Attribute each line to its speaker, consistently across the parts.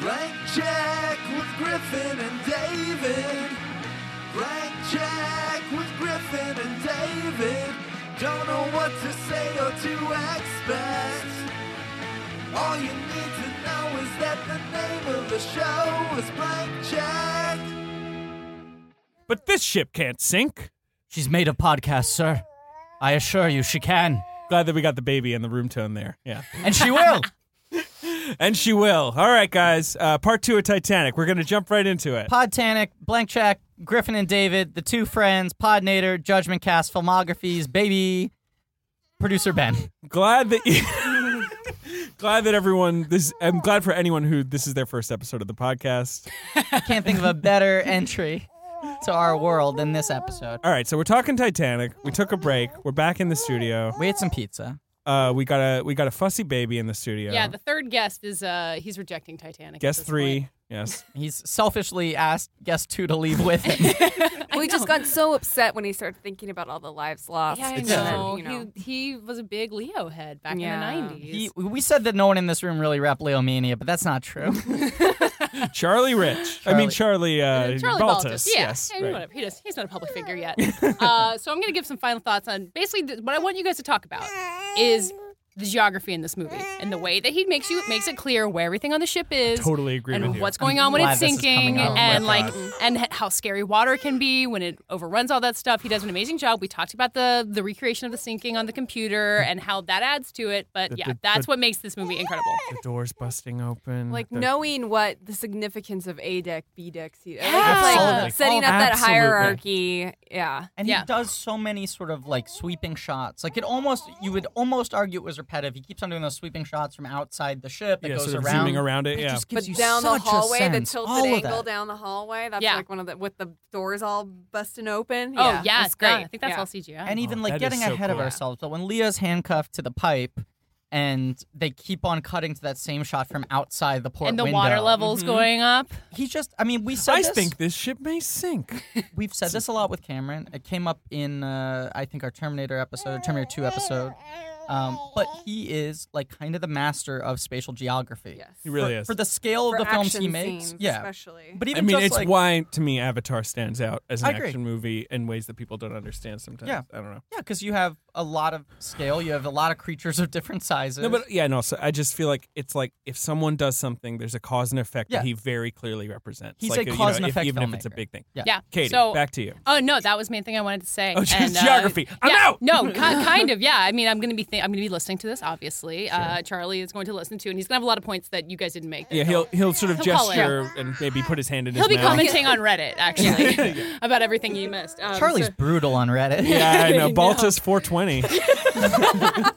Speaker 1: Blank check with Griffin and David. Blank check with Griffin and David. Don't know what to say or to expect. All you need to know is that the name of the show is Blank Check.
Speaker 2: But this ship can't sink.
Speaker 3: She's made a podcast, sir. I assure you, she can.
Speaker 2: Glad that we got the baby and the room tone there. Yeah.
Speaker 3: And she will.
Speaker 2: And she will. All right, guys. Uh, part two of Titanic. We're going to jump right into it.
Speaker 3: Podtanic, Blank Check, Griffin and David, The Two Friends, Podnator, Judgment Cast, Filmographies, Baby, Producer Ben.
Speaker 2: Glad that you. glad that everyone. This. I'm glad for anyone who this is their first episode of the podcast.
Speaker 3: I can't think of a better entry to our world than this episode.
Speaker 2: All right, so we're talking Titanic. We took a break. We're back in the studio.
Speaker 3: We ate some pizza.
Speaker 2: Uh, we got a we got a fussy baby in the studio.
Speaker 4: Yeah, the third guest is uh he's rejecting Titanic. at
Speaker 2: guest
Speaker 4: this
Speaker 2: three.
Speaker 4: point.
Speaker 2: Yes.
Speaker 3: He's selfishly asked guest two to leave with him.
Speaker 5: We just got so upset when he started thinking about all the lives lost.
Speaker 4: Yeah, I
Speaker 5: and
Speaker 2: It's uh,
Speaker 5: then,
Speaker 4: know.
Speaker 5: you know.
Speaker 4: He he was a big Leo head back
Speaker 5: Yeah.
Speaker 4: in the 90s.
Speaker 3: He, we said that no one in this room really rap Leomania, but that's not true.
Speaker 2: Charlie Rich. I mean Charlie. Uh,
Speaker 4: Uh, Charlie
Speaker 2: Baltus.
Speaker 4: Baltus, yeah,
Speaker 2: Yes.
Speaker 4: I mean,
Speaker 2: right.
Speaker 4: whatever. He does. He's not a public figure yet. uh, so I'm going to give some final thoughts on basically th- what I want you guys to talk about is the geography in this movie and the way that he makes you makes it clear where everything on the ship is.
Speaker 2: Totally agree
Speaker 4: and
Speaker 2: with you.
Speaker 4: what's going on
Speaker 3: I'm
Speaker 4: when
Speaker 3: glad
Speaker 4: it's
Speaker 3: this is coming
Speaker 4: sinking
Speaker 3: out. Oh my
Speaker 4: and like
Speaker 2: God.
Speaker 4: and h- how scary water can be when it overruns all that stuff. He does an amazing job. We talked about the the recreation of the sinking on the computer and how that adds to it, but
Speaker 2: The-
Speaker 4: yeah,
Speaker 2: the-
Speaker 4: that's
Speaker 2: the-
Speaker 4: what makes this movie incredible.
Speaker 2: The doors busting open.
Speaker 5: Like
Speaker 2: The-
Speaker 5: knowing what the significance of A deck, B deck, C deck.
Speaker 4: Absolutely.
Speaker 5: Like setting up that
Speaker 2: Absolutely.
Speaker 5: hierarchy. Yeah.
Speaker 3: And
Speaker 4: Yeah.
Speaker 3: he does so many sort of like sweeping shots. Like it almost, you would almost argue it was repetitive. He keeps on doing those sweeping shots from outside the ship that
Speaker 2: Yeah,
Speaker 3: goes
Speaker 2: sort of
Speaker 3: around.
Speaker 2: zooming around it.
Speaker 3: It
Speaker 2: Yeah.
Speaker 3: just gives
Speaker 5: But
Speaker 3: you
Speaker 5: down the
Speaker 3: such a
Speaker 5: hallway, the
Speaker 3: sense,
Speaker 5: tilted
Speaker 3: all of
Speaker 5: angle
Speaker 3: that.
Speaker 5: down the hallway. That's
Speaker 4: Yeah.
Speaker 5: like one of the with the doors all busting open.
Speaker 4: Oh
Speaker 5: yeah,
Speaker 4: yeah,
Speaker 5: it's
Speaker 4: it's great.
Speaker 5: great.
Speaker 4: I think that's
Speaker 5: Yeah.
Speaker 4: all CGI.
Speaker 3: And even
Speaker 2: Oh, that
Speaker 3: like
Speaker 2: is
Speaker 3: getting
Speaker 2: so
Speaker 3: ahead
Speaker 2: cool.
Speaker 3: of ourselves. But when Leah's handcuffed to the pipe and they keep on cutting to that same shot from outside the port
Speaker 4: and the
Speaker 3: window.
Speaker 4: water levels
Speaker 3: Mm-hmm.
Speaker 4: going up.
Speaker 3: He's just, I mean, we said
Speaker 2: I
Speaker 3: this.
Speaker 2: think this ship may sink.
Speaker 3: We've said this a lot with Cameron. It came up in uh, I think our Terminator episode, Terminator Two episode. Um, but he is like kind of the master of spatial geography.
Speaker 5: Yes.
Speaker 2: It really
Speaker 3: for,
Speaker 2: is.
Speaker 3: for the scale
Speaker 5: For
Speaker 3: of the films
Speaker 5: action
Speaker 3: he makes.
Speaker 5: scenes
Speaker 3: yeah,
Speaker 5: Especially.
Speaker 3: but even
Speaker 2: I mean,
Speaker 3: just
Speaker 2: it's
Speaker 3: like,
Speaker 2: why to me Avatar stands out as an
Speaker 3: I agree.
Speaker 2: action movie in ways that people don't understand sometimes.
Speaker 3: Yeah.
Speaker 2: I don't know.
Speaker 3: yeah, because you have a lot of scale. You have a lot of creatures of different sizes.
Speaker 2: No, but yeah, no. So I just feel like it's like if someone does something, there's a cause and effect
Speaker 3: Yeah.
Speaker 2: that he very clearly represents.
Speaker 3: He's
Speaker 2: like,
Speaker 3: a
Speaker 2: you know,
Speaker 3: cause and
Speaker 2: if-
Speaker 3: effect
Speaker 2: even if it's a
Speaker 3: filmmaker.
Speaker 2: big thing.
Speaker 3: Yeah.
Speaker 4: Yeah.
Speaker 2: Katie,
Speaker 4: so,
Speaker 2: back to you.
Speaker 4: Oh no, that was the main thing I wanted to say.
Speaker 2: Oh, just
Speaker 4: And, uh,
Speaker 2: geography. I'm
Speaker 4: yeah,
Speaker 2: out!
Speaker 4: No, ki- kind of. Yeah, I mean, I'm gonna be th- I'm gonna be listening to this. Obviously, uh, Charlie is going to listen to, and he's gonna have a lot of points that you guys didn't make.
Speaker 2: Yeah, he'll he'll sort of
Speaker 4: He'll call it.
Speaker 2: gesture and maybe put his hand in
Speaker 4: He'll
Speaker 2: his
Speaker 4: be
Speaker 2: mouth.
Speaker 4: commenting on Reddit actually about everything you missed. Um,
Speaker 3: Charlie's
Speaker 4: so-
Speaker 3: brutal on Reddit.
Speaker 2: Yeah, I know. Baltus 420.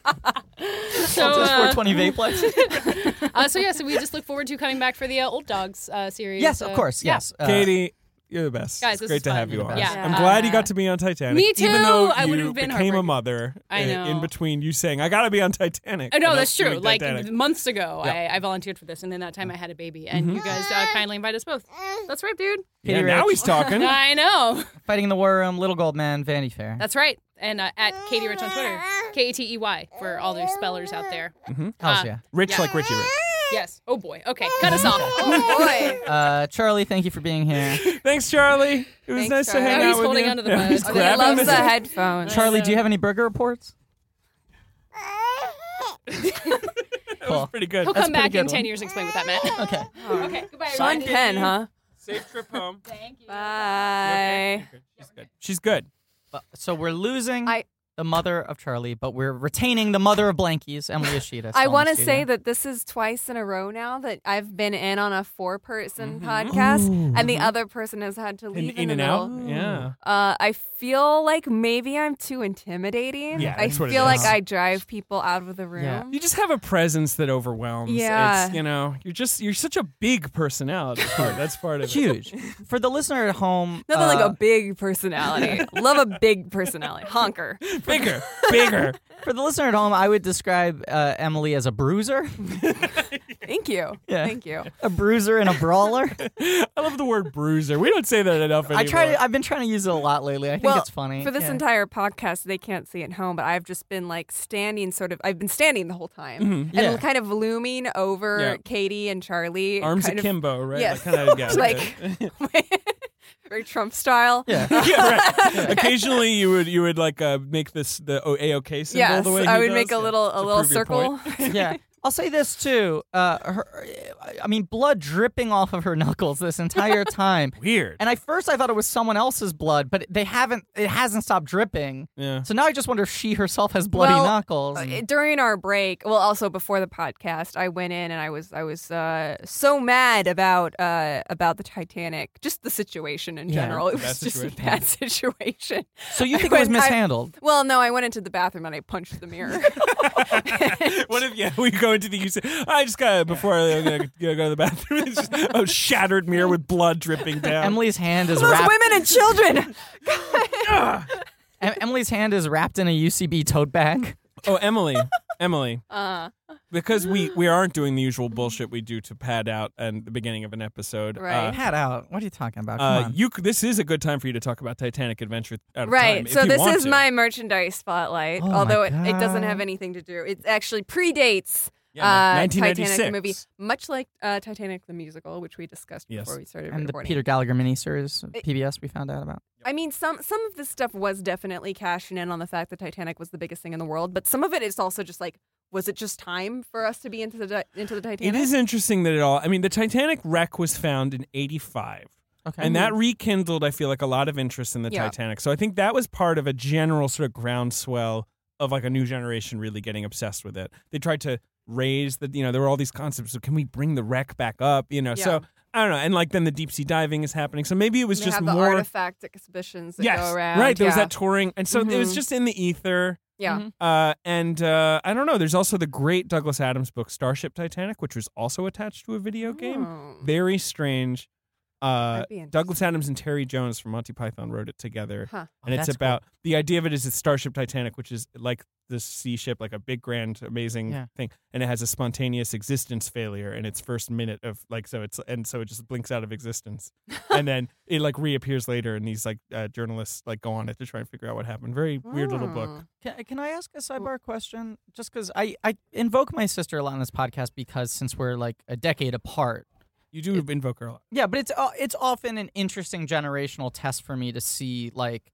Speaker 4: so,
Speaker 3: Just
Speaker 4: uh,
Speaker 3: 420 Vaplex.
Speaker 4: uh, so yeah, so we just look forward to coming back for the uh, old dogs uh, series.
Speaker 3: yes,
Speaker 4: Uh,
Speaker 3: of course.
Speaker 4: yeah.
Speaker 3: Yes, Uh,
Speaker 2: Katie, you're the best.
Speaker 4: Guys,
Speaker 2: it's
Speaker 4: this
Speaker 2: great
Speaker 4: is
Speaker 2: to
Speaker 4: fun.
Speaker 2: have you
Speaker 3: You're
Speaker 2: on.
Speaker 3: the best.
Speaker 4: Yeah.
Speaker 2: I'm glad you got to be on Titanic.
Speaker 4: Me
Speaker 2: Even
Speaker 4: too!
Speaker 2: though
Speaker 4: I would've
Speaker 2: you
Speaker 4: been
Speaker 2: became a
Speaker 4: heartbroken.
Speaker 2: mother
Speaker 4: I
Speaker 2: uh, in
Speaker 4: know.
Speaker 2: between you saying, I got to be on Titanic.
Speaker 4: Oh, no,
Speaker 2: and
Speaker 4: that's
Speaker 2: us
Speaker 4: true.
Speaker 2: doing
Speaker 4: Like
Speaker 2: Titanic.
Speaker 4: months ago, I, I volunteered for this, and then that time I had a baby, and you guys uh, kindly invited us both. That's right, dude.
Speaker 2: yeah,
Speaker 3: Katie
Speaker 2: now
Speaker 3: Rich.
Speaker 2: he's talking.
Speaker 4: I know.
Speaker 3: fighting in the war room, Little Gold Man, Vanity Fair.
Speaker 4: That's right. And uh, at Katie Rich on Twitter, K A T E Y for all the spellers out there.
Speaker 3: Hells
Speaker 4: uh,
Speaker 3: yeah.
Speaker 2: Rich
Speaker 4: Yeah.
Speaker 2: like Richie Rich.
Speaker 4: Yes. Oh boy. Okay. Cut us off.
Speaker 5: Oh boy.
Speaker 3: Uh, Charlie, thank you for being here.
Speaker 2: Thanks, Charlie. It was
Speaker 5: Thanks,
Speaker 2: nice
Speaker 5: Charlie.
Speaker 2: to hang
Speaker 4: Oh,
Speaker 2: out
Speaker 4: he's
Speaker 2: with
Speaker 4: holding
Speaker 2: you.
Speaker 4: onto the
Speaker 2: Yeah,
Speaker 4: bud.
Speaker 2: he's
Speaker 4: Oh, he
Speaker 5: he
Speaker 2: grabbing
Speaker 5: loves
Speaker 2: his-
Speaker 5: the headphones.
Speaker 3: Charlie, do you have any burger reports?
Speaker 2: That was pretty good.
Speaker 4: He'll
Speaker 3: That's a pretty
Speaker 4: come back in
Speaker 3: good
Speaker 4: ten
Speaker 3: one.
Speaker 4: years and explain what that meant.
Speaker 3: Okay.
Speaker 4: okay. Goodbye.
Speaker 5: Sean
Speaker 4: everyone.
Speaker 5: Penn, huh?
Speaker 2: Safe trip home.
Speaker 5: Bye.
Speaker 2: She's good. She's good.
Speaker 3: But- So we're losing
Speaker 5: I-
Speaker 3: the mother of Charlie, but we're retaining the mother of Blankies, Emily Ishida.
Speaker 5: I want to say that this is twice in a row now that I've been in on a four-person podcast, and the other person has had to
Speaker 2: In,
Speaker 5: leave.
Speaker 2: Mm-hmm. in
Speaker 5: the
Speaker 2: and out.
Speaker 5: middle.
Speaker 2: Yeah.
Speaker 5: Uh, I feel like maybe I'm too intimidating.
Speaker 2: Yeah,
Speaker 5: I
Speaker 2: that's what it
Speaker 5: feel like
Speaker 2: is.
Speaker 5: I drive people out of the room.
Speaker 3: Yeah.
Speaker 2: You just have a presence that overwhelms.
Speaker 5: Yeah.
Speaker 2: It's, you know, you're just you're such a big personality. part. That's part of it.
Speaker 3: huge for the listener at home.
Speaker 5: Nothing like
Speaker 3: uh,
Speaker 5: a big personality. Love a big personality. Honker.
Speaker 2: Bigger, bigger.
Speaker 3: for the listener at home. I would describe uh, Emily as a bruiser.
Speaker 5: Thank you.
Speaker 3: Yeah.
Speaker 5: Thank you.
Speaker 3: A bruiser and a brawler.
Speaker 2: I love the word bruiser. We don't say that enough anymore.
Speaker 3: I try. To, I've been trying to use it a lot lately. I think
Speaker 5: well,
Speaker 3: it's funny
Speaker 5: For this
Speaker 3: Yeah.
Speaker 5: entire podcast, they can't see at home, but I've just been like standing sort of, I've been standing the whole time and
Speaker 3: Yeah.
Speaker 5: kind of looming over
Speaker 2: Mm-hmm. Yeah.
Speaker 5: Katie and Charlie.
Speaker 2: Arms
Speaker 5: kind of-
Speaker 2: akimbo, right?
Speaker 5: Yes.
Speaker 2: Like, kinda, yeah,
Speaker 5: Like- very Trump style.
Speaker 3: Yeah.
Speaker 2: yeah, right. Occasionally, you would you would like uh, make this the O A O K symbol.
Speaker 5: Yes,
Speaker 2: the way
Speaker 5: I
Speaker 2: he
Speaker 5: would
Speaker 2: does,
Speaker 5: make a
Speaker 2: yeah,
Speaker 5: little
Speaker 2: to
Speaker 5: a little
Speaker 2: prove your
Speaker 5: circle.
Speaker 2: point.
Speaker 3: yeah. I'll say this too. Uh, her, I mean, blood dripping off of her knuckles this entire time.
Speaker 2: Weird.
Speaker 3: And I first I thought it was someone else's blood, but they haven't. It hasn't stopped dripping.
Speaker 2: yeah.
Speaker 3: So now I just wonder if she herself has bloody
Speaker 5: Well,
Speaker 3: knuckles.
Speaker 5: Uh, During our break, well, also before the podcast, I went in and I was I was uh, so mad about uh, about the Titanic, just the situation in
Speaker 3: Yeah,
Speaker 5: general. It
Speaker 2: bad
Speaker 5: was just a
Speaker 2: situation.
Speaker 5: bad situation.
Speaker 3: so you think it was
Speaker 5: when I-
Speaker 3: mishandled?
Speaker 5: Well, no, I went into the bathroom and I punched the mirror.
Speaker 2: What if yeah we go into the you say I just got to before I gonna go to the bathroom it's just a shattered mirror with blood dripping down.
Speaker 3: Emily's hand is
Speaker 5: Those
Speaker 3: wrapped.
Speaker 5: women and children.
Speaker 3: Em- Emily's hand is wrapped in a UCB tote bag.
Speaker 2: Oh Emily, Emily,
Speaker 5: Uh,
Speaker 2: because we we aren't doing the usual bullshit we do to pad out and the beginning of an episode.
Speaker 5: Right.
Speaker 3: Hat out. What are you talking about?
Speaker 2: Uh,
Speaker 3: Come
Speaker 2: uh,
Speaker 3: on.
Speaker 2: you c- this is a good time for you to talk about Titanic Adventure out of
Speaker 5: right.
Speaker 2: Time, if
Speaker 5: so
Speaker 2: you
Speaker 5: this
Speaker 2: want
Speaker 5: is
Speaker 2: to.
Speaker 5: my merchandise spotlight,
Speaker 3: Oh my
Speaker 5: although it, it doesn't have
Speaker 3: God.
Speaker 5: anything to do. It actually predates
Speaker 2: Yeah, man.
Speaker 5: uh, Titanic the movie,
Speaker 2: 1996.
Speaker 5: much like uh, Titanic the musical, which we discussed
Speaker 2: Yes.
Speaker 5: before we started
Speaker 3: and the
Speaker 5: recording.
Speaker 3: Peter Gallagher miniseries of
Speaker 5: It-
Speaker 3: PBS we found out about.
Speaker 5: I mean, some some of this stuff was definitely cashing in on the fact that Titanic was the biggest thing in the world, but some of it is also just like, was it just time for us to be into the Ti- into the Titanic?
Speaker 2: It is interesting that it all. I mean, the Titanic wreck was found in '85.
Speaker 3: Okay.
Speaker 2: And that rekindled, I feel like, a lot of interest in the
Speaker 5: Yeah.
Speaker 2: Titanic. So I think that was part of a general sort of groundswell of like a new generation really getting obsessed with it. They tried to raise the, you know, there were all these concepts of can we bring the wreck back up, you know? So I don't know. And like then the deep sea diving is happening. So maybe it was
Speaker 5: They
Speaker 2: just
Speaker 5: have the
Speaker 2: more.
Speaker 5: artifact exhibitions that
Speaker 2: yes.
Speaker 5: go around.
Speaker 2: right. There was
Speaker 5: yeah.
Speaker 2: that touring. And so it was
Speaker 5: Mhm.
Speaker 2: just in the ether.
Speaker 5: yeah.
Speaker 2: Uh, and uh, I don't know. There's also the great Douglas Adams book, Starship Titanic, which was also attached to a video game
Speaker 5: Oh.
Speaker 2: very strange. Uh,
Speaker 5: That'd be interesting.
Speaker 2: Douglas Adams and Terry Jones from Monty Python wrote it together,
Speaker 5: Huh. Oh,
Speaker 2: and it's
Speaker 3: that's
Speaker 2: about the idea of it is it's Starship Titanic, which is like this sea ship, like a big, grand, amazing
Speaker 3: Yeah.
Speaker 2: thing, and it has a spontaneous existence failure in its first minute of like so it's and so it just blinks out of existence, and then it like reappears later, and these like uh, journalists like go on it to try and figure out what happened. Very weird little book.
Speaker 3: Can, can I ask a sidebar question? Just because I, I invoke my sister a lot on this podcast because since we're like a decade apart.
Speaker 2: You do invoke her a lot.
Speaker 3: Yeah, but it's uh, it's often an interesting generational test for me to see like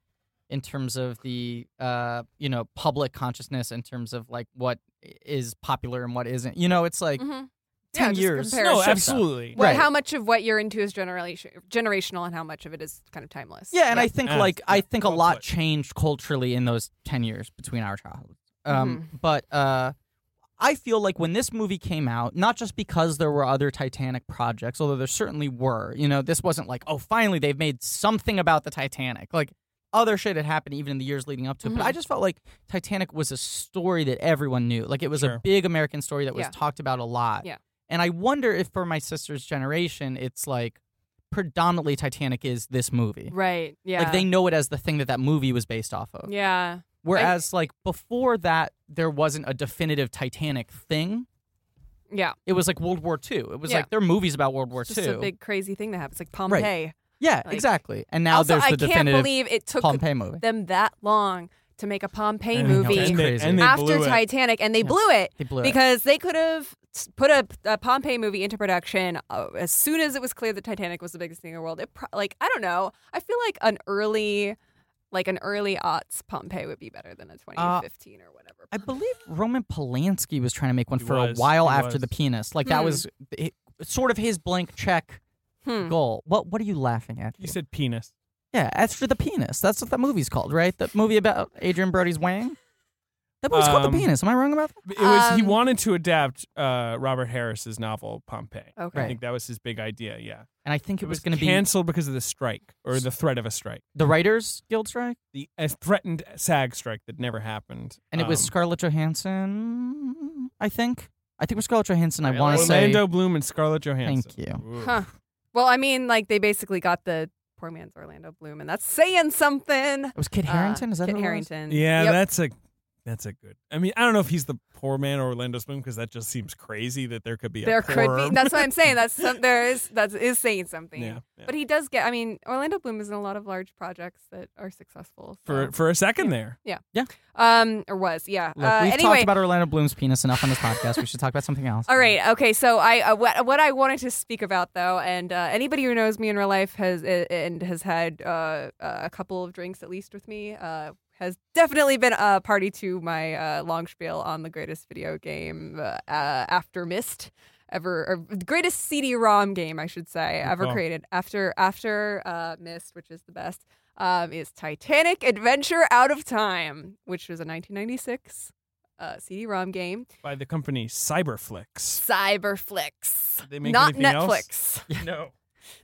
Speaker 3: in terms of the uh you know public consciousness in terms of like what is popular and what isn't. You know, it's like
Speaker 5: Mhm. Yeah,
Speaker 3: ten
Speaker 5: just
Speaker 3: years.
Speaker 5: compare
Speaker 2: No,
Speaker 5: Parachute
Speaker 2: Oh, absolutely.
Speaker 5: What,
Speaker 3: Right.
Speaker 5: How much of what you're into is generation generational, and how much of it is kind of timeless?
Speaker 3: Yeah, and I think
Speaker 2: Yeah.
Speaker 3: like I think a
Speaker 2: Well
Speaker 3: lot
Speaker 2: put.
Speaker 3: changed culturally in those ten years between our childhoods. Um,
Speaker 5: Mm-hmm.
Speaker 3: But uh, I feel like when this movie came out, not just because there were other Titanic projects, although there certainly were. You know, this wasn't like oh, finally they've made something about the Titanic. Like other shit had happened even in the years leading up to it.
Speaker 5: Mm-hmm.
Speaker 3: But I just felt like Titanic was a story that everyone knew. Like it was
Speaker 2: Sure.
Speaker 3: a big American story that was
Speaker 5: Yeah.
Speaker 3: talked about a lot.
Speaker 5: Yeah.
Speaker 3: And I wonder if for my sister's generation, it's like predominantly Titanic is this movie.
Speaker 5: right. Yeah,
Speaker 3: Like they know it as the thing that that movie was based off of.
Speaker 5: Yeah,
Speaker 3: Whereas like before that, there wasn't a definitive Titanic thing.
Speaker 5: yeah.
Speaker 3: It was like World War II. It was
Speaker 5: Yeah.
Speaker 3: like there are movies about World War
Speaker 5: It's just
Speaker 3: II.
Speaker 5: a big crazy thing that happens, like Pompeii.
Speaker 3: yeah,
Speaker 5: like-
Speaker 3: exactly. And now
Speaker 5: also,
Speaker 3: there's the
Speaker 5: I can't
Speaker 3: definitive
Speaker 5: believe it took
Speaker 3: Pompeii movie. Mm,
Speaker 5: them that long to make a Pompeii
Speaker 2: And-
Speaker 5: movie
Speaker 3: it's
Speaker 2: and they,
Speaker 3: crazy.
Speaker 2: and they
Speaker 5: after
Speaker 2: blew it.
Speaker 5: Titanic, and they
Speaker 3: Yeah.
Speaker 5: blew it
Speaker 3: They blew it.
Speaker 5: because they could have s- put a, a Pompeii movie into production uh, as soon as it was clear that Titanic was the biggest thing in the world. It pro- like I don't know. I feel like an early, like an early aughts Pompeii would be better than a 2015 or whatever.
Speaker 3: Uh, I believe Roman Polanski was trying to make one
Speaker 2: He
Speaker 3: for
Speaker 2: was,
Speaker 3: a while
Speaker 2: he
Speaker 3: after
Speaker 2: was.
Speaker 3: the penis. Like that
Speaker 5: Hmm.
Speaker 3: was it, sort of his blank check
Speaker 5: Hmm.
Speaker 3: goal. What What are you laughing at?
Speaker 2: You said penis.
Speaker 3: yeah, after the penis. That's what that movie's called, right? The movie about Adrian Brody's wang. That movie's called
Speaker 2: Um,
Speaker 3: the penis. Am I wrong about that?
Speaker 2: It was he
Speaker 5: Um,
Speaker 2: wanted to adapt uh, Robert Harris's novel Pompeii.
Speaker 5: Okay.
Speaker 2: I think that was his big idea. Yeah,
Speaker 3: And I think it, was, going to be
Speaker 2: canceled because of the strike or the threat of a strike,
Speaker 3: the Writers Guild strike.
Speaker 2: the a threatened SAG strike that never happened.
Speaker 3: and it was
Speaker 2: Um,
Speaker 3: Scarlett Johansson. I think. I think it was Scarlett Johansson. I
Speaker 2: really?
Speaker 3: want to say.
Speaker 2: Orlando Bloom and Scarlett Johansson.
Speaker 3: Thank you.
Speaker 2: Ooh.
Speaker 5: Huh. Well, I mean, like they basically got the poor man's Orlando Bloom, and that's saying something.
Speaker 3: It was Kit
Speaker 5: Uh,
Speaker 3: Harrington. Is that
Speaker 5: Kit
Speaker 3: who it was?
Speaker 5: Harrington?
Speaker 2: Yeah,
Speaker 5: Yep.
Speaker 2: that's a That's a good. I mean, I don't know if he's the poor man or Orlando Bloom because that just seems crazy that there could be a
Speaker 5: there could
Speaker 2: poorer-
Speaker 5: be. That's what I'm saying. That's some, there is that is saying something.
Speaker 2: yeah, yeah.
Speaker 5: But he does get. I mean, Orlando Bloom is in a lot of large projects that are successful.
Speaker 2: for
Speaker 5: So.
Speaker 2: for a second there.
Speaker 5: um, or was yeah.
Speaker 3: Look,
Speaker 5: uh,
Speaker 3: we've
Speaker 5: anyway,
Speaker 3: talked about Orlando Bloom's penis enough on this podcast. We should talk about something else.
Speaker 5: All right. Okay. So I uh, what what I wanted to speak about though, and uh, anybody who knows me in real life has uh, and has had uh, a couple of drinks at least with me uh, has definitely been a party to my uh, long spiel on the greatest video game uh, uh, after Mist ever or the greatest CD-ROM game I should say ever
Speaker 2: call.
Speaker 5: created after after uh, Mist, which is the best. Um, is Titanic Adventure Out of Time, which was a 1996 uh, CD-ROM game.
Speaker 2: by the company Cyberflix.
Speaker 5: Cyberflix.
Speaker 2: They make
Speaker 5: Not
Speaker 2: anything else?
Speaker 5: Netflix.
Speaker 2: No.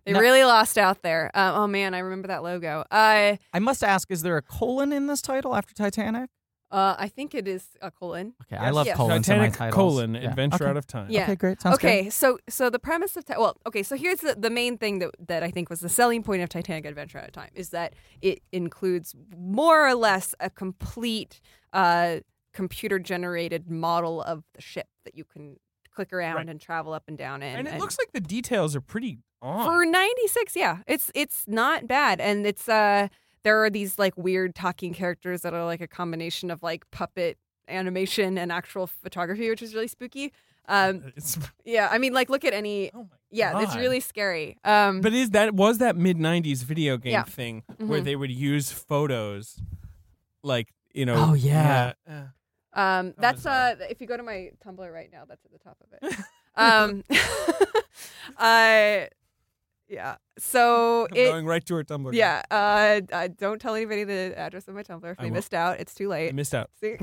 Speaker 5: They
Speaker 3: No.
Speaker 5: really lost out there. Um, oh man, I remember that logo. Uh,
Speaker 3: I must ask: Is there a colon in this title after Titanic?
Speaker 5: uh, I think it is a colon.
Speaker 3: Okay, I love
Speaker 5: Yes.
Speaker 3: colons
Speaker 2: Titanic
Speaker 3: in my titles.
Speaker 2: colon
Speaker 3: Yeah.
Speaker 2: adventure
Speaker 3: Okay.
Speaker 2: out of time.
Speaker 5: Yeah.
Speaker 3: Okay, great. Sounds
Speaker 5: okay, so so the premise of Ti- well, okay, so here's the, the main thing that that I think was the selling point of Titanic Adventure at a Time is that it includes more or less a complete uh, computer generated model of the ship that you can click around
Speaker 2: Right.
Speaker 5: and travel up and down in.
Speaker 2: And, it looks like the details are pretty on.
Speaker 5: for 96 yeah it's it's not bad and it's uh there are these like weird talking characters that are like a combination of like puppet animation and actual photography which is really spooky um
Speaker 2: it's,
Speaker 5: yeah i mean like look at any
Speaker 2: oh my
Speaker 5: yeah it's
Speaker 2: God.
Speaker 5: really scary um
Speaker 2: But is that was that mid '90s video game
Speaker 5: Yeah.
Speaker 2: thing where
Speaker 5: Mhm.
Speaker 2: they would use photos, like you know?
Speaker 3: Oh, yeah.
Speaker 2: yeah.
Speaker 5: um
Speaker 2: Oh,
Speaker 5: that's uh if you go to my tumblr right now that's at the top of it um uh yeah so
Speaker 2: I'm
Speaker 5: it
Speaker 2: going right to her Tumblr.
Speaker 5: yeah uh I don't tell anybody the address of my tumblr if
Speaker 2: I
Speaker 5: they
Speaker 2: won't.
Speaker 5: missed out it's too
Speaker 2: I
Speaker 5: late
Speaker 2: missed out.
Speaker 5: See?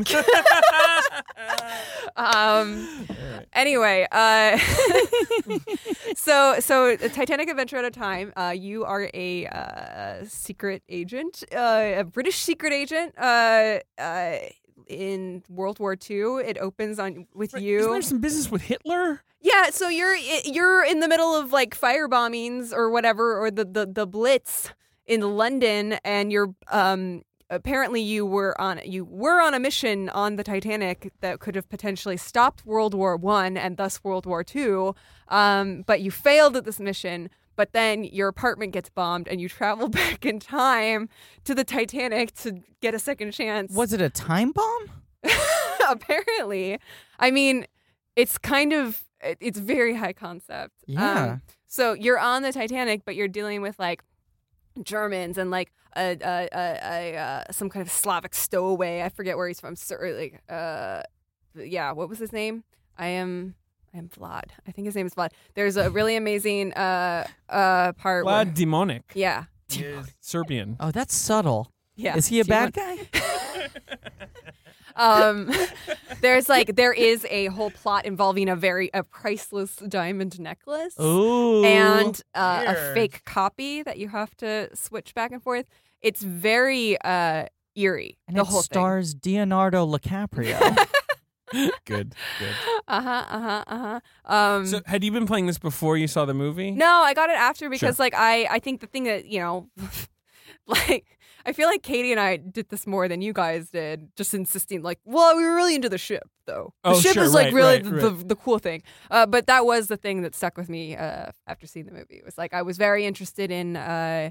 Speaker 2: All
Speaker 5: um
Speaker 2: right.
Speaker 5: anyway, uh, so so a Titanic adventure at a time. Uh, you are a uh, secret agent, uh, a British secret agent. Uh, uh, in World War II, it opens on with
Speaker 2: Isn't
Speaker 5: you.
Speaker 2: there some business with Hitler?
Speaker 5: Yeah, so you're i- you're in the middle of like fire bombings or whatever, or the the, the Blitz in London, and you're um apparently you were on you were on a mission on the Titanic that could have potentially stopped World War One and thus World War Two, um, but you failed at this mission. But then your apartment gets bombed, and you travel back in time to the Titanic to get a second chance.
Speaker 3: Was it a time bomb?
Speaker 5: apparently i mean it's kind of it- it's very high concept Um,
Speaker 3: Yeah.
Speaker 5: so you're on the titanic but you're dealing with like germans and like a, a, a, a, uh some kind of slavic stowaway i forget where he's from Ser- or, like uh yeah what was his name i am I am Vlad. I think his name is Vlad. There's a really amazing uh uh part. where-
Speaker 2: Vlad Demonic.
Speaker 5: yeah,
Speaker 2: He is Serbian.
Speaker 3: Oh, that's subtle.
Speaker 5: yeah.
Speaker 3: Is he a
Speaker 5: Do you
Speaker 3: bad guy?
Speaker 5: um, there's like there is a whole plot involving a very a priceless diamond necklace
Speaker 3: Ooh.
Speaker 5: and uh, a
Speaker 2: weird.
Speaker 5: fake copy that you have to switch back and forth. It's very uh, eerie.
Speaker 3: And
Speaker 5: the
Speaker 3: it
Speaker 5: whole
Speaker 3: stars Leonardo DiCaprio.
Speaker 2: good. Good.
Speaker 5: thing. Uh huh. Uh huh. Uh huh. Um,
Speaker 2: So, had you been playing this before you saw the movie?
Speaker 5: No, I got it after because like I I think the thing that you know like I feel like Katie and I did this more than you guys did, just insisting like, well, we were really into the ship though. The
Speaker 2: Oh,
Speaker 5: ship
Speaker 2: sure,
Speaker 5: is like
Speaker 2: right,
Speaker 5: really
Speaker 2: right,
Speaker 5: the, the the cool thing. Uh, but that was the thing that stuck with me uh, after seeing the movie. It was like I was very interested in. Uh,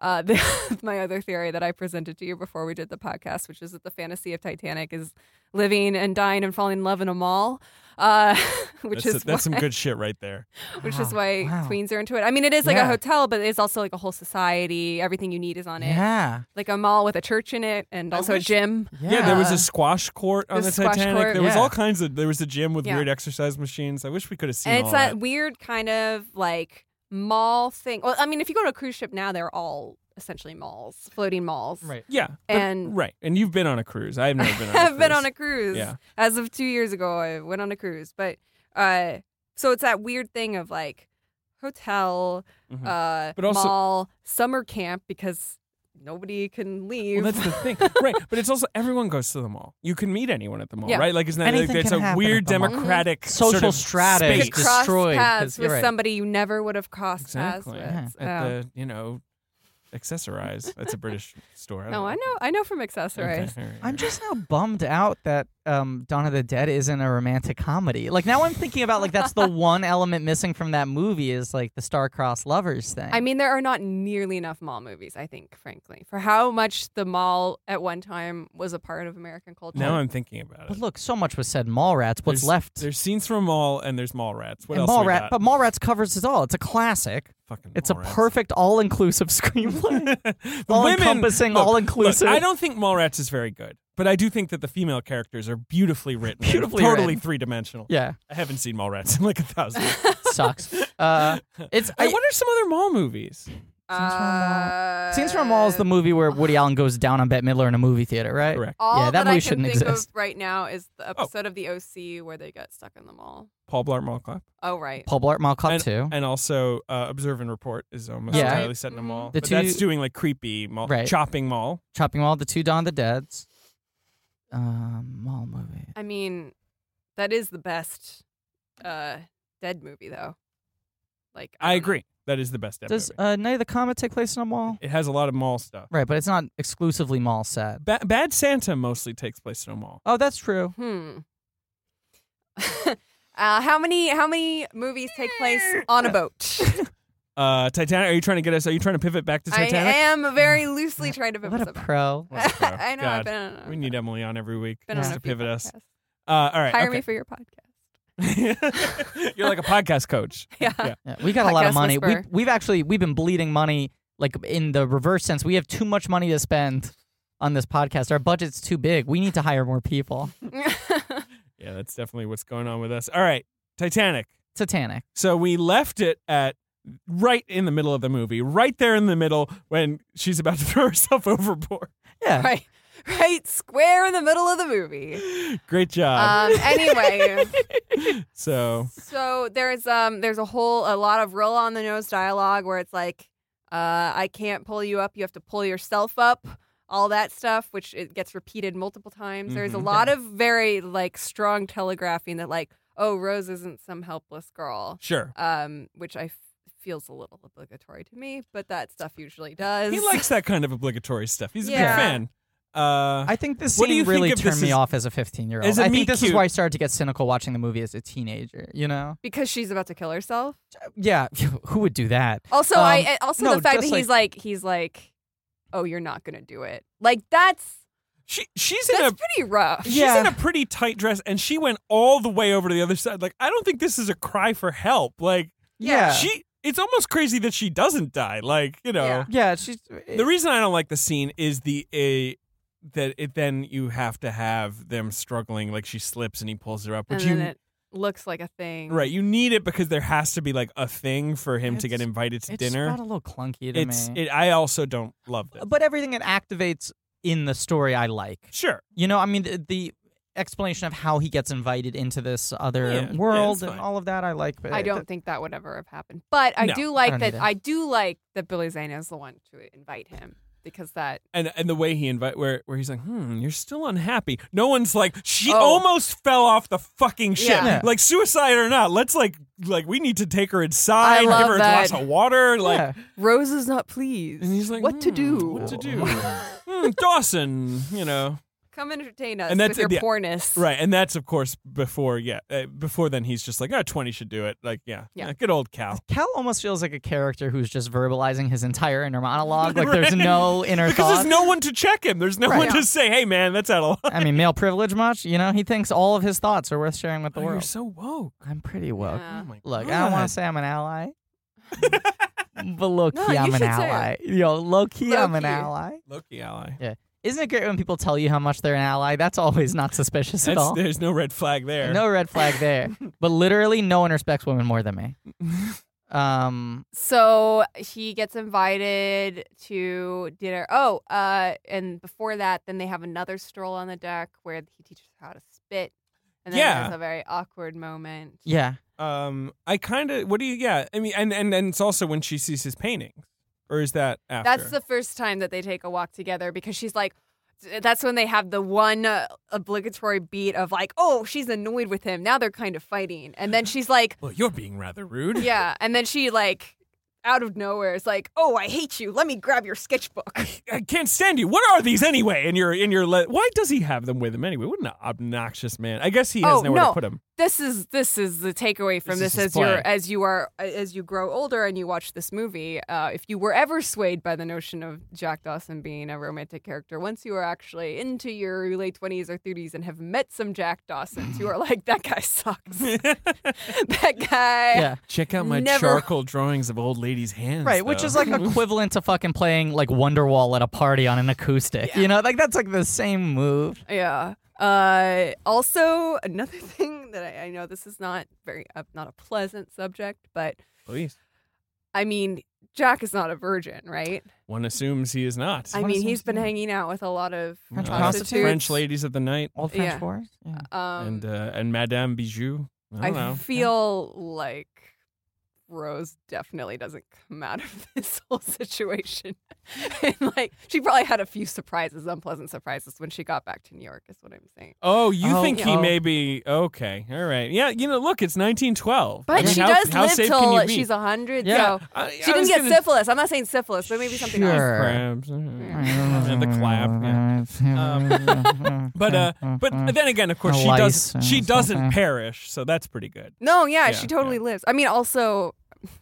Speaker 5: uh, the, my other theory that I presented to you before we did the podcast, which is that the fantasy of Titanic is living and dying and falling in love in a mall, uh, which
Speaker 2: that's,
Speaker 5: is
Speaker 2: that's some
Speaker 5: why-
Speaker 2: good shit right there.
Speaker 5: which is
Speaker 3: Wow,
Speaker 5: why
Speaker 3: wow.
Speaker 5: queens are into it. I mean, it is like
Speaker 3: Yeah.
Speaker 5: a hotel, but it's also like a whole society. Everything you need is on it.
Speaker 3: yeah.
Speaker 5: Like a mall with a church in it and
Speaker 2: I
Speaker 5: also
Speaker 2: wish-
Speaker 5: a gym.
Speaker 3: yeah.
Speaker 2: Yeah, there was
Speaker 5: Uh,
Speaker 2: a squash court on the
Speaker 5: there's a squash
Speaker 2: Titanic.
Speaker 5: court.
Speaker 2: There was
Speaker 3: Yeah.
Speaker 2: all kinds of. There was a gym with
Speaker 5: Yeah.
Speaker 2: weird exercise machines. I wish we could have seen
Speaker 5: And it's
Speaker 2: all
Speaker 5: that,
Speaker 2: that.
Speaker 5: weird kind of like mall thing. Well, I mean, if you go to a cruise ship now, they're all essentially malls, floating malls.
Speaker 3: Right.
Speaker 2: Yeah, but-
Speaker 5: And-
Speaker 2: right, and you've been on a cruise. I've never been. on a
Speaker 5: I've been
Speaker 2: cruise.
Speaker 5: on a cruise.
Speaker 2: Yeah.
Speaker 5: As of two years ago, I went on a cruise. But uh, so it's that weird thing of like hotel,
Speaker 2: Mhm.
Speaker 5: uh,
Speaker 2: But also-
Speaker 5: mall, summer camp because nobody can leave.
Speaker 2: Well, that's the thing, right? But it's also everyone goes to the mall. You can meet anyone at the mall,
Speaker 5: Yeah.
Speaker 2: right? Like, isn't that like
Speaker 3: Anything
Speaker 2: it's
Speaker 3: can
Speaker 2: a
Speaker 3: happen
Speaker 2: weird
Speaker 3: at the mall. Mhm.
Speaker 2: democratic
Speaker 3: Social
Speaker 2: sort of
Speaker 3: strata is
Speaker 2: space.
Speaker 5: to cross
Speaker 3: destroyed, 'cause
Speaker 5: paths
Speaker 3: you're
Speaker 5: with
Speaker 3: right.
Speaker 5: somebody you never would have crossed
Speaker 2: exactly
Speaker 5: paths with.
Speaker 2: at
Speaker 5: Yeah.
Speaker 2: the you know accessorize. That's a British store.
Speaker 5: No, I know. I know from accessories.
Speaker 3: I'm just now bummed out that um, Dawn of the Dead isn't a romantic comedy. Like now I'm thinking about like that's the one element missing from that movie is like the star-crossed lovers thing.
Speaker 5: I mean, there are not nearly enough mall movies. I think, frankly, for how much the mall at one time was a part of American culture.
Speaker 2: now I'm thinking about
Speaker 3: but
Speaker 2: it.
Speaker 3: look, so much was said. Mallrats. What's
Speaker 2: There's-
Speaker 3: left?
Speaker 2: There's scenes from Mall and there's Mall Rats. What
Speaker 3: and
Speaker 2: else? we
Speaker 3: Mallrat,
Speaker 2: got?
Speaker 3: but Mallrats covers it all. It's a classic.
Speaker 2: Fucking
Speaker 3: It's a
Speaker 2: Mallrats.
Speaker 3: perfect all-inclusive screenplay.
Speaker 2: The
Speaker 3: all-encompassing,
Speaker 2: look, look,
Speaker 3: all-inclusive.
Speaker 2: I don't think Mallrats is very good, but I do think that the female characters are beautifully written, They're
Speaker 3: Beautifully
Speaker 2: totally
Speaker 3: written.
Speaker 2: three dimensional.
Speaker 3: yeah,
Speaker 2: I haven't seen Mallrats in like a thousand. years.
Speaker 3: sucks. Uh, it's
Speaker 2: I,
Speaker 3: I,
Speaker 2: what are some other mall movies?
Speaker 5: Uh,
Speaker 3: Scenes from a Mall is the movie where Woody Allen goes down on Bette Midler in a movie theater, right?
Speaker 2: Correct.
Speaker 5: All
Speaker 3: Yeah, that
Speaker 5: I
Speaker 3: movie
Speaker 5: can
Speaker 3: shouldn't
Speaker 5: think
Speaker 3: exist.
Speaker 5: of right now is the
Speaker 2: Oh.
Speaker 5: episode of the OC where they got stuck in the mall.
Speaker 2: Paul Blart Mall Cop.
Speaker 5: Oh right.
Speaker 3: Paul Blart Mall Cop
Speaker 2: and,
Speaker 3: too.
Speaker 2: and also uh, Observe and Report is almost
Speaker 3: Yeah.
Speaker 2: entirely set in a mall.
Speaker 3: The
Speaker 2: but that's
Speaker 3: two-
Speaker 2: doing like creepy mall,
Speaker 3: Right.
Speaker 2: chopping mall.
Speaker 3: Chopping Mall, the two Dawn of the Deads. Um, mall movie.
Speaker 5: I mean, that is the best uh, dead movie though. Like um,
Speaker 2: I
Speaker 5: don't know.
Speaker 2: agree. That is the best ever.
Speaker 3: Does uh, Night of the Comet take place in a mall?
Speaker 2: it has a lot of mall stuff.
Speaker 3: Right, but it's not exclusively mall set.
Speaker 2: Ba- Bad Santa mostly takes place in a mall.
Speaker 3: Oh, that's true.
Speaker 5: Hmm. uh, how many how many movies take place on a boat?
Speaker 2: Uh, Titanic. Are you trying to get us? Are you trying to pivot back to
Speaker 5: I
Speaker 2: Titanic?
Speaker 5: am very loosely trying to
Speaker 3: What
Speaker 5: pivot.
Speaker 3: a
Speaker 5: something.
Speaker 3: pro.
Speaker 2: What a pro.
Speaker 5: I know. I've
Speaker 2: God.
Speaker 5: been on.
Speaker 2: We need Emily on every week
Speaker 5: been
Speaker 2: just
Speaker 5: on
Speaker 2: to
Speaker 5: a few
Speaker 2: pivot us.
Speaker 5: podcasts.
Speaker 2: Uh, all right.
Speaker 5: Hire
Speaker 2: okay.
Speaker 5: me for your podcast.
Speaker 2: You're like a podcast coach.
Speaker 5: Yeah.
Speaker 2: Yeah.
Speaker 3: Yeah, we got a lot of
Speaker 5: Podcast
Speaker 3: money. We,
Speaker 5: whisperer.
Speaker 3: we've actually we've been bleeding money like in the reverse sense. We have too much money to spend on this podcast. Our budget's too big. We need to hire more people.
Speaker 2: Yeah, that's definitely what's going on with us. All right, Titanic.
Speaker 3: Titanic.
Speaker 2: So we left it at right in the middle of the movie, right there in the middle when she's about to throw herself overboard.
Speaker 3: Yeah.
Speaker 5: right. Right. Square in the middle of the movie.
Speaker 2: Great job.
Speaker 5: Um, anyway, Um,
Speaker 2: so
Speaker 5: so there's um there's a whole a lot of roll on the nose dialogue where it's like, uh, I can't pull you up. You have to pull yourself up. All that stuff, which it gets repeated multiple times. There's a
Speaker 2: Mhm.
Speaker 5: lot of very like strong telegraphing that like, oh, Rose isn't some helpless girl.
Speaker 2: sure.
Speaker 5: Um, which I f- feels a little obligatory to me, but that stuff usually does.
Speaker 2: He likes that kind of obligatory stuff. He's a
Speaker 5: Yeah.
Speaker 2: big fan. Uh,
Speaker 3: I think this
Speaker 2: What do you
Speaker 3: scene
Speaker 2: think
Speaker 3: really
Speaker 2: of
Speaker 3: turned
Speaker 2: this
Speaker 3: me
Speaker 2: as-
Speaker 3: off as a 15 year old.
Speaker 2: as a
Speaker 3: I
Speaker 2: me
Speaker 3: think this is
Speaker 2: cute?
Speaker 3: why I started to get cynical watching the movie as a teenager. You know?
Speaker 5: because she's about to kill herself.
Speaker 3: Yeah. Who would do that?
Speaker 5: Also, I
Speaker 3: Um,
Speaker 5: I- also
Speaker 3: no,
Speaker 5: the fact that
Speaker 3: just
Speaker 5: he's like he's like, oh, you're not gonna do it. Like that's
Speaker 2: she she's in
Speaker 5: that's
Speaker 2: a
Speaker 5: pretty rough.
Speaker 2: she's
Speaker 3: Yeah.
Speaker 2: in a pretty tight dress, and she went all the way over to the other side. Like I don't think this is a cry for help. Like
Speaker 3: Yeah.
Speaker 2: she, it's almost crazy that she doesn't die. Like you know.
Speaker 5: Yeah.
Speaker 3: yeah. She's eh,
Speaker 2: The reason I don't like the scene is the a that it then you have to have them struggling like she slips and he pulls her up,
Speaker 5: And
Speaker 2: which
Speaker 5: then
Speaker 2: you
Speaker 5: it looks like a thing.
Speaker 2: right you need it because there has to be like a thing for him to
Speaker 3: It's-
Speaker 2: get invited to
Speaker 3: it's
Speaker 2: dinner.
Speaker 3: got a little clunky to
Speaker 2: It's
Speaker 3: me.
Speaker 2: it, I also don't love this.
Speaker 3: but everything it activates in the story, I like.
Speaker 2: Sure,
Speaker 3: You know, I mean, the, the explanation of how he gets invited into this other
Speaker 2: Yeah, yeah, it's
Speaker 3: world and
Speaker 2: fine.
Speaker 3: all of that, I like. But
Speaker 5: I don't think that would ever have happened. But I
Speaker 2: No,
Speaker 5: do
Speaker 3: I
Speaker 5: like
Speaker 3: don't
Speaker 5: that.
Speaker 3: either.
Speaker 5: I do like that Billy Zane is the one to invite him because that
Speaker 2: and and the way he invite where where he's like, hmm, you're still unhappy. No one's like she
Speaker 5: Oh.
Speaker 2: almost fell off the fucking ship,
Speaker 5: Yeah.
Speaker 3: Yeah.
Speaker 2: like suicide or not. Let's like like we need to take her inside,
Speaker 5: I
Speaker 2: give
Speaker 5: love
Speaker 2: her a glass
Speaker 5: that.
Speaker 2: of water, like.
Speaker 3: Yeah.
Speaker 5: Rose is not pleased.
Speaker 2: And he's like,
Speaker 5: what to
Speaker 2: "Hmm,
Speaker 5: do?
Speaker 2: What to do? Hmm, Dawson, you know,
Speaker 5: Come entertain us
Speaker 2: And that's
Speaker 5: with
Speaker 2: it,
Speaker 5: your
Speaker 2: yeah.
Speaker 5: poorness.
Speaker 2: right? And that's of course before, yeah, uh, before then he's just like, oh, 20 should do it. Like, yeah,
Speaker 5: Yeah.
Speaker 2: yeah, good old Cal.
Speaker 3: Cal almost feels like a character who's just verbalizing his entire inner monologue. Like there's no inner
Speaker 2: Because
Speaker 3: thought.
Speaker 2: there's no one to check him. There's no
Speaker 3: Right.
Speaker 2: one to say, hey, man, that's out of line.
Speaker 3: I mean, male privilege much. You know, he thinks all of his thoughts are worth sharing with the
Speaker 2: Oh, you're
Speaker 3: world.
Speaker 2: so woke.
Speaker 3: I'm pretty woke.
Speaker 5: Yeah.
Speaker 2: Oh my
Speaker 3: Look, I don't want
Speaker 2: God.
Speaker 3: to say I'm an ally, but low key,
Speaker 5: No, you
Speaker 3: I'm an
Speaker 5: should say it.
Speaker 3: ally. Yo, low key, I'm an
Speaker 5: Low-key.
Speaker 3: ally.
Speaker 2: Loki ally.
Speaker 3: Isn't it great when people tell you how much they're an ally? That's always not suspicious at
Speaker 2: That's,
Speaker 3: all.
Speaker 2: there's no red flag there.
Speaker 3: No red flag there. but literally, no one respects women more than me. Um,
Speaker 5: So he gets invited to dinner. Oh, uh, and before that, then they have another stroll on the deck where he teaches her how to spit. And then
Speaker 2: Yeah.
Speaker 5: there's a very awkward moment.
Speaker 3: yeah,
Speaker 2: Um, I kind of. What do you? Yeah, I mean, and and and it's also when she sees his paintings, or is that after?
Speaker 5: That's the first time that they take a walk together because she's like, that's when they have the one uh, obligatory beat of like, oh, she's annoyed with him. Now they're kind of fighting. And then she's like,
Speaker 2: Well, you're being rather rude.
Speaker 5: yeah. And then she like out of nowhere is like, "Oh, I hate you. Let me grab your sketchbook."
Speaker 2: I can't stand you. What are these anyway? In your in your le- why does he have them with him anyway? What an obnoxious man. I guess he has
Speaker 5: Oh,
Speaker 2: nowhere to
Speaker 5: no.
Speaker 2: put them.
Speaker 5: this is this is the takeaway from
Speaker 2: This is
Speaker 5: this,
Speaker 2: his
Speaker 5: as you
Speaker 2: plan.
Speaker 5: as you are as you grow older and you watch this movie. Uh, if you were ever swayed by the notion of Jack Dawson being a romantic character, once you are actually into your late twenties or thirties and have met some Jack Dawsons, you are like, that guy sucks. that guy.
Speaker 3: Yeah.
Speaker 2: Check out my
Speaker 5: Never-
Speaker 2: charcoal drawings of old ladies' hands.
Speaker 3: Right, which
Speaker 2: though.
Speaker 3: is like equivalent to fucking playing like Wonderwall at a party on an acoustic. You know, like that's like the same move.
Speaker 5: Yeah. Uh, also, another thing that I, I know this is not very uh, not a pleasant subject, but
Speaker 2: Please.
Speaker 5: I mean, Jack is not a virgin, right?
Speaker 2: One assumes he is not.
Speaker 5: I
Speaker 3: What
Speaker 5: mean,
Speaker 3: is
Speaker 5: he's
Speaker 3: he
Speaker 5: been
Speaker 3: doing?
Speaker 5: hanging out with a lot of
Speaker 3: French
Speaker 5: prostitutes.
Speaker 3: prostitutes?
Speaker 2: French ladies of the night
Speaker 3: Old French
Speaker 5: Yeah.
Speaker 3: wars. Yeah.
Speaker 5: Um,
Speaker 2: and uh, and Madame Bijou. I
Speaker 5: I,
Speaker 2: don't know.
Speaker 5: feel like Rose definitely doesn't come out of this whole situation. and like, she probably had a few surprises, unpleasant surprises, when she got back to New York. Is what I'm saying.
Speaker 2: Oh, you
Speaker 3: Oh,
Speaker 2: think he
Speaker 3: yeah.
Speaker 2: may be okay? All right, yeah. You know, look, it's 1912. I
Speaker 5: But
Speaker 2: mean,
Speaker 5: she
Speaker 2: how,
Speaker 5: does
Speaker 2: how
Speaker 5: live
Speaker 2: safe can you
Speaker 5: till
Speaker 2: be?
Speaker 5: she's hundred.
Speaker 3: Yeah.
Speaker 5: So
Speaker 2: I- I
Speaker 5: she
Speaker 2: was
Speaker 5: didn't get
Speaker 2: gonna-
Speaker 5: syphilis. I'm not saying syphilis, but maybe something else.
Speaker 3: Sure.
Speaker 2: Crabs.
Speaker 3: Yeah,
Speaker 2: And the clap. Yeah. Um, But uh, but then again, of course,
Speaker 3: The
Speaker 2: she does.
Speaker 3: lice
Speaker 2: She
Speaker 3: is
Speaker 2: doesn't
Speaker 3: okay.
Speaker 2: perish, so that's pretty good.
Speaker 5: No, yeah,
Speaker 2: Yeah,
Speaker 5: she totally lives. I mean, also,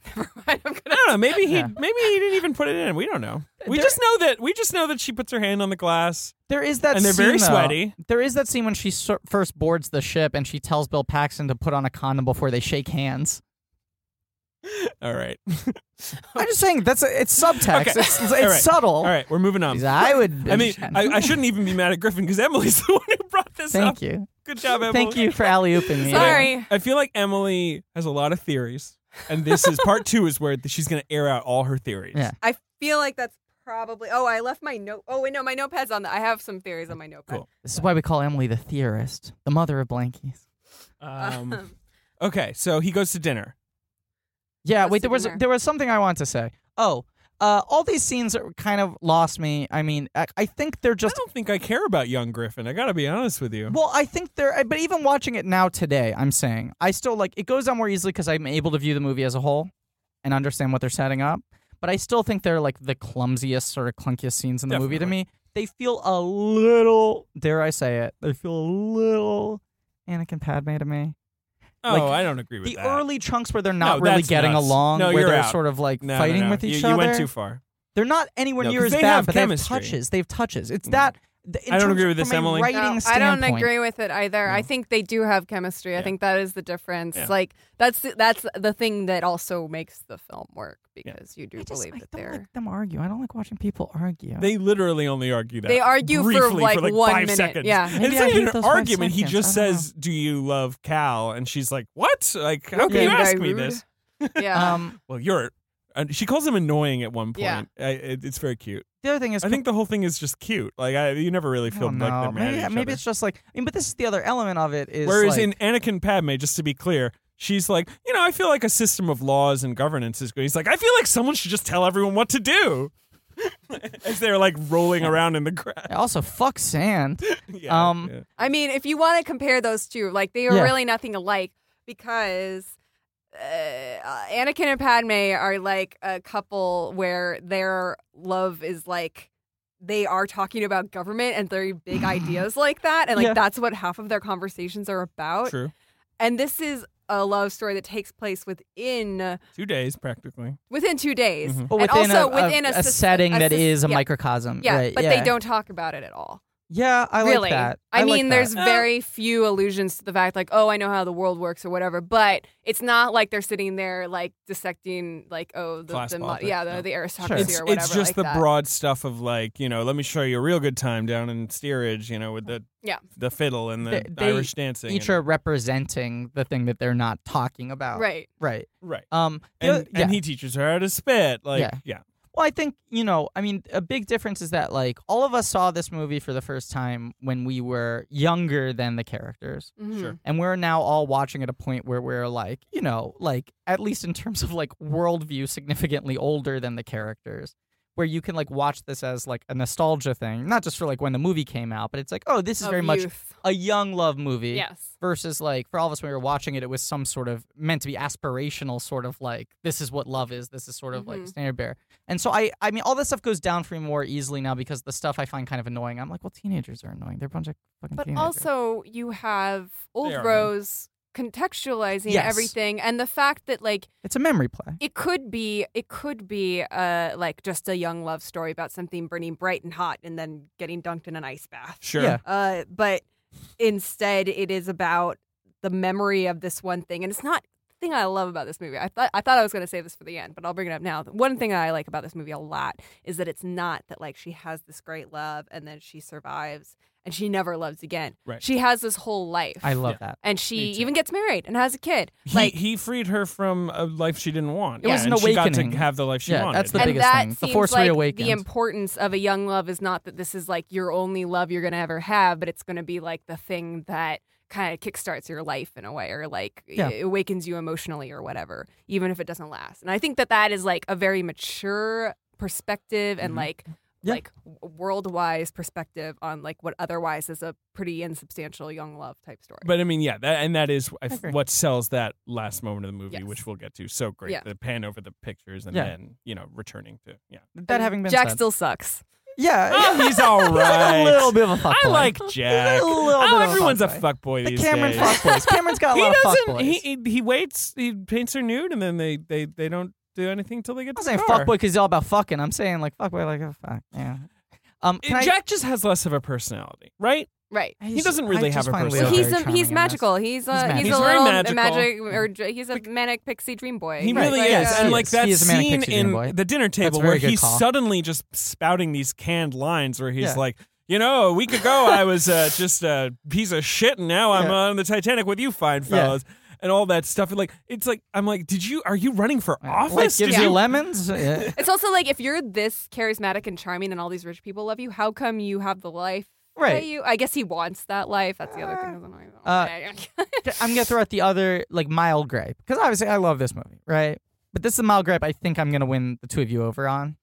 Speaker 5: never mind. I'm
Speaker 2: I
Speaker 5: gonna.
Speaker 2: don't know. Maybe he.
Speaker 3: Yeah.
Speaker 2: Maybe he didn't even put it in. We don't know. We just know that. We just know that she puts her hand on the glass.
Speaker 3: There is that
Speaker 2: And they're
Speaker 3: scene,
Speaker 2: very
Speaker 3: though.
Speaker 2: sweaty.
Speaker 3: There is that scene when she sor- first boards the ship and she tells Bill Paxton to put on a condom before they shake hands.
Speaker 2: All right.
Speaker 3: I'm just saying that's a, it's subtext.
Speaker 2: Okay.
Speaker 3: It's, it's
Speaker 2: All right.
Speaker 3: subtle.
Speaker 2: All right. We're moving on.
Speaker 3: I would.
Speaker 2: I mean, I, I shouldn't even be mad at Griffin because Emily's the one who brought this up.
Speaker 3: thank you,
Speaker 2: Good job, Emily.
Speaker 3: thank you for alley ooping me.
Speaker 5: Sorry.
Speaker 2: I feel like Emily has a lot of theories, and this is part two is where she's going to air out all her theories.
Speaker 3: Yeah.
Speaker 5: I feel like that's probably. Oh, I left my note. Oh wait, no, my notepad's on. The, I have some theories on my notepad.
Speaker 2: Cool.
Speaker 3: This is why we call Emily the theorist, the mother of blankies.
Speaker 2: Um, okay, so he goes to dinner.
Speaker 3: Yeah,
Speaker 5: Let's
Speaker 3: wait. There
Speaker 5: stick
Speaker 3: was
Speaker 5: him there.
Speaker 3: there was something I wanted to say. Oh, uh, all these scenes are kind of lost me. I mean, I, I think they're
Speaker 2: I
Speaker 3: just.
Speaker 2: don't think I care about young Griffin. I got to be honest with you.
Speaker 3: Well, I think they're. But even watching it now today, I'm saying I still like it goes down more easily because I'm able to view the movie as a whole and understand what they're setting up. But I still think they're like the clumsiest, sort of clunkiest scenes in the movie to
Speaker 2: Definitely.
Speaker 3: me. They feel a little, dare I say it, they feel a little Anakin Padme to me.
Speaker 2: Oh,
Speaker 3: like,
Speaker 2: I don't agree with
Speaker 3: the
Speaker 2: that.
Speaker 3: early chunks where they're not
Speaker 2: No,
Speaker 3: really
Speaker 2: that's
Speaker 3: getting
Speaker 2: nuts.
Speaker 3: along,
Speaker 2: No,
Speaker 3: where
Speaker 2: you're
Speaker 3: they're
Speaker 2: out.
Speaker 3: sort of like
Speaker 2: No, no,
Speaker 3: fighting
Speaker 2: no.
Speaker 3: with each
Speaker 2: you,
Speaker 3: other.
Speaker 2: You went too far.
Speaker 3: They're not anywhere
Speaker 2: No,
Speaker 3: near
Speaker 2: 'cause
Speaker 3: as
Speaker 2: they
Speaker 3: bad,
Speaker 2: have
Speaker 3: but
Speaker 2: chemistry.
Speaker 3: they have touches. They have touches. It's
Speaker 2: Mm.
Speaker 3: that. th- in
Speaker 2: I don't
Speaker 3: terms
Speaker 2: agree
Speaker 3: of-
Speaker 2: with this,
Speaker 3: from a
Speaker 2: Emily.
Speaker 3: Writing
Speaker 5: No, I
Speaker 3: standpoint,
Speaker 5: don't agree with it either. I
Speaker 2: No.
Speaker 5: think they do have chemistry.
Speaker 2: Yeah.
Speaker 5: I think that is the difference.
Speaker 2: Yeah.
Speaker 5: Like that's the, that's the thing that also makes the film work because you do
Speaker 3: I just
Speaker 5: believe
Speaker 3: I
Speaker 5: that
Speaker 3: don't
Speaker 5: they're
Speaker 3: like them argue. I don't like watching people argue.
Speaker 2: They literally only argue that.
Speaker 5: They argue for,
Speaker 2: briefly
Speaker 5: like, one
Speaker 2: five
Speaker 5: minute.
Speaker 2: seconds.
Speaker 5: Yeah.
Speaker 2: And
Speaker 3: Maybe
Speaker 2: it's
Speaker 3: I
Speaker 2: not even
Speaker 3: hate
Speaker 2: an
Speaker 3: those five
Speaker 2: argument. He
Speaker 3: seconds.
Speaker 2: just
Speaker 3: I don't know.
Speaker 2: says, "Do you love Cal?" And she's like, "What? Like, how
Speaker 5: Yeah,
Speaker 2: can you
Speaker 5: very
Speaker 2: ask me
Speaker 5: rude.
Speaker 2: this?"
Speaker 5: yeah.
Speaker 3: um,
Speaker 2: Well, you're. And she calls him annoying at one point.
Speaker 5: Yeah.
Speaker 2: I, it, it's very cute.
Speaker 3: the other thing is,
Speaker 2: I think the whole thing is just cute. Like I, you never really
Speaker 3: I
Speaker 2: feel
Speaker 3: don't
Speaker 2: like
Speaker 3: know.
Speaker 2: they're mad
Speaker 3: maybe
Speaker 2: at each
Speaker 3: maybe
Speaker 2: other.
Speaker 3: it's just like. I mean, but this is the other element of it. Is
Speaker 2: Whereas
Speaker 3: like,
Speaker 2: in Anakin Padme, just to be clear, she's like, you know, I feel like a system of laws and governance is good. He's like, I feel like someone should just tell everyone what to do. As they're like rolling around in the grass.
Speaker 3: also fuck sand.
Speaker 2: Yeah,
Speaker 3: Um,
Speaker 2: yeah.
Speaker 5: I mean, if you want to compare those two, like they are
Speaker 3: Yeah.
Speaker 5: really nothing alike because uh, Anakin and Padme are like a couple where their love is like they are talking about government and very big ideas like that, and like
Speaker 3: Yeah.
Speaker 5: that's what half of their conversations are
Speaker 3: oh,
Speaker 5: about.
Speaker 2: True.
Speaker 5: And this is a love story that takes place within
Speaker 2: Two days practically.
Speaker 5: within two days,
Speaker 2: Mhm.
Speaker 3: But
Speaker 5: and
Speaker 3: within
Speaker 5: also
Speaker 3: a, a-
Speaker 5: within a,
Speaker 3: a
Speaker 5: sys-
Speaker 3: setting that is
Speaker 5: sys-
Speaker 3: a
Speaker 5: yeah.
Speaker 3: microcosm.
Speaker 5: Yeah,
Speaker 3: right,
Speaker 5: but
Speaker 3: yeah.
Speaker 5: they don't talk about it at all.
Speaker 3: Yeah, I like
Speaker 5: really.
Speaker 3: that.
Speaker 5: I,
Speaker 3: like
Speaker 5: mean,
Speaker 3: that.
Speaker 5: there's very few allusions to the fact, like, oh, I know how the world works or whatever. But it's not like they're sitting there like dissecting, like, oh, the,
Speaker 2: Class
Speaker 5: the mo-
Speaker 2: politics,
Speaker 5: yeah, the,
Speaker 2: no.
Speaker 5: the aristocracy
Speaker 2: It's,
Speaker 5: or whatever.
Speaker 2: it's just
Speaker 5: like
Speaker 2: the
Speaker 5: that.
Speaker 2: broad stuff of like, you know, let me show you a real good time down in steerage, you know, with the
Speaker 5: Yeah.
Speaker 2: the fiddle and the
Speaker 3: They- they
Speaker 2: Irish dancing.
Speaker 3: each
Speaker 2: and-
Speaker 3: are representing the thing that they're not talking about.
Speaker 5: right.
Speaker 3: Right.
Speaker 2: right.
Speaker 3: Um. the
Speaker 2: And,
Speaker 3: other- yeah.
Speaker 2: and he teaches her how to spit. Like
Speaker 3: Yeah.
Speaker 2: yeah.
Speaker 3: Well, I think, you know, I mean, a big difference is that, like, all of us saw this movie for the first time when we were younger than the characters.
Speaker 5: Mhm.
Speaker 2: Sure.
Speaker 3: And we're now all watching at a point where we're, like, you know, like, at least in terms of, like, worldview, significantly older than the characters. where you can like watch this as like a nostalgia thing, not just for like when the movie came out, but it's like, oh, this is
Speaker 5: Of
Speaker 3: very much
Speaker 5: youth.
Speaker 3: a young love movie.
Speaker 4: Yes.
Speaker 3: Versus like for all of us when we were watching it, it was some sort of meant to be aspirational sort of like this is what love is. This is sort of like
Speaker 5: Mhm.
Speaker 3: standard bear. And so I I mean all this stuff goes down for me more easily now because the stuff I find kind of annoying. I'm like, well, teenagers are annoying. They're a bunch of fucking
Speaker 5: But
Speaker 3: teenagers.
Speaker 5: also, you have Old
Speaker 2: They are, man.
Speaker 5: Rose contextualizing
Speaker 3: Yes.
Speaker 5: everything, and the fact that like
Speaker 3: it's a memory play.
Speaker 5: it could be, it could be, uh, like just a young love story about something burning bright and hot, and then getting dunked in an ice bath.
Speaker 2: Sure.
Speaker 3: Yeah.
Speaker 5: Uh, but instead, it is about the memory of this one thing, and it's not the thing I love about this movie. I thought I thought I was going to say this for the end, but I'll bring it up now. The One thing I like about this movie a lot is that it's not that like she has this great love and then she survives and she never loves again.
Speaker 2: Right.
Speaker 5: She has this whole life.
Speaker 3: I love
Speaker 2: Yeah.
Speaker 3: that.
Speaker 5: and she
Speaker 2: Me too.
Speaker 5: even gets married and has a kid.
Speaker 2: He,
Speaker 5: Like
Speaker 2: he freed her from a life she didn't want.
Speaker 3: It was
Speaker 2: Yeah,
Speaker 3: an
Speaker 2: and She got
Speaker 3: awakening.
Speaker 2: to have the life she
Speaker 3: Yeah,
Speaker 2: wanted.
Speaker 3: that's the
Speaker 5: and
Speaker 3: biggest
Speaker 5: that
Speaker 3: thing. The
Speaker 5: seems
Speaker 3: Force
Speaker 5: like
Speaker 3: reawakened.
Speaker 5: the importance of a young love is not that this is like your only love you're going to ever have, but it's going to be like the thing that kind of kickstarts your life in a way, or like
Speaker 3: Yeah.
Speaker 5: it awakens you emotionally, or whatever, even if it doesn't last. And I think that that is like a very mature perspective and
Speaker 2: Mhm.
Speaker 5: like
Speaker 3: Mm-hmm. Yeah.
Speaker 5: like world wise perspective on like what otherwise is a pretty insubstantial young love type story.
Speaker 2: But I mean, yeah, that and that is I f-
Speaker 3: agree.
Speaker 2: what sells that last moment of the movie,
Speaker 5: Yes.
Speaker 2: which we'll get to. So great,
Speaker 5: Yeah.
Speaker 2: the pan over the pictures and
Speaker 3: Yeah.
Speaker 2: then you know returning to yeah.
Speaker 3: That
Speaker 5: And
Speaker 3: having been
Speaker 5: Jack
Speaker 3: said,
Speaker 5: still sucks.
Speaker 3: yeah,
Speaker 2: Oh, he's all right.
Speaker 3: a little bit of a fuckboy.
Speaker 2: I like Jack.
Speaker 3: A little bit
Speaker 2: Oh,
Speaker 3: of a
Speaker 2: everyone's a
Speaker 3: fuckboy.
Speaker 2: fuckboy
Speaker 3: the
Speaker 2: these
Speaker 3: Cameron
Speaker 2: days.
Speaker 3: fuckboys. Cameron's got a
Speaker 2: he
Speaker 3: lot of
Speaker 2: doesn't.
Speaker 3: fuckboys.
Speaker 2: He, he he waits. He paints her nude, and then they they they don't do anything till they get
Speaker 3: I'm not
Speaker 2: to
Speaker 3: saying
Speaker 2: the
Speaker 3: fuck
Speaker 2: car.
Speaker 3: boy because it's all about fucking. I'm saying like fuck boy, like oh, fuck yeah. Um, can I-
Speaker 2: Jack just has less of a personality, right?
Speaker 5: Right.
Speaker 3: I
Speaker 2: he
Speaker 3: just-
Speaker 2: doesn't
Speaker 3: I
Speaker 2: really
Speaker 3: just
Speaker 2: have a
Speaker 3: find Leo
Speaker 5: Well,
Speaker 2: personality.
Speaker 3: very
Speaker 5: he's a,
Speaker 3: charming in
Speaker 5: he's
Speaker 3: this.
Speaker 5: magical. He's
Speaker 3: He's
Speaker 5: a
Speaker 3: magical.
Speaker 5: he's,
Speaker 3: He's
Speaker 5: a
Speaker 2: very
Speaker 5: little
Speaker 2: magical.
Speaker 5: magic or dr- he's a manic pixie dream boy.
Speaker 2: He
Speaker 3: Right.
Speaker 2: really
Speaker 5: Like,
Speaker 2: is,
Speaker 5: uh,
Speaker 2: and
Speaker 3: He
Speaker 2: like
Speaker 3: is.
Speaker 2: that
Speaker 3: He is a manic
Speaker 2: scene
Speaker 3: pixie dream
Speaker 2: in
Speaker 3: boy.
Speaker 2: the dinner table
Speaker 3: very
Speaker 2: where
Speaker 3: good
Speaker 2: he's
Speaker 3: call.
Speaker 2: suddenly just spouting these canned lines, where he's
Speaker 3: Yeah.
Speaker 2: like, you know, a week ago I was uh, just a piece of shit, and now I'm
Speaker 3: Yeah.
Speaker 2: on the Titanic with you, fine
Speaker 3: Yeah.
Speaker 2: fellas, and all that stuff. And like, it's like I'm like, did you are you running for
Speaker 3: Like
Speaker 2: office?
Speaker 3: gives
Speaker 2: Did
Speaker 3: you
Speaker 2: you-
Speaker 3: lemons. Yeah.
Speaker 5: It's also like if you're this charismatic and charming, and all these rich people love you, how come you have the life?
Speaker 3: Right.
Speaker 5: That you, I guess he wants that life. That's the other thing that's annoying.
Speaker 3: Uh,
Speaker 5: Okay.
Speaker 3: I'm gonna throw out the other like mild gripe because obviously I love this movie, right? But this is a mild gripe. I think I'm gonna win the two of you over on.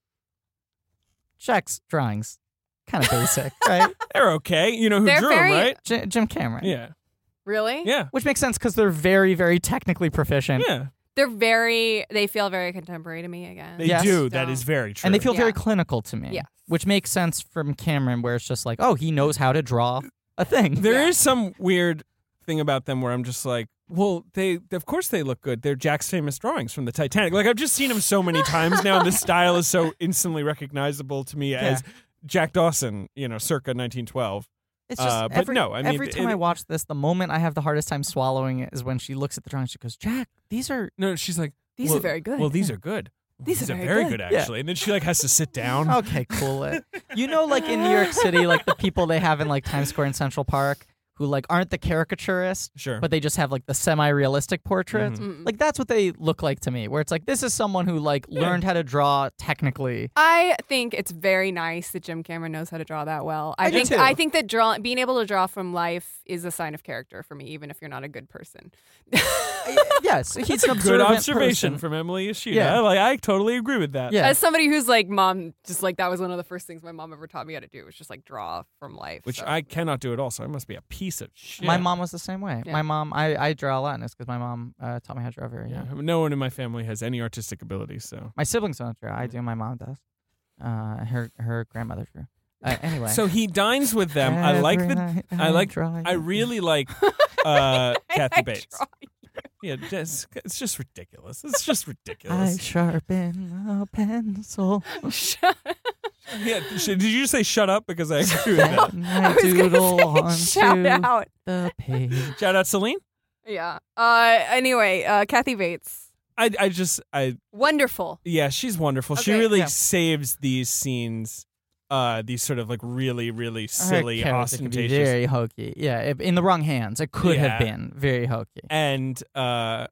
Speaker 3: Jack's drawings, kind of basic, right?
Speaker 2: They're okay. You know who
Speaker 5: They're
Speaker 2: drew 'em,
Speaker 5: very-
Speaker 2: right?
Speaker 3: J- Jim Cameron.
Speaker 2: Yeah,
Speaker 5: really?
Speaker 2: yeah,
Speaker 3: Which makes sense because they're very, very technically proficient,
Speaker 2: yeah.
Speaker 5: They're very. They feel very contemporary to me again.
Speaker 2: They
Speaker 3: Yes.
Speaker 2: do. That
Speaker 5: Don't.
Speaker 2: is very true.
Speaker 3: and they feel very
Speaker 5: Yeah.
Speaker 3: clinical to me.
Speaker 5: Yes.
Speaker 3: Which makes sense from Cameron, where it's just like, oh, he knows how to draw a thing.
Speaker 2: There is
Speaker 5: Yeah.
Speaker 2: some weird thing about them where I'm just like, well, they of course they look good. They're Jack's famous drawings from the Titanic. Like I've just seen them so many times now. The style is so instantly recognizable to me as Jack Dawson, you know, circa 1912.
Speaker 3: It's just
Speaker 2: Uh, but
Speaker 3: every,
Speaker 2: no, I mean,
Speaker 3: every time
Speaker 2: it-
Speaker 3: I watch this, the moment I have the hardest time swallowing it is when she looks at the drawing. She goes, "Jack, these are
Speaker 2: No, she's like,
Speaker 5: These
Speaker 2: well,
Speaker 5: are very good.
Speaker 2: Well, these are good.
Speaker 5: These are very
Speaker 2: very good,
Speaker 5: good.
Speaker 3: Yeah.
Speaker 2: actually. And then she like has to sit down.
Speaker 3: okay, cool." It. You know, like in New York City, like the people they have in like Times Square and Central Park who like aren't the caricaturists,
Speaker 2: Sure.
Speaker 3: but they just have like the semi-realistic portraits.
Speaker 2: Mhm.
Speaker 5: Mm.
Speaker 3: Like that's what they look like to me. Where it's like this is someone who like learned how to draw technically.
Speaker 5: I think it's very nice that Jim Cameron knows how to draw that well. I,
Speaker 3: I do
Speaker 5: think
Speaker 3: too.
Speaker 5: I think that draw being able to draw from life is a sign of character for me, even if you're not a good person.
Speaker 3: yes, he's
Speaker 2: That's
Speaker 3: an
Speaker 2: a good
Speaker 3: observant
Speaker 2: observation
Speaker 3: person.
Speaker 2: from Emily Ishida.
Speaker 3: Yeah.
Speaker 2: Like I totally agree with that.
Speaker 3: yeah.
Speaker 5: As somebody who's like mom, just like that was one of the first things my mom ever taught me how to do was just like draw from life.
Speaker 2: Which
Speaker 5: so.
Speaker 2: I cannot do at all, so I must be a piece of shit.
Speaker 3: My mom was the same way.
Speaker 5: Yeah.
Speaker 3: My mom, I, I draw a lot in this because my mom uh, taught me how to draw very
Speaker 2: Yeah.
Speaker 3: young.
Speaker 2: No one in my family has any artistic ability, so
Speaker 3: My siblings don't draw. I do. My mom does. Uh, her her grandmother drew. Uh, anyway,
Speaker 2: So he dines with them. I like
Speaker 3: Every
Speaker 2: the.
Speaker 3: night
Speaker 2: I like-
Speaker 3: draw
Speaker 2: I
Speaker 3: you.
Speaker 2: really like uh, Kathy
Speaker 5: I
Speaker 2: Bates.
Speaker 5: draw-
Speaker 2: Yeah, just, it's just ridiculous. It's just
Speaker 3: I
Speaker 2: ridiculous.
Speaker 3: sharpen a pencil.
Speaker 2: yeah, sh- did you just say shut up? Because I agree with that.
Speaker 3: and
Speaker 5: I
Speaker 3: I
Speaker 5: was gonna
Speaker 3: doodle onto
Speaker 5: say, shout out.
Speaker 3: the page.
Speaker 2: Shout out Celine.
Speaker 5: Yeah. Uh, anyway, uh, Kathy Bates,
Speaker 2: I, I just I
Speaker 5: wonderful.
Speaker 2: yeah, she's wonderful. she
Speaker 5: Okay,
Speaker 2: really
Speaker 3: yeah.
Speaker 2: saves these scenes, uh, these sort of like really really
Speaker 3: Her
Speaker 2: silly,
Speaker 3: character could be
Speaker 2: ostentatious
Speaker 3: Very hokey. Yeah, if, in the wrong hands, it could
Speaker 2: Yeah.
Speaker 3: have been very hokey.
Speaker 2: and uh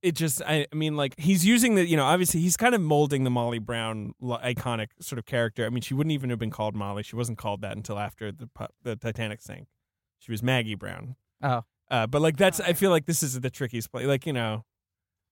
Speaker 2: it just I, I mean like he's using the you know obviously he's kind of molding the molly brown lo- iconic sort of character i mean she wouldn't even have been called molly she wasn't called that until after the pu- the titanic sank she was maggie brown
Speaker 3: Oh.
Speaker 2: uh, but like that's i feel like this is the trickiest play like you know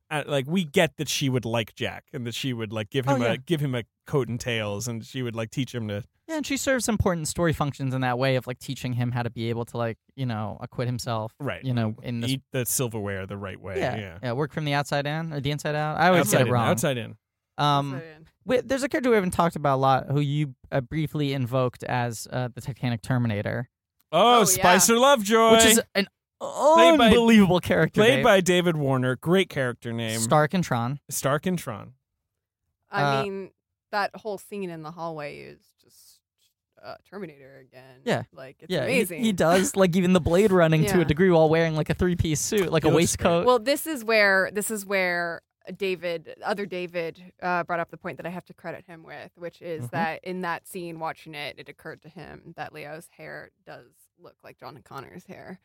Speaker 2: uh, like we get that she would like Jack and that she would like give him
Speaker 3: Oh, yeah.
Speaker 2: a give him a coat and tails and she would like teach him to
Speaker 3: Yeah, and she serves important story functions in that way of like teaching him how to be able to like you know acquit himself,
Speaker 2: Right.
Speaker 3: You know, in this
Speaker 2: eat the silverware the right way.
Speaker 3: yeah,
Speaker 2: Yeah.
Speaker 3: yeah work from the outside in or the inside out. I always
Speaker 2: Outside
Speaker 3: get it
Speaker 2: in,
Speaker 3: wrong.
Speaker 2: outside in.
Speaker 3: Um, wi- there's a character we haven't talked about a lot who you uh, briefly invoked as uh, the Titanic Terminator,
Speaker 2: Oh,
Speaker 5: yeah.
Speaker 2: Spicer Lovejoy.
Speaker 3: which is an
Speaker 2: by-
Speaker 3: unbelievable character.
Speaker 2: played
Speaker 3: Dave.
Speaker 2: by David Warner. Great character name.
Speaker 3: Stark and Tron.
Speaker 2: Stark and Tron.
Speaker 5: I
Speaker 3: Uh,
Speaker 5: mean, that whole scene in the hallway is just uh, Terminator again.
Speaker 3: Yeah.
Speaker 5: like it's
Speaker 3: Yeah, he-
Speaker 5: amazing.
Speaker 3: He, does like even the Blade Running to
Speaker 5: Yeah.
Speaker 3: a degree while wearing like a three piece suit, like
Speaker 2: He
Speaker 3: a
Speaker 2: looks great.
Speaker 3: waistcoat.
Speaker 5: Well, this is where this is where David, other David, uh, brought up the point that I have to credit him with, which is
Speaker 3: Mm-hmm.
Speaker 2: Mhm.
Speaker 5: that in that scene, watching it, it occurred to him that Leo's hair does look like John Connor's hair,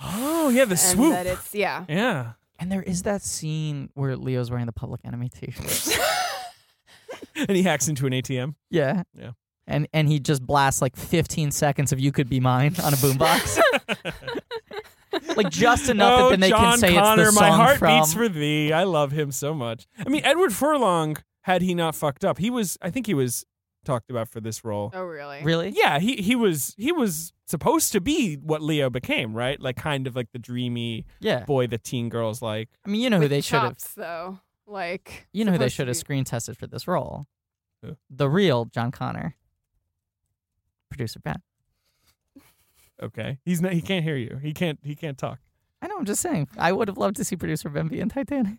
Speaker 2: Oh yeah, the
Speaker 5: and
Speaker 2: swoop.
Speaker 5: that it's yeah.
Speaker 2: yeah.
Speaker 3: and there is that scene where Leo's wearing the Public Enemy T-shirt.
Speaker 2: And he hacks into an ATM.
Speaker 3: Yeah.
Speaker 2: Yeah.
Speaker 3: And and he just blasts like 15 seconds of "You Could Be Mine" on a boombox, like just enough
Speaker 2: oh,
Speaker 3: that then they
Speaker 2: John
Speaker 3: can say
Speaker 2: Connor,
Speaker 3: it's the
Speaker 2: my
Speaker 3: song
Speaker 2: heart
Speaker 3: from.
Speaker 2: beats for thee. I love him so much. I mean, Edward Furlong, had he not fucked up, he was. I think he was talked about for this role.
Speaker 5: Oh, really?
Speaker 3: really?
Speaker 2: Yeah, he he was he was supposed to be what Leo became, right? Like kind of like the dreamy
Speaker 3: Yeah.
Speaker 2: boy that teen girls like.
Speaker 3: I mean, you know who
Speaker 5: With
Speaker 3: they should have.
Speaker 5: chops, though. Like
Speaker 3: You know who they
Speaker 5: supposed to
Speaker 3: should have
Speaker 5: be-
Speaker 3: screen tested for this role?
Speaker 2: Who?
Speaker 3: The real John Connor. Producer Ben.
Speaker 2: Okay, he's not. He can't hear you. He can't. He can't talk.
Speaker 3: I know. I'm just saying. I would have loved to see producer Ben be in Titanic.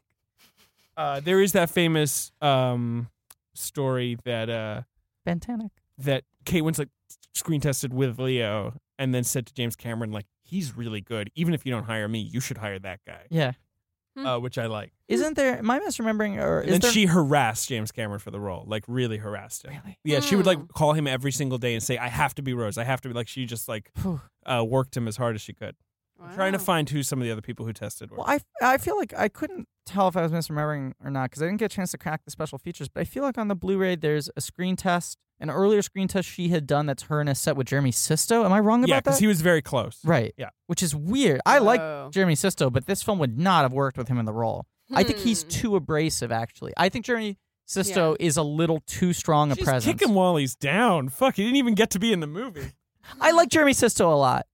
Speaker 2: Uh, there is that famous um, story that uh,
Speaker 3: Ben Titanic.
Speaker 2: that Kate Winslet screen tested with Leo and then said to James Cameron like he's really good. Even if you don't hire me, you should hire that guy.
Speaker 3: Yeah.
Speaker 5: Hmm. Mm-hmm.
Speaker 2: Uh, which I like.
Speaker 3: Isn't there? Am I misremembering? Or
Speaker 2: And
Speaker 3: is
Speaker 2: then
Speaker 3: there?
Speaker 2: she harassed James Cameron for the role, like really harassed him.
Speaker 3: really?
Speaker 2: Yeah, she would
Speaker 5: Hmm.
Speaker 2: like call him every single day and say, "I have to be Rose. I have to be." Like she just like
Speaker 3: Phew.
Speaker 2: uh, worked him as hard as she could. I'm trying to
Speaker 5: Wow.
Speaker 2: find who some of the other people who tested were.
Speaker 3: Well, I, I feel like I couldn't tell if I was misremembering or not because I didn't get a chance to crack the special features. But I feel like on the Blu-ray there's a screen test, an earlier screen test she had done that's her in a set with Jeremy Sisto. Am I wrong
Speaker 2: yeah,
Speaker 3: about that?
Speaker 2: because he was very close.
Speaker 3: right.
Speaker 2: Yeah.
Speaker 3: Which is weird. I like
Speaker 5: Whoa.
Speaker 3: Jeremy Sisto, but this film would not have worked with him in the role. I think he's
Speaker 5: Hmm.
Speaker 3: too abrasive. Actually, I think Jeremy Sisto is a little too strong a
Speaker 2: She's
Speaker 3: presence.
Speaker 2: kicking while he's down. Fuck, he didn't even get to be in the movie.
Speaker 3: I like Jeremy Sisto a lot.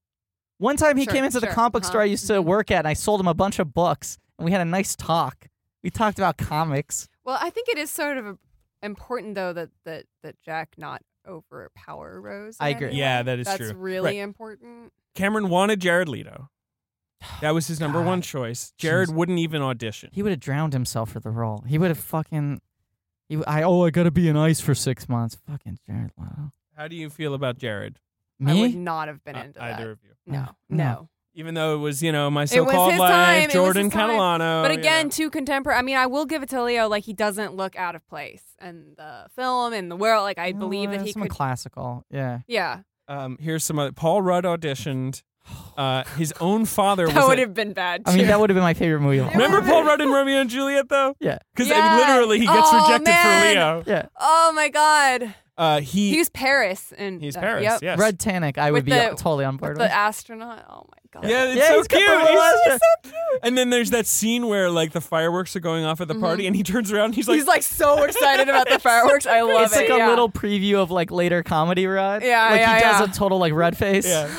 Speaker 3: One time he
Speaker 5: Sure,
Speaker 3: came into the
Speaker 5: sure,
Speaker 3: comic book
Speaker 5: uh-huh,
Speaker 3: store I used to
Speaker 5: mhm.
Speaker 3: work at, and I sold him a bunch of books, and we had a nice talk. We talked about comics.
Speaker 5: Well, I think it is sort of important though that that that Jack not overpower Rose. in
Speaker 3: I
Speaker 5: any
Speaker 3: agree.
Speaker 5: way.
Speaker 2: Yeah, that is
Speaker 5: That's
Speaker 2: true.
Speaker 5: really important.
Speaker 2: Cameron wanted Jared Leto. That was his number
Speaker 3: God.
Speaker 2: one choice. Jared
Speaker 3: Jeez.
Speaker 2: wouldn't even audition.
Speaker 3: He would have drowned himself for the role. He would have fucking. He, w- I oh, I gotta be in ice for six months. Fucking Jared Leto.
Speaker 2: How do you feel about Jared?
Speaker 5: I would
Speaker 3: Me?
Speaker 5: not have been
Speaker 2: Uh,
Speaker 5: into that.
Speaker 2: either of you.
Speaker 5: No,
Speaker 3: No.
Speaker 5: no.
Speaker 2: Even though it was, you know, my
Speaker 5: was
Speaker 2: so-called
Speaker 5: his
Speaker 2: life,
Speaker 5: time, it was
Speaker 2: Jordan
Speaker 5: his time.
Speaker 3: Oh,
Speaker 2: Catalano.
Speaker 5: but
Speaker 2: you
Speaker 5: again,
Speaker 2: know.
Speaker 5: too contemporary. I mean, I will give it to Leo. Like he doesn't look out of place in the film in the world. Like I
Speaker 3: No,
Speaker 5: believe that
Speaker 3: uh,
Speaker 5: he
Speaker 3: someone
Speaker 5: could.
Speaker 3: classical. Yeah.
Speaker 5: yeah,
Speaker 2: um, here's some other. Paul Rudd auditioned. Uh, his own father
Speaker 5: that
Speaker 4: Oh,
Speaker 2: was
Speaker 5: would
Speaker 2: a-
Speaker 5: have been bad. Too.
Speaker 3: I mean, that would have been my favorite movie. Of all time.
Speaker 2: Remember Paul Rudd in Romeo and Juliet though?
Speaker 3: Yeah.
Speaker 2: Because
Speaker 5: Yeah.
Speaker 2: literally he gets
Speaker 5: Oh,
Speaker 2: rejected for
Speaker 5: man.
Speaker 2: Leo.
Speaker 3: Yeah.
Speaker 5: oh my god,
Speaker 2: Uh, he
Speaker 5: he was Paris and
Speaker 2: he's
Speaker 5: uh,
Speaker 2: Paris.
Speaker 5: Yep.
Speaker 2: Yes.
Speaker 3: Red Tanic. I would
Speaker 5: With
Speaker 3: be
Speaker 5: the-
Speaker 3: totally on board
Speaker 5: With
Speaker 3: with.
Speaker 5: the astronaut. Oh my god.
Speaker 2: Yeah, it's
Speaker 3: Yeah,
Speaker 2: so
Speaker 3: he's got the
Speaker 2: cute.
Speaker 3: little astronaut.
Speaker 2: And then there's that scene where like the fireworks are going off at the party, and he turns around and he's like,
Speaker 5: Mm-hmm. He's like so excited about the fireworks. I love
Speaker 3: It's like
Speaker 5: it.
Speaker 3: a
Speaker 5: yeah.
Speaker 3: little preview of like later comedy Rudd.
Speaker 5: Yeah,
Speaker 3: Like
Speaker 5: yeah,
Speaker 3: he does
Speaker 5: yeah.
Speaker 3: a total like red face.
Speaker 2: yeah.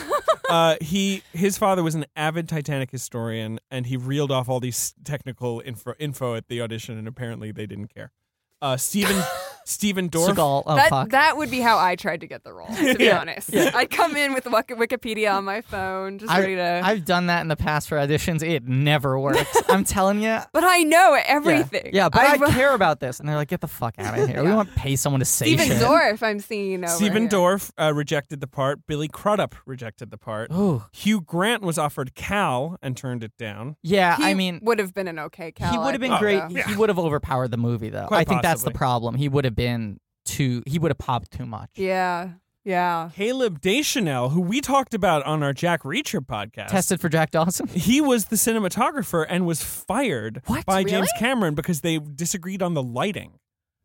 Speaker 2: Uh, he his father was an avid Titanic historian, and he reeled off all these technical info, info at the audition, and apparently they didn't care. Uh, Stephen Stephen Dorff.
Speaker 3: Seagal. Oh
Speaker 5: that,
Speaker 3: fuck.
Speaker 5: that would be how I tried to get the role, to be honest. I'd come in with Wik- Wikipedia on my phone, just ready to.
Speaker 3: I, have done that in the past for auditions. It never works. I'm telling you.
Speaker 5: but I know
Speaker 3: Yeah.
Speaker 5: everything.
Speaker 3: Yeah, but I,
Speaker 5: I've-
Speaker 3: care about this. And they're like, get the fuck out of here. We won't pay someone to say
Speaker 5: Stephen
Speaker 3: shit.
Speaker 5: Dorff, I'm seeing. Over
Speaker 2: Stephen
Speaker 5: here.
Speaker 2: Dorff uh, rejected the part. Billy Crudup rejected the part.
Speaker 5: Oh.
Speaker 3: Ooh.
Speaker 2: Hugh Grant was offered Cal and turned it down.
Speaker 3: Yeah,
Speaker 5: He Oh,
Speaker 3: I mean,
Speaker 5: would have been an okay Cal.
Speaker 3: he would have been
Speaker 5: I
Speaker 3: great.
Speaker 5: think, though.
Speaker 2: yeah.
Speaker 3: He would have overpowered the movie, though.
Speaker 2: Quite
Speaker 3: I think that's the
Speaker 2: possibly.
Speaker 3: problem. He would have been too, he would have popped too much.
Speaker 5: Yeah, yeah.
Speaker 2: Caleb Deschanel, who we talked about on our Jack Reacher podcast,
Speaker 3: Tested for Jack Dawson.
Speaker 2: he was the cinematographer and was fired
Speaker 3: What?
Speaker 2: by
Speaker 5: Really?
Speaker 2: James Cameron because they disagreed on the lighting.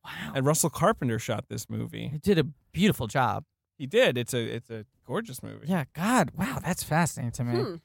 Speaker 3: Wow.
Speaker 2: And Russell Carpenter shot this movie.
Speaker 3: He did a beautiful job.
Speaker 2: He did. It's a it's a gorgeous movie. Uh,
Speaker 3: Yeah, God, wow, that's fascinating to me.
Speaker 5: Hmm.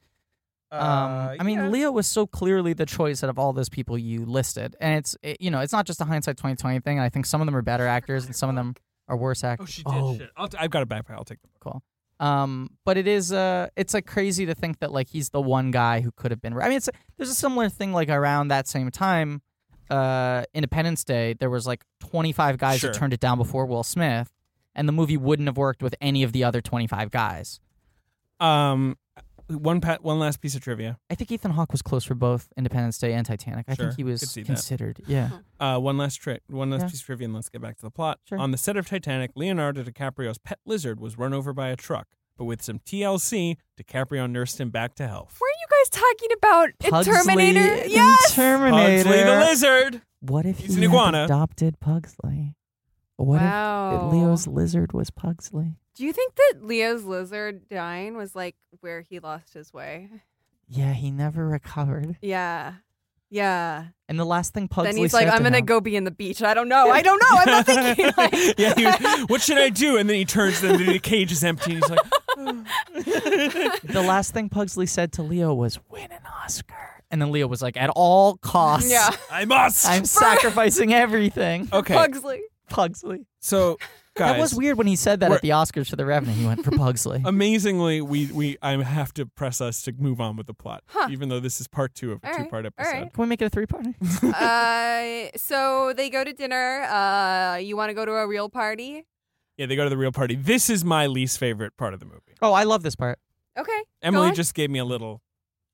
Speaker 3: Um, I mean, Leo was so clearly the choice out of all those people you listed, and it's it, you know it's not just a hindsight twenty twenty thing. I think some of them are better actors and some of them are worse
Speaker 2: Oh,
Speaker 3: actors.
Speaker 2: she did shit. I'll t- I've got a backpack. I'll take the book.
Speaker 3: Um, but it is uh, it's like crazy to think that like he's the one guy who could have been. I mean, it's there's a similar thing like around that same time, uh, Independence Day. There was like 25 guys
Speaker 2: Sure.
Speaker 3: that turned it down before Will Smith, and the movie wouldn't have worked with any of the other 25 guys.
Speaker 2: Um, one pa- one last piece of trivia.
Speaker 3: I think Ethan Hawke was close for both Independence Day and Titanic. I
Speaker 2: Sure,
Speaker 3: think he
Speaker 2: could
Speaker 3: was
Speaker 2: see that.
Speaker 3: considered. Yeah.
Speaker 2: Uh, one last trick. One last
Speaker 3: Yeah.
Speaker 2: piece of trivia, and let's get back to the plot.
Speaker 3: Sure.
Speaker 2: On the set of Titanic, Leonardo DiCaprio's pet lizard was run over by a truck, but with some TLC, DiCaprio nursed him back to health.
Speaker 5: Were you guys talking about in
Speaker 3: Pugsley
Speaker 5: Terminator?
Speaker 3: in
Speaker 5: Yes.
Speaker 3: Terminator.
Speaker 2: Pugsley the lizard.
Speaker 3: What if
Speaker 2: He's
Speaker 3: he
Speaker 2: an
Speaker 3: had
Speaker 2: iguana.
Speaker 3: adopted Pugsley? What
Speaker 5: Wow.
Speaker 3: if Leo's lizard was Pugsley?
Speaker 5: Do you think that Leo's lizard dying was like where he lost his way?
Speaker 3: Yeah, he never recovered.
Speaker 5: Yeah. Yeah.
Speaker 3: And the last thing Pugsley
Speaker 5: then he's
Speaker 3: said
Speaker 5: like, I'm
Speaker 3: to
Speaker 5: gonna
Speaker 3: him-
Speaker 5: go be in the beach. I don't know. I don't know. I'm not thinking. Like,
Speaker 2: yeah, he was, what should I do? And then he turns, and the cage is empty, and he's like,
Speaker 3: The last thing Pugsley said to Leo was, "Win an Oscar." And then Leo was like, "At all costs,
Speaker 5: yeah.
Speaker 2: I must.
Speaker 3: I'm sacrificing everything."
Speaker 2: okay,
Speaker 5: Pugsley.
Speaker 3: Pugsley.
Speaker 2: so guys,
Speaker 3: That was weird when he said that
Speaker 2: we're-
Speaker 3: at the Oscars for The Revenant. He went for Pugsley.
Speaker 2: amazingly we we I have to press us to move on with the plot
Speaker 5: Huh.
Speaker 2: even though this is part 2 of a
Speaker 5: All right,
Speaker 2: two-part
Speaker 5: all
Speaker 2: episode.
Speaker 5: right.
Speaker 3: Can we make it a three-parter?
Speaker 5: uh, so they go to dinner. Uh, you want to go to a real party?
Speaker 2: Yeah, they go to the real party. This is my least favorite part of the movie.
Speaker 3: oh, I love this part.
Speaker 5: Okay.
Speaker 2: Emily
Speaker 5: on.
Speaker 2: just gave me a little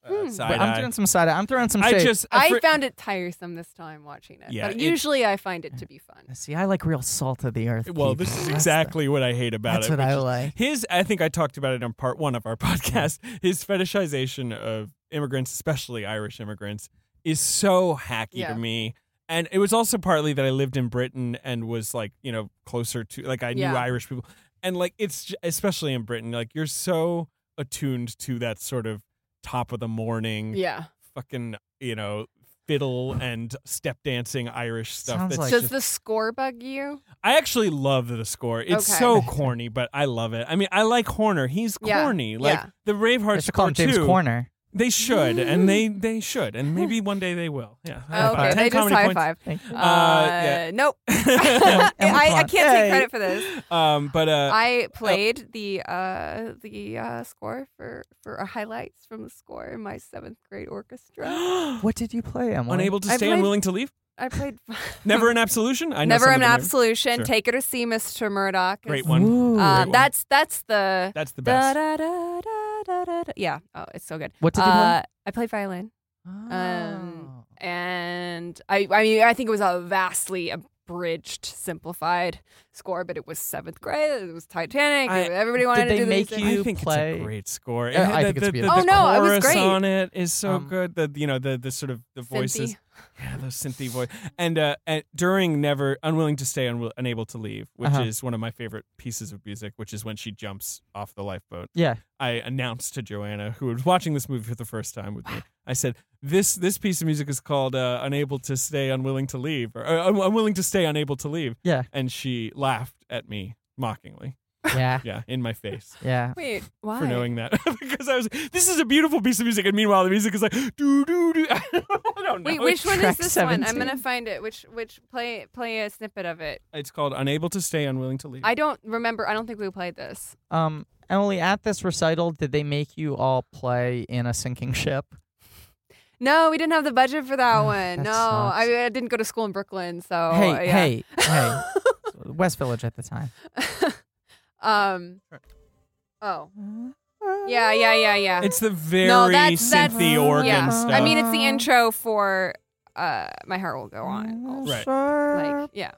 Speaker 2: uh,
Speaker 5: Hmm.
Speaker 2: side
Speaker 3: I'm
Speaker 2: eye.
Speaker 3: throwing some side. I'm throwing some
Speaker 2: I
Speaker 3: shade.
Speaker 2: just a
Speaker 5: I
Speaker 2: fr-
Speaker 5: found it tiresome this time watching it,
Speaker 2: Yeah,
Speaker 5: but
Speaker 2: it-
Speaker 5: usually I find it to be fun.
Speaker 3: See, I like real salt of the earth.
Speaker 2: well, this
Speaker 3: people.
Speaker 2: is
Speaker 3: That's the-
Speaker 2: exactly what I hate about
Speaker 3: That's
Speaker 2: it.
Speaker 3: what
Speaker 2: which
Speaker 3: I
Speaker 2: is-
Speaker 3: like.
Speaker 2: His, I think I talked about it on part one of our podcast. His fetishization of immigrants, especially Irish immigrants, is so hacky
Speaker 5: Yeah.
Speaker 2: to me. And it was also partly that I lived in Britain and was like, you know, closer to like I knew
Speaker 5: Yeah.
Speaker 2: Irish people, and like it's j- especially in Britain, like you're so attuned to that sort of top of the morning,
Speaker 5: Yeah.
Speaker 2: fucking, you know, fiddle and step dancing Irish stuff.
Speaker 3: Sounds
Speaker 2: that's
Speaker 3: like-
Speaker 5: Does the score bug you?
Speaker 2: I actually love the score. It's
Speaker 5: Okay.
Speaker 2: so corny, but I love it. I mean, I like Horner. He's
Speaker 5: Yeah.
Speaker 2: corny. Like
Speaker 5: Yeah.
Speaker 2: the
Speaker 3: They
Speaker 2: Braveheart
Speaker 3: should call
Speaker 2: score
Speaker 3: him James
Speaker 2: too.
Speaker 3: Corner.
Speaker 2: They should, and they they should, and maybe one day they will. Yeah. High five.
Speaker 5: Oh, okay,
Speaker 2: Ten
Speaker 5: they just
Speaker 2: comedy
Speaker 5: high
Speaker 2: points.
Speaker 5: five.
Speaker 3: Thank you.
Speaker 5: Uh,
Speaker 2: yeah.
Speaker 5: Nope. I, I can't
Speaker 3: Hey.
Speaker 5: take credit for this.
Speaker 2: Um, but uh,
Speaker 5: I played the uh, the uh, score for for uh, highlights from the score in my seventh grade orchestra.
Speaker 3: What did you play, Emily?
Speaker 2: unable to
Speaker 5: I
Speaker 2: stay,
Speaker 5: played-
Speaker 2: unwilling to leave.
Speaker 5: I played
Speaker 2: Never an absolution. I know
Speaker 5: Never
Speaker 2: some of
Speaker 5: an
Speaker 2: the names.
Speaker 5: absolution.
Speaker 2: Sure.
Speaker 5: Take it or see Mr. Murdoch. is-
Speaker 2: Great one.
Speaker 3: Ooh.
Speaker 5: Uh,
Speaker 2: Great one.
Speaker 5: That's that's the
Speaker 2: That's the
Speaker 5: da,
Speaker 2: best.
Speaker 5: da, da, da, da, da, da. yeah. Oh, it's so good.
Speaker 3: What did you Oh. play?
Speaker 5: uh, I played violin, um, and I I mean I think it was a vastly abridged, simplified score, but it was seventh grade. It was Titanic.
Speaker 2: I-
Speaker 5: everybody wanted
Speaker 3: they
Speaker 5: to do
Speaker 3: make
Speaker 5: these
Speaker 3: you
Speaker 2: I think
Speaker 5: things.
Speaker 3: play-
Speaker 2: it's a great score. It
Speaker 3: Yeah,
Speaker 2: had
Speaker 3: I
Speaker 2: the,
Speaker 3: think it's
Speaker 2: the- the-
Speaker 5: beautiful.
Speaker 2: the
Speaker 5: Oh, no, it was
Speaker 2: chorus
Speaker 5: great.
Speaker 2: on it is so
Speaker 3: Um,
Speaker 2: good. The you know the the sort of the voices.
Speaker 5: Cynthia.
Speaker 2: Yeah, the synthy voice. And uh, and during Never Unwilling to Stay, Unwill- Unable to Leave, which
Speaker 3: Uh-huh.
Speaker 2: is one of my favorite pieces of music, which is when she jumps off the lifeboat.
Speaker 3: yeah.
Speaker 2: I announced to Joanna, who was watching this movie for the first time with me, I said, "This this piece of music is called uh, Unable to Stay, Unwilling to Leave, or uh, Un- Unwilling to Stay, Unable to Leave."
Speaker 3: Yeah.
Speaker 2: And she laughed at me mockingly.
Speaker 3: Yeah.
Speaker 2: Yeah, in my face.
Speaker 3: Yeah.
Speaker 5: Wait, why?
Speaker 2: For knowing that, because I was, this is a beautiful piece of music, and meanwhile the music is like, do do do. I don't know.
Speaker 5: Wait, which one is
Speaker 3: Track
Speaker 5: this one? I'm
Speaker 3: 17.
Speaker 5: gonna find it. Which which play play a snippet of it.
Speaker 2: It's called "Unable to Stay, Unwilling to Leave."
Speaker 5: I don't remember. I don't think we played this.
Speaker 3: Um, Emily, at this recital, did they make you all play in a sinking ship?
Speaker 5: No, we didn't have the budget for that
Speaker 3: Ugh,
Speaker 5: one.
Speaker 3: Oh, that
Speaker 5: no,
Speaker 3: sucks.
Speaker 5: I, mean, I didn't go to school in Brooklyn, so
Speaker 3: hey,
Speaker 5: uh, yeah.
Speaker 3: hey, hey. West Village at the time.
Speaker 5: Um. Oh. Yeah, yeah, yeah, yeah.
Speaker 2: It's the very
Speaker 5: that's- that's-
Speaker 2: synthy organ
Speaker 5: yeah. Uh-huh.
Speaker 2: stuff.
Speaker 5: I mean, it's the intro for uh, "My Heart Will Go
Speaker 3: Oh,
Speaker 5: On."
Speaker 2: Right.
Speaker 5: Like, yeah,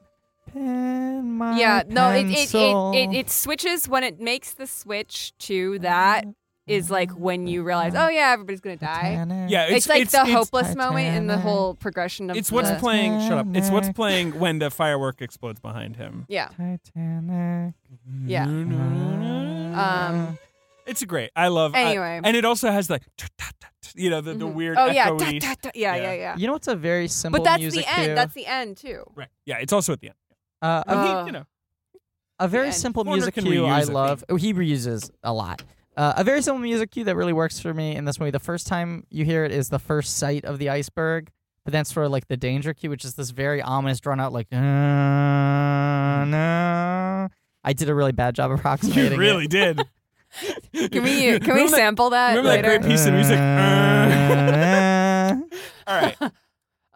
Speaker 3: Pen, my
Speaker 5: yeah. No, it it,
Speaker 3: pencil.
Speaker 5: it it it switches when it makes the switch to that is like when you realize, oh yeah, everybody's gonna die.
Speaker 3: Titanic.
Speaker 2: yeah, it's,
Speaker 5: It's, like the
Speaker 2: it's-
Speaker 5: hopeless moment in the
Speaker 3: Titanic.
Speaker 5: whole progression of
Speaker 2: It's what's
Speaker 5: the,
Speaker 2: playing. Shut up! It's what's
Speaker 3: Titanic.
Speaker 2: playing when the firework explodes behind him.
Speaker 5: yeah,
Speaker 3: Titanic.
Speaker 5: Yeah. Um,
Speaker 2: it's great. I love. I-
Speaker 5: Anyway.
Speaker 2: and it also has like, tut, tut, tut, tut, you know, the, the
Speaker 5: Mhm.
Speaker 2: weird.
Speaker 5: oh yeah,
Speaker 2: echoey-
Speaker 5: da, da, da, yeah,
Speaker 2: Yeah.
Speaker 5: yeah, yeah.
Speaker 3: You know what's a very simple
Speaker 5: But that's
Speaker 3: music
Speaker 5: the end.
Speaker 3: cue?
Speaker 5: That's the end too.
Speaker 2: Right. Yeah, it's also at the end.
Speaker 3: uh, a
Speaker 2: I mean,
Speaker 5: Uh,
Speaker 2: you know,
Speaker 3: A very
Speaker 5: end.
Speaker 3: simple
Speaker 2: Horner
Speaker 3: music
Speaker 2: can
Speaker 3: cue
Speaker 2: reuse, I
Speaker 3: I
Speaker 2: think.
Speaker 3: love. Oh, he reuses a lot. Uh, a very simple music cue that really works for me in this movie. The first time you hear it is the first sight of the iceberg, but that's for like the danger cue, which is this very ominous, drawn out like. "Uh, no." I did a really bad job approximating.
Speaker 2: You
Speaker 3: it.
Speaker 2: really did.
Speaker 5: Can we can we
Speaker 2: Remember that-
Speaker 5: sample that
Speaker 2: remember that
Speaker 5: later?
Speaker 2: great piece of music.
Speaker 3: Uh,
Speaker 2: All right.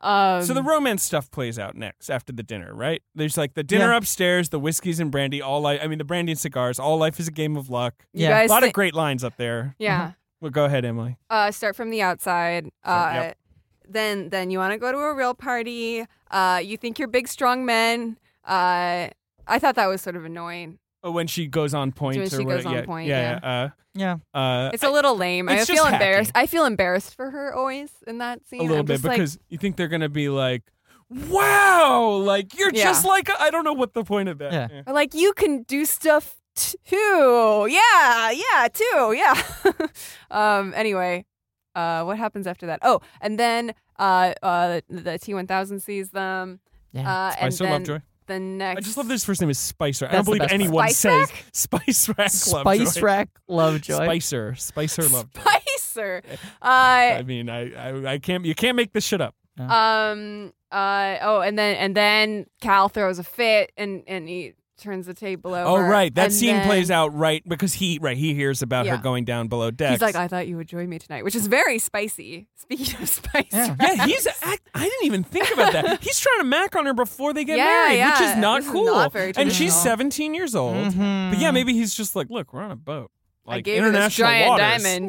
Speaker 5: um,
Speaker 2: So the romance stuff plays out next after the dinner, right? There's like the dinner
Speaker 3: Yeah.
Speaker 2: upstairs, the whiskeys and brandy, all life. I mean, the brandy and cigars. All life is a game of luck.
Speaker 5: you
Speaker 3: Yeah.
Speaker 5: guys
Speaker 2: A lot
Speaker 5: thi-
Speaker 2: of great lines up there.
Speaker 5: yeah.
Speaker 2: Well, go ahead, Emily.
Speaker 5: Uh, start from the outside. Uh,
Speaker 2: Yep.
Speaker 5: Then then you want to go to a real party. Uh, you think you're big strong men. Uh, I thought that was sort of annoying.
Speaker 2: Oh, when she goes on point,
Speaker 5: When
Speaker 2: or
Speaker 5: she
Speaker 2: what-
Speaker 5: goes on
Speaker 2: yeah,
Speaker 5: point,
Speaker 2: Yeah.
Speaker 3: yeah.
Speaker 2: yeah. Uh, uh,
Speaker 5: It's a little lame. I
Speaker 2: it's
Speaker 5: feel
Speaker 2: just
Speaker 5: embarrassed.
Speaker 2: hacky.
Speaker 5: I feel embarrassed for her always in that scene.
Speaker 2: a little
Speaker 5: I'm
Speaker 2: bit
Speaker 5: just like,
Speaker 2: because you think they're gonna be like, "Wow, like you're
Speaker 5: Yeah.
Speaker 2: just like I don't know what the point of that."
Speaker 3: Yeah.
Speaker 5: Or like you can do stuff too. Yeah, yeah, too. Yeah. um anyway, uh what happens after that? Oh, and then uh uh the T1000 sees them.
Speaker 3: Yeah.
Speaker 5: Uh and
Speaker 2: Spicer
Speaker 5: then
Speaker 2: Lovejoy.
Speaker 5: the next
Speaker 2: I just love that his first name is Spicer. I
Speaker 3: That's
Speaker 2: don't
Speaker 3: the
Speaker 2: believe
Speaker 3: best part.
Speaker 2: anyone
Speaker 5: Spice
Speaker 2: says
Speaker 5: Rack?
Speaker 2: Spice Rack Lovejoy.
Speaker 3: Spice Rack Lovejoy.
Speaker 2: Spicer. Spicer Lovejoy.
Speaker 5: Spicer. Uh
Speaker 2: I mean, I, I, I can't. You can't make this shit up.
Speaker 5: um uh oh, and then and then Cal throws a fit and and he turns the table over.
Speaker 2: Oh, right. That
Speaker 5: and
Speaker 2: scene
Speaker 5: then
Speaker 2: plays out right because he right he hears about
Speaker 5: Yeah.
Speaker 2: her going down below deck.
Speaker 5: He's like, I thought you would join me tonight, which is very spicy. Speaking of spice,
Speaker 3: Yeah.
Speaker 2: yeah, he's. I, I didn't even think about that. He's trying to mack on her before they get
Speaker 5: Yeah,
Speaker 2: married, which
Speaker 5: yeah.
Speaker 2: is not
Speaker 5: This is
Speaker 2: cool.
Speaker 5: not very
Speaker 2: and she's
Speaker 5: traditional.
Speaker 2: 17 years old.
Speaker 3: Mhm.
Speaker 2: But yeah, maybe he's just like, look, we're on a boat,
Speaker 5: I
Speaker 2: like
Speaker 5: gave her
Speaker 2: international
Speaker 5: this giant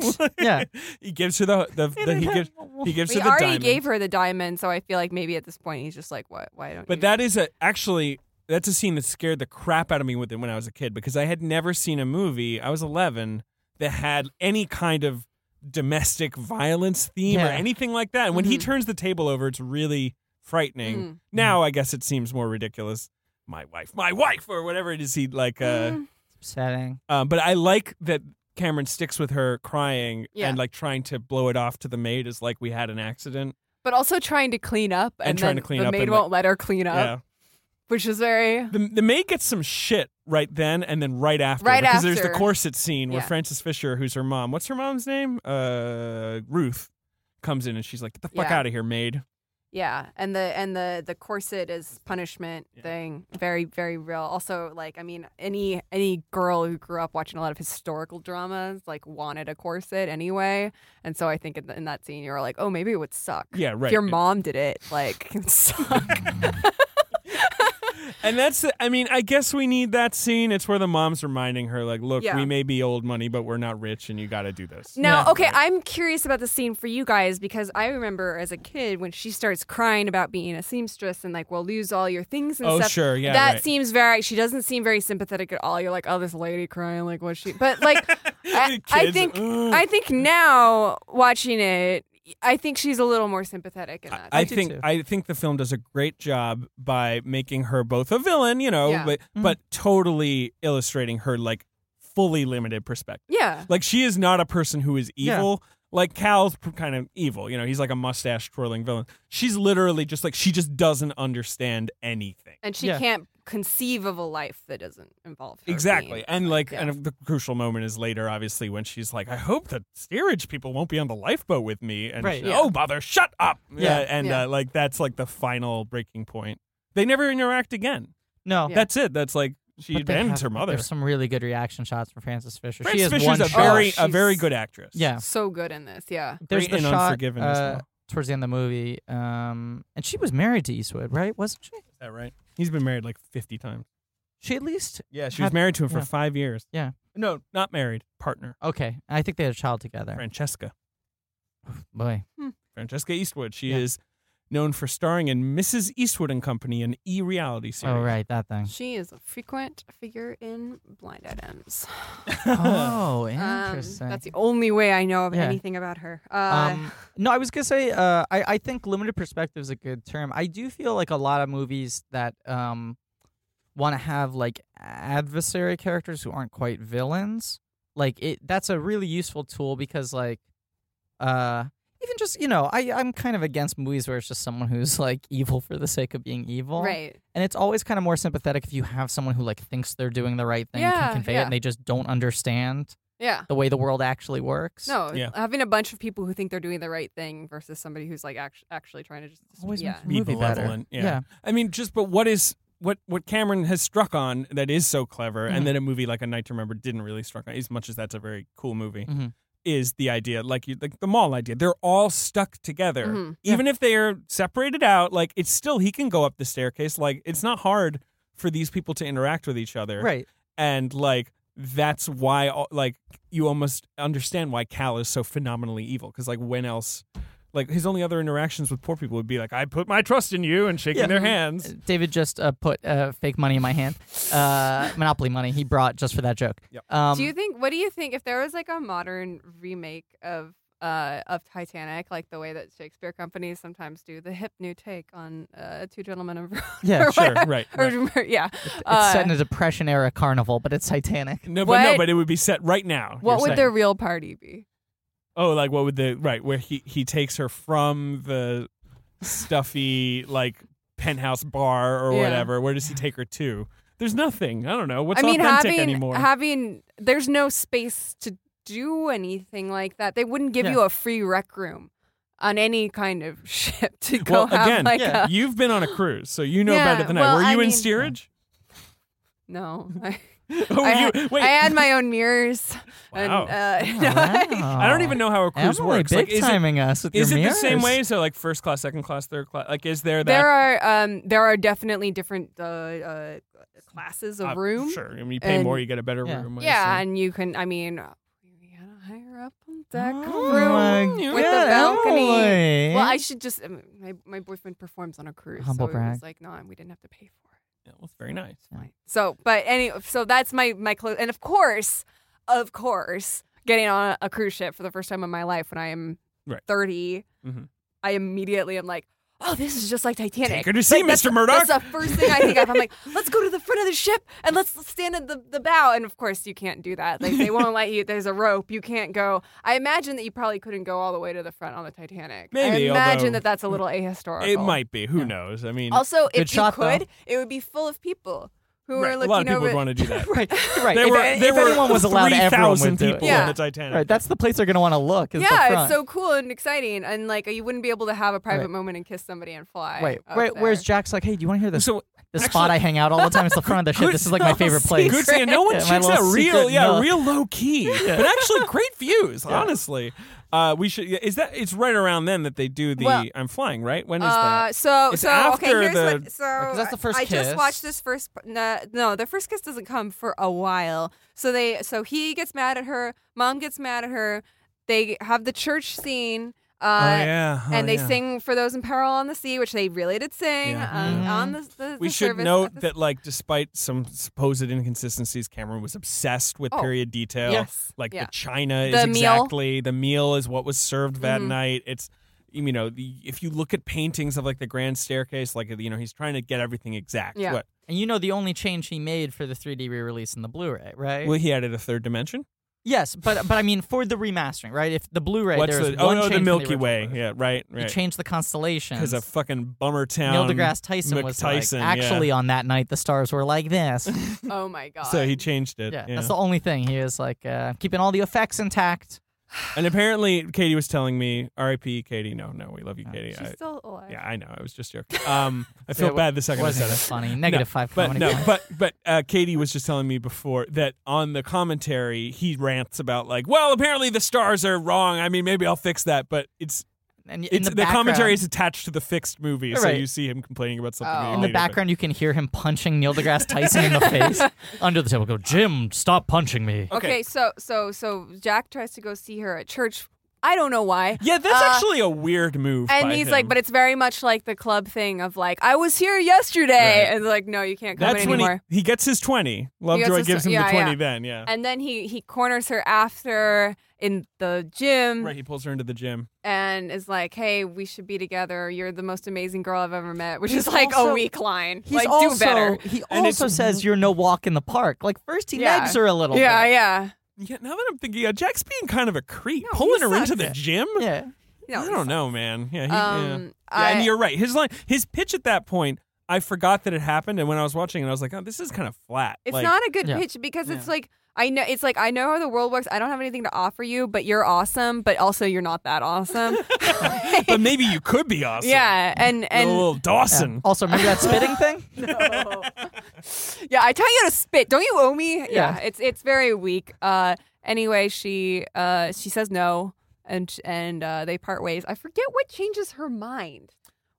Speaker 2: waters.
Speaker 5: diamond.
Speaker 3: Yeah.
Speaker 2: he gives her the the, the he gives he gives
Speaker 5: We
Speaker 2: her the
Speaker 5: already
Speaker 2: diamond.
Speaker 5: gave her the diamond, so I feel like maybe at this point he's just like, "What? Why don't?"
Speaker 2: But
Speaker 5: you?
Speaker 2: that is a actually that's a scene that scared the crap out of me with it when I was a kid because I had never seen a movie. I was 11 that had any kind of domestic violence theme or
Speaker 3: Yeah.
Speaker 2: anything like that. And when he
Speaker 5: Mhm.
Speaker 2: turns the table over, it's really frightening.
Speaker 5: Mm.
Speaker 2: Now I guess it seems more ridiculous. My wife, my wife, or whatever it is he like. Uh,
Speaker 5: Mm.
Speaker 3: Upsetting.
Speaker 2: um, but I like that Cameron sticks with her crying
Speaker 5: Yeah.
Speaker 2: and like trying to blow it off to the maid as like we had an accident.
Speaker 5: but also trying to clean up, and,
Speaker 2: And trying
Speaker 5: then
Speaker 2: to clean
Speaker 5: the
Speaker 2: up
Speaker 5: maid
Speaker 2: and,
Speaker 5: won't let her clean up,
Speaker 2: Yeah.
Speaker 5: which is very.
Speaker 2: The, the maid gets some shit right then and then right after.
Speaker 5: Right
Speaker 2: because there's
Speaker 5: after.
Speaker 2: the corset scene where
Speaker 5: Yeah.
Speaker 2: Frances Fisher, who's her mom, what's her mom's name? Uh, Ruth, comes in and she's like, "Get the fuck
Speaker 5: Yeah.
Speaker 2: out of here, maid."
Speaker 5: Yeah, and the and the the corset is punishment
Speaker 2: Yeah.
Speaker 5: thing. Very very real. Also, like I mean, any any girl who grew up watching a lot of historical dramas like wanted a corset anyway, and so I think in, the, in that scene you were like, oh, maybe it would suck.
Speaker 2: Yeah, right.
Speaker 5: If your mom did it, like, it suck.
Speaker 2: And that's, the- I mean, I guess we need that scene. It's where the mom's reminding her, like, "Look,
Speaker 5: Yeah.
Speaker 2: we may be old money, but we're not rich, and you got to do this."
Speaker 5: Now,
Speaker 2: Yeah.
Speaker 5: okay, I'm curious about the scene for you guys because I remember as a kid when she starts crying about being a seamstress and like, we'll lose all your things and
Speaker 2: Oh,
Speaker 5: stuff.
Speaker 2: sure, yeah,
Speaker 5: that
Speaker 2: right.
Speaker 5: seems very. She doesn't seem very sympathetic at all. You're like, oh, this lady crying, like, what she? But like, I, I
Speaker 2: Kids,
Speaker 5: think
Speaker 2: ugh.
Speaker 5: I think now watching it, I think she's a little more sympathetic in that.
Speaker 2: I
Speaker 3: do
Speaker 2: think
Speaker 3: too.
Speaker 2: I think the film does a great job by making her both a villain, you know,
Speaker 5: Yeah.
Speaker 2: but but totally illustrating her like fully limited perspective.
Speaker 5: yeah,
Speaker 2: Like she is not a person who is
Speaker 3: Yeah.
Speaker 2: evil. Like Cal's p- kind of evil, you know, he's like a mustache twirling villain. She's literally just like she just doesn't understand anything.
Speaker 5: and she
Speaker 3: Yeah.
Speaker 5: can't conceive of a life that doesn't involve her
Speaker 2: Exactly.
Speaker 5: being-
Speaker 2: And like
Speaker 5: yeah.
Speaker 2: and the crucial moment is later obviously when she's like I hope the steerage people won't be on the lifeboat with me and
Speaker 3: Right.
Speaker 2: she-
Speaker 5: Yeah.
Speaker 2: oh bother shut up.
Speaker 3: Yeah.
Speaker 2: and
Speaker 5: Yeah.
Speaker 2: Uh, like that's like the final breaking point. They never interact again.
Speaker 3: No.
Speaker 5: Yeah.
Speaker 2: That's it. That's like she
Speaker 3: But they
Speaker 2: abandons
Speaker 3: have-
Speaker 2: her mother.
Speaker 3: There's some really good reaction shots from Frances Fisher. she
Speaker 2: Frances
Speaker 3: has
Speaker 2: Fisher's
Speaker 3: one
Speaker 2: a
Speaker 3: shot.
Speaker 2: very
Speaker 5: Oh,
Speaker 2: a very
Speaker 5: she's-
Speaker 2: good actress.
Speaker 3: yeah.
Speaker 5: So good in this, yeah.
Speaker 3: There's
Speaker 2: Great
Speaker 3: the
Speaker 2: and
Speaker 3: shot
Speaker 2: Unforgiven as
Speaker 3: uh,
Speaker 2: well.
Speaker 3: towards the end of the movie, um, and she was married to Eastwood, right? Wasn't she?
Speaker 2: Is that right? He's been married like 50 times.
Speaker 3: She at least
Speaker 2: Yeah, she
Speaker 3: Have-
Speaker 2: was married to him for
Speaker 3: yeah.
Speaker 2: 5 years.
Speaker 3: Yeah.
Speaker 2: No, not married, partner.
Speaker 3: okay. I think they had a child together.
Speaker 2: Francesca.
Speaker 3: Boy,
Speaker 2: Francesca Eastwood. She
Speaker 3: Yeah.
Speaker 2: is known for starring in Mrs. Eastwood and Company, an e-reality series.
Speaker 3: oh right, that thing.
Speaker 5: She is a frequent figure in blind items.
Speaker 3: oh,
Speaker 5: Um,
Speaker 3: interesting.
Speaker 5: that's the only way I know of
Speaker 3: Yeah.
Speaker 5: anything about her. Uh,
Speaker 3: Um, no, I was gonna say, uh, I, I think limited perspective is a good term. I do feel like a lot of movies that um, want to have like adversary characters who aren't quite villains, like it. That's a really useful tool because like, uh, even just you know, I I'm kind of against movies where it's just someone who's like evil for the sake of being evil,
Speaker 5: right.
Speaker 3: And it's always kind of more sympathetic if you have someone who like thinks they're doing the right thing,
Speaker 5: Yeah,
Speaker 3: can convey
Speaker 5: yeah.
Speaker 3: it, and they just don't understand.
Speaker 5: Yeah.
Speaker 3: the way the world actually works.
Speaker 5: No,
Speaker 2: Yeah.
Speaker 5: having a bunch of people who think they're doing the right thing versus somebody who's like act- actually trying to just
Speaker 3: Always
Speaker 5: yeah.
Speaker 3: makes me-
Speaker 2: be
Speaker 3: Movie better.
Speaker 2: benevolent. Yeah.
Speaker 3: Yeah.
Speaker 2: I mean, just but what is what what Cameron has struck on that is so clever,
Speaker 3: Mhm.
Speaker 2: and that a movie like A Night to Remember didn't really struck on, as much as that's a very cool movie,
Speaker 3: Mhm.
Speaker 2: is the idea like you like the mall idea. They're all stuck together,
Speaker 5: Mhm.
Speaker 2: even if they are separated out. Like it's still he can go up the staircase. Like it's not hard for these people to interact with each other,
Speaker 3: Right.
Speaker 2: and like that's why all- like you almost understand why Cal is so phenomenally evil because like when else like his only other interactions with poor people would be like I put my trust in you and shaking
Speaker 3: Yeah.
Speaker 2: their hands.
Speaker 3: David just uh, put uh, fake money in my hand, uh, Monopoly money he brought just for that joke.
Speaker 2: Yep.
Speaker 3: Um,
Speaker 5: do you think? What do you think if there was like a modern remake of uh of Titanic, like the way that Shakespeare companies sometimes do the hip new take on uh, Two Gentlemen of
Speaker 3: yeah,
Speaker 5: or
Speaker 2: Sure,
Speaker 5: whatever.
Speaker 2: right.
Speaker 5: Or-
Speaker 2: right.
Speaker 5: yeah.
Speaker 3: it's
Speaker 5: Uh,
Speaker 3: set in a Depression era carnival, but it's Titanic.
Speaker 2: No, but no,
Speaker 5: What-
Speaker 2: but it would be set right now.
Speaker 5: What
Speaker 2: you're
Speaker 5: would
Speaker 2: saying.
Speaker 5: their real party be?
Speaker 2: oh like what would the right where he he takes her from the stuffy like penthouse bar or
Speaker 5: Yeah.
Speaker 2: whatever? Where does he take her to? There's nothing. I don't know. What's
Speaker 5: I mean,
Speaker 2: authentic
Speaker 5: having
Speaker 2: anymore?
Speaker 5: having there's no space to do anything like that. They wouldn't give
Speaker 3: Yeah.
Speaker 5: you a free rec room on any kind of ship to go
Speaker 2: well,
Speaker 5: have
Speaker 2: again,
Speaker 5: like
Speaker 3: Yeah.
Speaker 5: a
Speaker 2: you've been on a cruise, so you know
Speaker 5: Yeah,
Speaker 2: better than I.
Speaker 5: well,
Speaker 2: Were you
Speaker 5: I
Speaker 2: in
Speaker 5: mean-
Speaker 2: steerage?
Speaker 5: no. I,
Speaker 2: Oh,
Speaker 5: I,
Speaker 2: you,
Speaker 5: had,
Speaker 2: wait.
Speaker 5: I had my own mirrors.
Speaker 2: Wow.
Speaker 5: And, uh, no,
Speaker 2: I don't even know how a cruise
Speaker 3: Emily,
Speaker 2: works. Like,
Speaker 3: big
Speaker 2: is it,
Speaker 3: timing us with
Speaker 2: is
Speaker 3: your
Speaker 2: it the same
Speaker 3: mirrors.
Speaker 2: way? So, like, first class, second class, third class. Like, is there that?
Speaker 5: there are um, there are definitely different uh, uh, classes of
Speaker 2: uh,
Speaker 5: room.
Speaker 2: Sure. I mean, you pay
Speaker 5: and-
Speaker 2: more, you get a better
Speaker 3: Yeah.
Speaker 2: room. I
Speaker 5: Yeah,
Speaker 2: assume.
Speaker 5: and you can. I mean, we had a higher up on deck
Speaker 3: Oh my
Speaker 5: room with
Speaker 3: God,
Speaker 5: the balcony.
Speaker 3: Emily.
Speaker 5: Well, I should just. um, My my boyfriend performs on a cruise,
Speaker 3: Humble
Speaker 5: so it
Speaker 3: brag.
Speaker 5: was like, no, we didn't have to pay for it.
Speaker 2: Yeah, well, it's very nice.
Speaker 5: So, but any, so that's my my close, and of course, of course, getting on a cruise ship for the first time in my life when I am
Speaker 2: Right.
Speaker 5: 30
Speaker 2: Mhm.
Speaker 5: I immediately am like. Oh, this is just like Titanic.
Speaker 2: Take her to sea,
Speaker 5: Like, that's-
Speaker 2: Mr. Murdoch.
Speaker 5: That's the first thing I think of. I'm like, let's go to the front of the ship and let's stand at the, the bow. And of course, you can't do that. Like, they won't let you. There's a rope. You can't go. I imagine that you probably couldn't go all the way to the front on the Titanic.
Speaker 2: Maybe,
Speaker 5: I imagine
Speaker 2: although-
Speaker 5: that that's a little ahistorical.
Speaker 2: It might be. Who knows? I mean,
Speaker 5: Also,
Speaker 3: Good
Speaker 5: if
Speaker 3: shot,
Speaker 5: you
Speaker 3: though.
Speaker 5: could, it would be full of people who
Speaker 2: right,
Speaker 5: are
Speaker 2: a
Speaker 5: looking
Speaker 2: lot of people
Speaker 5: over.
Speaker 2: would want to do that.
Speaker 3: right, right.
Speaker 2: They
Speaker 3: if,
Speaker 2: were.
Speaker 3: if
Speaker 2: they were
Speaker 3: anyone was allowed, everyone
Speaker 2: 3,000
Speaker 3: would do it.
Speaker 2: people
Speaker 5: Yeah.
Speaker 2: on the Titanic.
Speaker 3: Right, that's the place they're gonna want to look. Is the
Speaker 5: yeah,
Speaker 3: front.
Speaker 5: it's so cool and exciting, and like you wouldn't be able to have a private
Speaker 3: Right.
Speaker 5: moment and kiss somebody and fly.
Speaker 3: Wait,
Speaker 5: up
Speaker 3: wait,
Speaker 5: there.
Speaker 3: where's Jack's? Like, hey, do you want to hear this?
Speaker 2: So,
Speaker 3: the spot
Speaker 2: actually-
Speaker 3: I hang out all the time is the front of the ship.
Speaker 2: Good-
Speaker 3: This is like my favorite place.
Speaker 2: Good saying, no one
Speaker 3: Yeah, my
Speaker 2: checks out
Speaker 3: little
Speaker 2: real,
Speaker 3: secret
Speaker 2: yeah,
Speaker 3: nook.
Speaker 2: real low key, but actually great views. Honestly, uh, we should. yeah, Is that? It's right around then that they do the
Speaker 5: Well-
Speaker 2: "I'm flying." Right? When is
Speaker 5: Uh,
Speaker 2: that?
Speaker 5: so
Speaker 2: It's
Speaker 5: so
Speaker 2: after
Speaker 5: okay. Here's
Speaker 2: the-
Speaker 5: what. So
Speaker 3: Right, 'cause that's the first
Speaker 5: I
Speaker 3: kiss.
Speaker 5: just watched this first. No, no, the first kiss doesn't come for a while. So they. So he gets mad at her. Mom gets mad at her. They have the church scene. Uh,
Speaker 2: oh yeah. oh,
Speaker 5: and they
Speaker 2: yeah.
Speaker 5: sing for those in peril on the sea, which they really did sing
Speaker 2: Yeah.
Speaker 5: um,
Speaker 3: Mhm.
Speaker 5: on the, the
Speaker 2: We
Speaker 5: the
Speaker 2: should
Speaker 5: service
Speaker 2: note
Speaker 5: at the
Speaker 2: that, like, despite some supposed inconsistencies, Cameron was obsessed with
Speaker 5: Oh,
Speaker 2: period detail.
Speaker 5: yes,
Speaker 2: like
Speaker 5: yeah.
Speaker 2: the china is
Speaker 5: The meal.
Speaker 2: exactly the meal is what was served that
Speaker 5: Mhm.
Speaker 2: night. It's you know, the, if you look at paintings of like the grand staircase, like you know, he's trying to get everything exact.
Speaker 5: Yeah.
Speaker 2: What?
Speaker 3: And you know the only change he made for the 3D re-release and the Blu-ray, right?
Speaker 2: Well, he added a third dimension.
Speaker 3: yes, but but I mean for the remastering, right? If the Blu-ray,
Speaker 2: What's
Speaker 3: there's
Speaker 2: the? Oh
Speaker 3: one
Speaker 2: no,
Speaker 3: change
Speaker 2: the
Speaker 3: from
Speaker 2: Milky
Speaker 3: original
Speaker 2: Way.
Speaker 3: version.
Speaker 2: Yeah, right, right.
Speaker 3: He changed the constellations
Speaker 2: because a fucking bummer town.
Speaker 3: Neil deGrasse Tyson was like,
Speaker 2: McTyson, yeah.
Speaker 3: actually on that night the stars were like this.
Speaker 5: Oh my god!
Speaker 2: So he changed it.
Speaker 3: yeah,
Speaker 2: yeah.
Speaker 3: that's the only thing. He was like uh, keeping all the effects intact.
Speaker 2: And apparently, Katie was telling me, "R.I.P. Katie." No, no, we
Speaker 3: Oh,
Speaker 2: love you, Katie.
Speaker 5: she's
Speaker 2: I,
Speaker 5: still alive.
Speaker 2: yeah, I know. I was just joking. Um, I feel
Speaker 3: it
Speaker 2: bad the second I
Speaker 3: Wasn't
Speaker 2: said
Speaker 3: even
Speaker 2: it.
Speaker 3: funny. Negative five
Speaker 2: But
Speaker 3: comedy.
Speaker 2: no,
Speaker 3: points.
Speaker 2: but but uh, Katie was just telling me before that on the commentary he rants about like, well, apparently the stars are wrong. I mean, maybe I'll fix that, but it's
Speaker 3: and in
Speaker 2: it's
Speaker 3: the,
Speaker 2: the, commentary
Speaker 3: background-
Speaker 2: is attached to the fixed movie, so
Speaker 3: Right.
Speaker 2: you see him complaining about something
Speaker 5: Oh.
Speaker 2: that he
Speaker 3: In the
Speaker 2: hated, but-
Speaker 3: background, you can hear him punching Neil deGrasse Tyson in the face under the table. Go, Jim, stop punching me.
Speaker 5: Okay.
Speaker 2: Okay.
Speaker 5: so so so Jack tries to go see her at church. I don't know why.
Speaker 2: Yeah, that's
Speaker 5: Uh,
Speaker 2: actually a weird move.
Speaker 5: And
Speaker 2: by
Speaker 5: he's
Speaker 2: him.
Speaker 5: like, but it's very much like the club thing of like, I was here yesterday,
Speaker 2: Right.
Speaker 5: and like, no, you can't come
Speaker 2: that's
Speaker 5: in
Speaker 2: when
Speaker 5: anymore.
Speaker 2: he, he gets his twenty.
Speaker 5: gets
Speaker 2: Lovejoy
Speaker 5: his
Speaker 2: gives him
Speaker 5: tw- yeah,
Speaker 2: the twenty.
Speaker 5: yeah.
Speaker 2: Then yeah,
Speaker 5: and then he he corners her after in the gym
Speaker 2: right. He pulls her into the gym.
Speaker 5: and is like, hey, we should be together. You're the most amazing girl I've ever met, which is like
Speaker 3: also-
Speaker 5: a weak line.
Speaker 3: He's
Speaker 5: like,
Speaker 3: also,
Speaker 5: do better.
Speaker 3: He
Speaker 2: And
Speaker 3: also
Speaker 2: it's-
Speaker 3: says you're no walk in the park. Like first he
Speaker 5: Yeah.
Speaker 3: nags her a little
Speaker 5: Yeah,
Speaker 3: bit.
Speaker 5: yeah.
Speaker 2: Yeah, now that I'm thinking, yeah, Jack's being kind of a creep,
Speaker 5: he
Speaker 2: pulling her
Speaker 5: sucks.
Speaker 2: into the gym.
Speaker 3: Yeah.
Speaker 5: No,
Speaker 2: I
Speaker 5: he's-
Speaker 2: don't know, man. Yeah, he, yeah.
Speaker 5: Um,
Speaker 2: Yeah,
Speaker 5: I-
Speaker 2: and you're right. His line, his pitch at that point, I forgot that it happened, and when I was watching it, I was like, "Oh, this is kind of flat."
Speaker 5: It's
Speaker 2: Like,
Speaker 5: not a good
Speaker 3: Yeah.
Speaker 5: pitch because it's like I know it's like I know how the world works. I don't have anything to offer you, but you're awesome. But also, you're not that awesome.
Speaker 2: but maybe you could be awesome.
Speaker 5: yeah, and
Speaker 2: a
Speaker 5: and
Speaker 2: little Dawson.
Speaker 3: Also, remember that spitting thing?
Speaker 5: yeah, I tell you to spit. Don't you owe me? Yeah,
Speaker 3: Yeah.
Speaker 5: it's it's very weak. Uh, anyway, she uh she says no, and and uh, they part ways. I forget what changes her mind.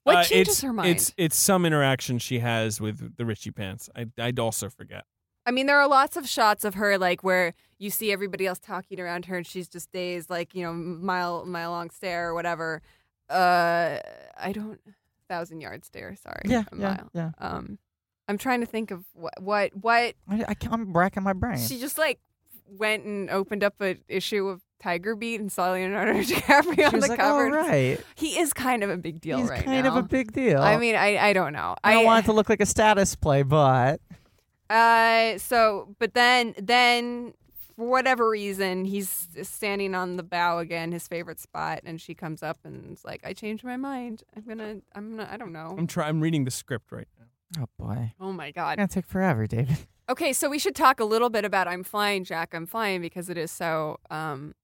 Speaker 5: What
Speaker 2: Uh,
Speaker 5: changes
Speaker 2: it's,
Speaker 5: her mind?
Speaker 2: It's it's some interaction she has with the Richie Pants. I I'd also forget.
Speaker 5: I mean, there are lots of shots of her like where you see everybody else talking around her, and she's just dazed, like you know, mile mile long stare or whatever. Uh, I don't thousand yard stare. Sorry,
Speaker 3: yeah,
Speaker 5: a
Speaker 3: yeah,
Speaker 5: mile.
Speaker 3: yeah.
Speaker 5: Um, I'm trying to think of what what what
Speaker 3: I, I can't, I'm racking my brain.
Speaker 5: she just like went and opened up an issue of Tiger Beat and saw Leonardo DiCaprio
Speaker 3: She
Speaker 5: on
Speaker 3: was
Speaker 5: the
Speaker 3: like,
Speaker 5: cover.
Speaker 3: all right.
Speaker 5: He is kind of a big deal
Speaker 3: He's
Speaker 5: right
Speaker 3: kind of
Speaker 5: now.
Speaker 3: a big deal.
Speaker 5: I mean, I I don't know.
Speaker 3: I don't want it to look like a status play, but
Speaker 5: Uh, so, but then, then for whatever reason, he's standing on the bow again, his favorite spot, and she comes up and is like, "I changed my mind. I'm gonna, I'm gonna, I don't know."
Speaker 2: I'm try I'm reading the script right now.
Speaker 3: oh boy,
Speaker 5: Oh my
Speaker 3: it's
Speaker 5: god.
Speaker 3: gonna take forever, David.
Speaker 5: Okay, so we should talk a little bit about "I'm Flying, Jack. I'm Flying" because it is so, um,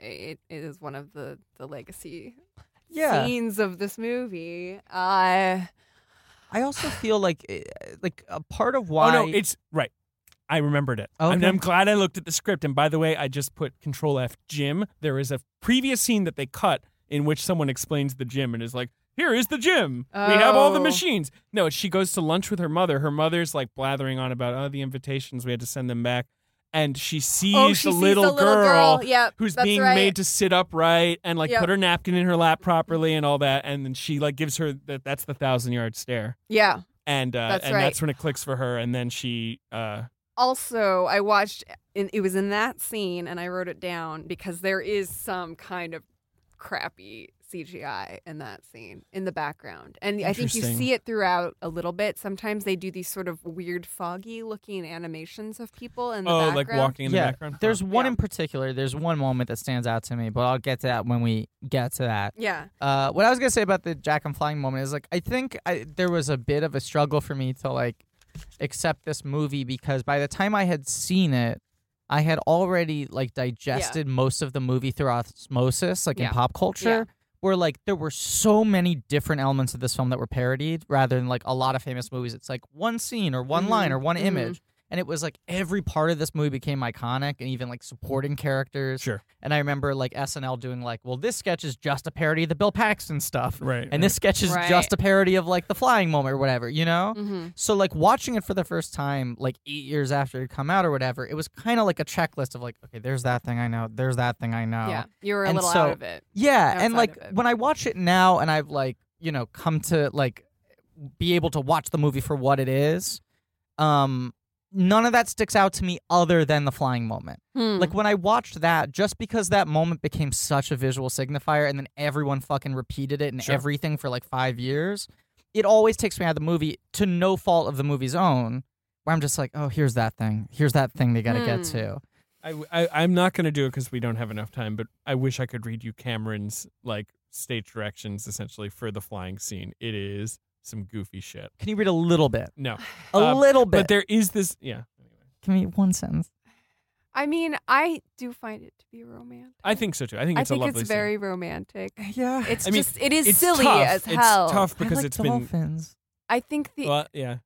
Speaker 5: it, it is one of the the legacy
Speaker 3: Yeah.
Speaker 5: scenes of this movie. Uh,
Speaker 3: I also feel like eh, like a part of why.
Speaker 2: Oh no, it's right. I remembered it. And
Speaker 3: Okay.
Speaker 2: I'm glad I looked at the script. And by the way, I just put Control F Jim. There is a previous scene that they cut in which someone explains the gym and is like, "Here is the gym. We have all the
Speaker 5: Oh.
Speaker 2: machines." No, she goes to lunch with her mother. Her mother's like blathering on about, "Oh, the invitations. We had to send them back." And she sees,
Speaker 5: oh, she
Speaker 2: the,
Speaker 5: sees
Speaker 2: little
Speaker 5: the little girl. Yep,
Speaker 2: who's
Speaker 5: that's
Speaker 2: being
Speaker 5: right.
Speaker 2: made to sit upright and like
Speaker 5: Yep.
Speaker 2: put her napkin in her lap properly and all that and then she like gives her that that's the thousand yard stare
Speaker 5: Yeah.
Speaker 2: and uh
Speaker 5: That's
Speaker 2: and
Speaker 5: right.
Speaker 2: that's when it clicks for her and then she uh
Speaker 5: also i watched and it was in that scene and i wrote it down because there is some kind of crappy cgi in that scene in the background and i think you
Speaker 2: Interesting.
Speaker 5: see it throughout a little bit sometimes they do these sort of weird foggy looking animations of people in the
Speaker 2: oh
Speaker 5: background
Speaker 2: like walking in the
Speaker 3: yeah,
Speaker 2: background
Speaker 3: there's one
Speaker 5: Yeah.
Speaker 3: in particular. There's one moment that stands out to me, but I'll get to that when we get to that.
Speaker 5: yeah
Speaker 3: Uh, what I was gonna say about the Jack and Flying moment is like I think I, there was a bit of a struggle for me to like accept this movie because by the time I had seen it, I had already like digested most of the movie through osmosis, like
Speaker 5: Yeah.
Speaker 3: in pop culture. Where like there were so many different elements of this film that were parodied, rather than like a lot of famous movies. It's like one scene or one line
Speaker 5: Mhm,
Speaker 3: or one
Speaker 5: mhm.
Speaker 3: image, and it was like every part of this movie became iconic, and even like supporting characters.
Speaker 2: sure
Speaker 3: And I remember like SNL doing like, well, this sketch is just a parody of the Bill Paxton stuff.
Speaker 2: right
Speaker 3: And this sketch is
Speaker 5: Right.
Speaker 3: just a parody of like the flying moment or whatever, you know?
Speaker 5: mm-hmm.
Speaker 3: So like watching it for the first time, like eight years after it had come out or whatever, it was kind of like a checklist of like, okay, there's that thing I know, there's that thing I know.
Speaker 5: yeah you were a
Speaker 3: And
Speaker 5: little
Speaker 3: so-
Speaker 5: out of it
Speaker 3: Yeah,
Speaker 5: outside
Speaker 3: and like
Speaker 5: of it.
Speaker 3: when I watch it now, and I've like you know come to like be able to watch the movie for what it is. Um, none of that sticks out to me other than the flying moment.
Speaker 5: Hmm.
Speaker 3: Like when I watched that, just because that moment became such a visual signifier, and then everyone fucking repeated it and
Speaker 2: Sure.
Speaker 3: everything for like five years, it always takes me out of the movie to no fault of the movie's own. Where I'm just like, oh, here's that thing, here's that thing they gotta
Speaker 5: Hmm.
Speaker 3: get to.
Speaker 2: I, I am not gonna do it because we don't have enough time but i wish i could read you cameron's like stage directions essentially for the flying scene it is some goofy shit
Speaker 3: Can you read a little bit?
Speaker 2: no
Speaker 3: A
Speaker 2: Um,
Speaker 3: little bit.
Speaker 2: but there is this yeah
Speaker 3: Give me one sentence.
Speaker 5: i mean i do find it to be romantic
Speaker 2: i think so too i think
Speaker 5: i
Speaker 2: it's
Speaker 5: think
Speaker 2: a
Speaker 5: it's
Speaker 2: lovely
Speaker 5: very romantic
Speaker 3: Yeah.
Speaker 5: it's
Speaker 2: I mean,
Speaker 5: just it is
Speaker 2: scene. it's
Speaker 5: silly
Speaker 2: tough.
Speaker 5: as hell
Speaker 2: it's tough because
Speaker 3: I like
Speaker 2: it's been
Speaker 3: dolphins.
Speaker 5: i think the
Speaker 2: well, yeah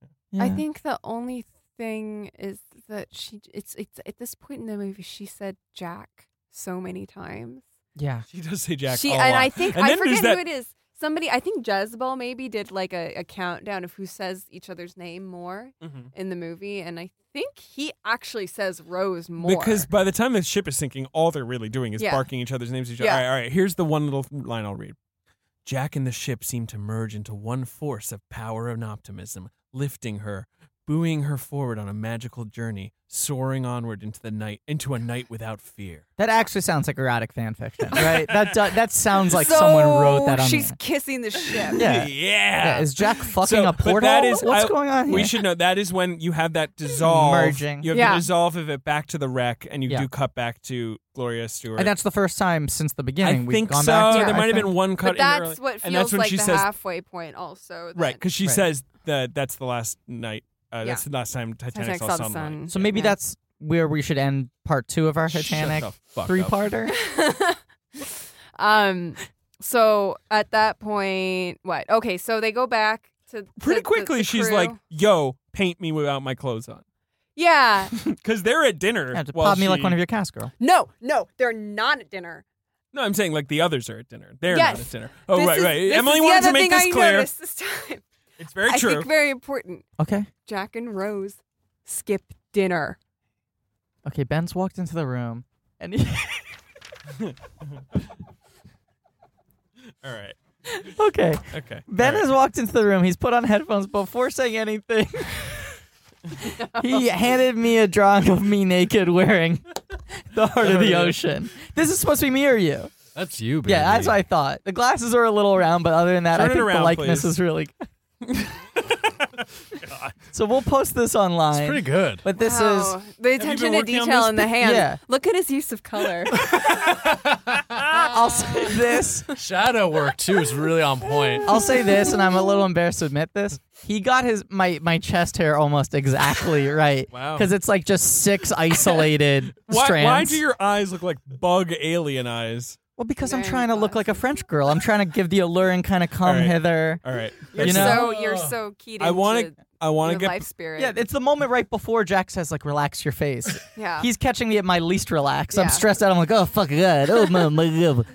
Speaker 5: I
Speaker 3: Yeah.
Speaker 5: think the only thing is that she it's it's at this point in the movie she said Jack so many times.
Speaker 3: Yeah.
Speaker 2: She does say Jack.
Speaker 5: she
Speaker 2: a
Speaker 5: and
Speaker 2: lot.
Speaker 5: I think
Speaker 2: And
Speaker 5: I
Speaker 2: then there's
Speaker 5: forget
Speaker 2: that-
Speaker 5: who it is. Somebody I think Jezebel maybe did like a, a countdown of who says each other's name more
Speaker 2: Mhm.
Speaker 5: in the movie, and I think he actually says Rose more
Speaker 2: because by the time the ship is sinking, all they're really doing is
Speaker 5: Yeah.
Speaker 2: barking each other's names. at Each other.
Speaker 5: Yeah.
Speaker 2: All right, all right. Here's the one little line I'll read. Jack and the ship seemed to merge into one force of power and optimism, lifting her, buoying her forward on a magical journey, soaring onward into the night, into a night without fear.
Speaker 3: That actually sounds like erotic fan fiction, right? that do- that sounds like someone wrote that
Speaker 5: So
Speaker 3: on
Speaker 5: she's
Speaker 3: the-
Speaker 5: kissing the ship.
Speaker 2: yeah.
Speaker 3: Yeah. Yeah, is Jack fucking
Speaker 2: So,
Speaker 3: a
Speaker 2: but
Speaker 3: portal?
Speaker 2: that is-
Speaker 3: What's
Speaker 2: I-
Speaker 3: going on here?
Speaker 2: We should know that is when you have that dissolve,
Speaker 3: Merging.
Speaker 2: You have
Speaker 5: Yeah.
Speaker 2: the dissolve of it back to the wreck, and you
Speaker 3: Yeah.
Speaker 2: do cut back to Gloria Stewart.
Speaker 3: and that's the first time since the
Speaker 2: I
Speaker 3: beginning we've
Speaker 2: think
Speaker 3: gone
Speaker 2: so.
Speaker 3: back to.
Speaker 2: there
Speaker 3: I
Speaker 2: might have been
Speaker 3: think-
Speaker 2: one cut.
Speaker 5: But
Speaker 2: in there,
Speaker 5: that's what feels
Speaker 2: and that's when
Speaker 5: like
Speaker 2: she
Speaker 5: the
Speaker 2: says
Speaker 5: halfway point also.
Speaker 2: Right,
Speaker 5: then.
Speaker 2: because she
Speaker 3: Right.
Speaker 2: says that that's the last night. Uh, That's the last time Titanic
Speaker 5: Titanic
Speaker 2: saw
Speaker 5: saw the
Speaker 2: sunlight.
Speaker 5: sun.
Speaker 3: So maybe
Speaker 5: Yeah.
Speaker 3: that's where we should end part two of our Titanic
Speaker 2: Shut the fuck up.
Speaker 3: three-parter?
Speaker 5: um, so at that point, what? Okay, so they go back to to
Speaker 2: Pretty
Speaker 5: the-
Speaker 2: quickly,
Speaker 5: the
Speaker 2: she's
Speaker 5: crew.
Speaker 2: like, "Yo, paint me without my clothes on,"
Speaker 5: yeah,
Speaker 2: because they're at dinner.
Speaker 3: Yeah, to
Speaker 2: while
Speaker 3: pop me like
Speaker 2: she-
Speaker 3: one of your cast girl.
Speaker 5: no, no, they're not at dinner.
Speaker 2: No, I'm saying like the others are at dinner. They're
Speaker 5: Yes.
Speaker 2: not at dinner. Oh,
Speaker 5: This
Speaker 2: right,
Speaker 5: is-
Speaker 2: right.
Speaker 5: this
Speaker 2: Emily
Speaker 5: is the
Speaker 2: wanted
Speaker 5: other
Speaker 2: to make
Speaker 5: thing
Speaker 2: this
Speaker 5: I
Speaker 2: clear.
Speaker 5: noticed this time.
Speaker 2: It's very
Speaker 5: I
Speaker 2: true.
Speaker 5: think very important.
Speaker 3: Okay.
Speaker 5: Jack and Rose skip dinner.
Speaker 3: Okay, Ben's walked into the room and he
Speaker 2: All right.
Speaker 3: Okay.
Speaker 2: Okay.
Speaker 3: Ben
Speaker 2: All right.
Speaker 3: has walked into the room. He's put on headphones before saying anything. He handed me a drawing of me naked wearing the heart of the ocean. This is supposed to be me or you.
Speaker 6: That's you, baby.
Speaker 3: Yeah, that's what I thought. The glasses are a little round, but other than that,
Speaker 2: Turn
Speaker 3: I
Speaker 2: it
Speaker 3: think the
Speaker 2: around,
Speaker 3: likeness
Speaker 2: please.
Speaker 3: is really good. so we'll post this online.
Speaker 6: It's pretty good.
Speaker 3: But this
Speaker 5: Wow.
Speaker 3: is
Speaker 5: the
Speaker 2: been
Speaker 5: Oh, attention to
Speaker 2: working on
Speaker 5: detail
Speaker 2: this
Speaker 5: in the
Speaker 2: pic-
Speaker 5: hand.
Speaker 3: Yeah.
Speaker 5: Look at his use of color.
Speaker 3: I'll say this.
Speaker 6: Shadow work too is really on point.
Speaker 3: I'll say this and I'm a little embarrassed to admit this. He got his my my chest hair almost exactly right.
Speaker 2: Wow.
Speaker 3: Cuz it's like just six isolated
Speaker 2: Why,
Speaker 3: strands.
Speaker 2: why do your eyes look like bug alien eyes?
Speaker 3: Well, because I'm
Speaker 5: Very
Speaker 3: trying to look like a French girl. I'm trying to give the alluring kind of come
Speaker 2: All right.
Speaker 3: hither.
Speaker 2: All right.
Speaker 5: You're
Speaker 3: You know-
Speaker 5: so you're so keyed
Speaker 2: I want
Speaker 5: into
Speaker 2: to. I want
Speaker 5: your
Speaker 2: to get.
Speaker 5: life spirit.
Speaker 3: Yeah, it's the moment right before Jack says like relax your face.
Speaker 5: yeah.
Speaker 3: He's catching me at my least relaxed.
Speaker 5: Yeah.
Speaker 3: I'm stressed out. I'm like, "Oh fuck god. Oh my, my god."
Speaker 5: Um,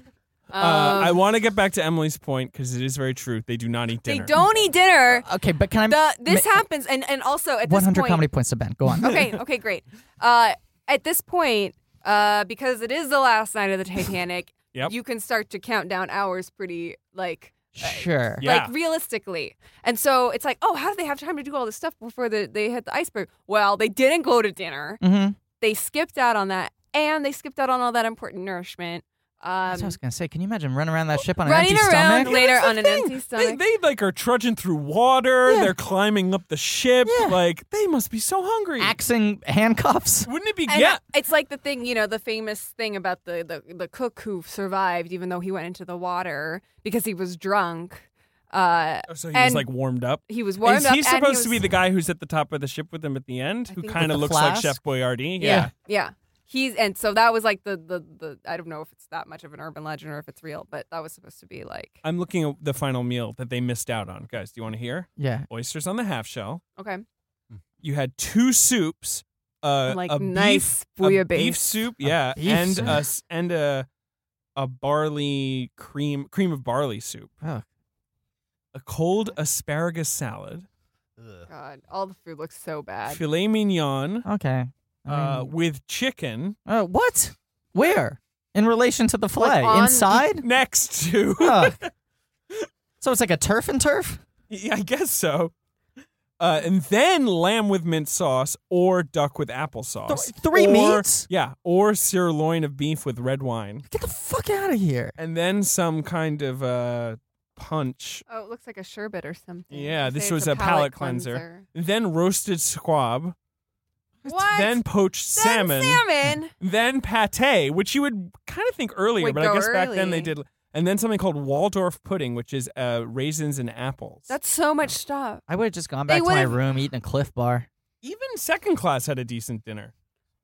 Speaker 2: Uh, I want to get back to Emily's point because it is very true. They do not eat
Speaker 5: they
Speaker 2: dinner. Uh,
Speaker 5: don't eat dinner.
Speaker 3: Okay, but can I
Speaker 5: The, this
Speaker 3: ma-
Speaker 5: happens, and and also at this
Speaker 3: 100
Speaker 5: point,
Speaker 3: comedy points to Ben. Go on.
Speaker 5: okay, okay, great. Uh, at this point, uh, because it is the last night of the Titanic,
Speaker 2: Yep.
Speaker 5: you can start to count down hours pretty like
Speaker 3: Sure.
Speaker 2: Yeah.
Speaker 5: like realistically. And so it's like, oh, how do they have time to do all this stuff before the, they hit the iceberg? Well, they didn't go to dinner.
Speaker 3: Mhm.
Speaker 5: They skipped out on that, and they skipped out on all that important nourishment. Um,
Speaker 3: That's what I was going to say. Can you imagine running around that ship on an empty
Speaker 5: running around
Speaker 3: stomach?
Speaker 5: later
Speaker 2: That's the
Speaker 5: on an
Speaker 2: thing.
Speaker 5: empty
Speaker 2: They,
Speaker 5: stomach.
Speaker 2: they like are trudging through water.
Speaker 3: Yeah.
Speaker 2: They're climbing up the ship.
Speaker 3: Yeah.
Speaker 2: Like they must be so hungry.
Speaker 3: axing handcuffs.
Speaker 2: Wouldn't it be?
Speaker 5: And
Speaker 2: yeah.
Speaker 5: It's like the thing, you know, the famous thing about the, the, the cook who survived even though he went into the water because he was drunk. Uh,
Speaker 2: Oh, so he was
Speaker 5: and-
Speaker 2: like warmed up.
Speaker 5: he was warmed
Speaker 2: is
Speaker 5: up.
Speaker 2: he
Speaker 5: and
Speaker 2: supposed
Speaker 5: was-
Speaker 2: to be the guy who's at the top of the ship with them at the end, who
Speaker 5: think-
Speaker 2: kind of
Speaker 3: With the
Speaker 2: looks like
Speaker 3: flask?
Speaker 2: Chef Boyardee?
Speaker 3: Yeah.
Speaker 5: Yeah. He's and so that was like the, the the I don't know if it's that much of an urban legend or if it's real, but that was supposed to be like
Speaker 2: I'm looking at the final meal that they missed out on. Guys, do you want to hear?
Speaker 3: Yeah.
Speaker 2: Oysters on the half shell.
Speaker 5: okay,
Speaker 2: You had two soups. Uh,
Speaker 5: like
Speaker 2: a
Speaker 5: nice
Speaker 2: beef, a beef
Speaker 5: bouillabaisse.
Speaker 2: soup, yeah,
Speaker 3: beef
Speaker 2: and
Speaker 3: soup.
Speaker 2: a s- and a a barley cream cream of barley soup.
Speaker 3: Oh.
Speaker 2: A cold asparagus salad,
Speaker 5: God, all the food looks so bad.
Speaker 2: filet mignon,
Speaker 3: Okay. I
Speaker 2: uh,
Speaker 3: mean-
Speaker 2: with chicken
Speaker 3: uh, what? Where? In relation to the fillet?
Speaker 5: on-
Speaker 3: Inside?
Speaker 2: next to.
Speaker 3: Ugh. so it's like a turf and turf?
Speaker 2: Yeah, I guess so. Uh, and then lamb with mint sauce or duck with applesauce.
Speaker 3: Th- three
Speaker 2: Or-
Speaker 3: meats?
Speaker 2: Yeah, or sirloin of beef with red wine.
Speaker 3: Get the fuck out of here.
Speaker 2: And then some kind of uh, punch.
Speaker 5: Oh, it looks like a sherbet or something.
Speaker 2: Yeah,
Speaker 5: They
Speaker 2: this
Speaker 5: say it's
Speaker 2: was a palate cleanser. Then roasted squab.
Speaker 5: What?
Speaker 2: Then poached
Speaker 5: Then
Speaker 2: salmon.
Speaker 5: salmon.
Speaker 2: Then pate, which you would kind of think earlier,
Speaker 5: Would
Speaker 2: but I
Speaker 5: go
Speaker 2: guess back then they
Speaker 5: early.
Speaker 2: did. And then something called Waldorf pudding, which is uh, raisins and apples.
Speaker 5: That's so much stuff.
Speaker 3: I would have just gone
Speaker 5: They
Speaker 3: back to my
Speaker 5: would've-
Speaker 3: room eating a cliff bar.
Speaker 2: Even second class had a decent dinner.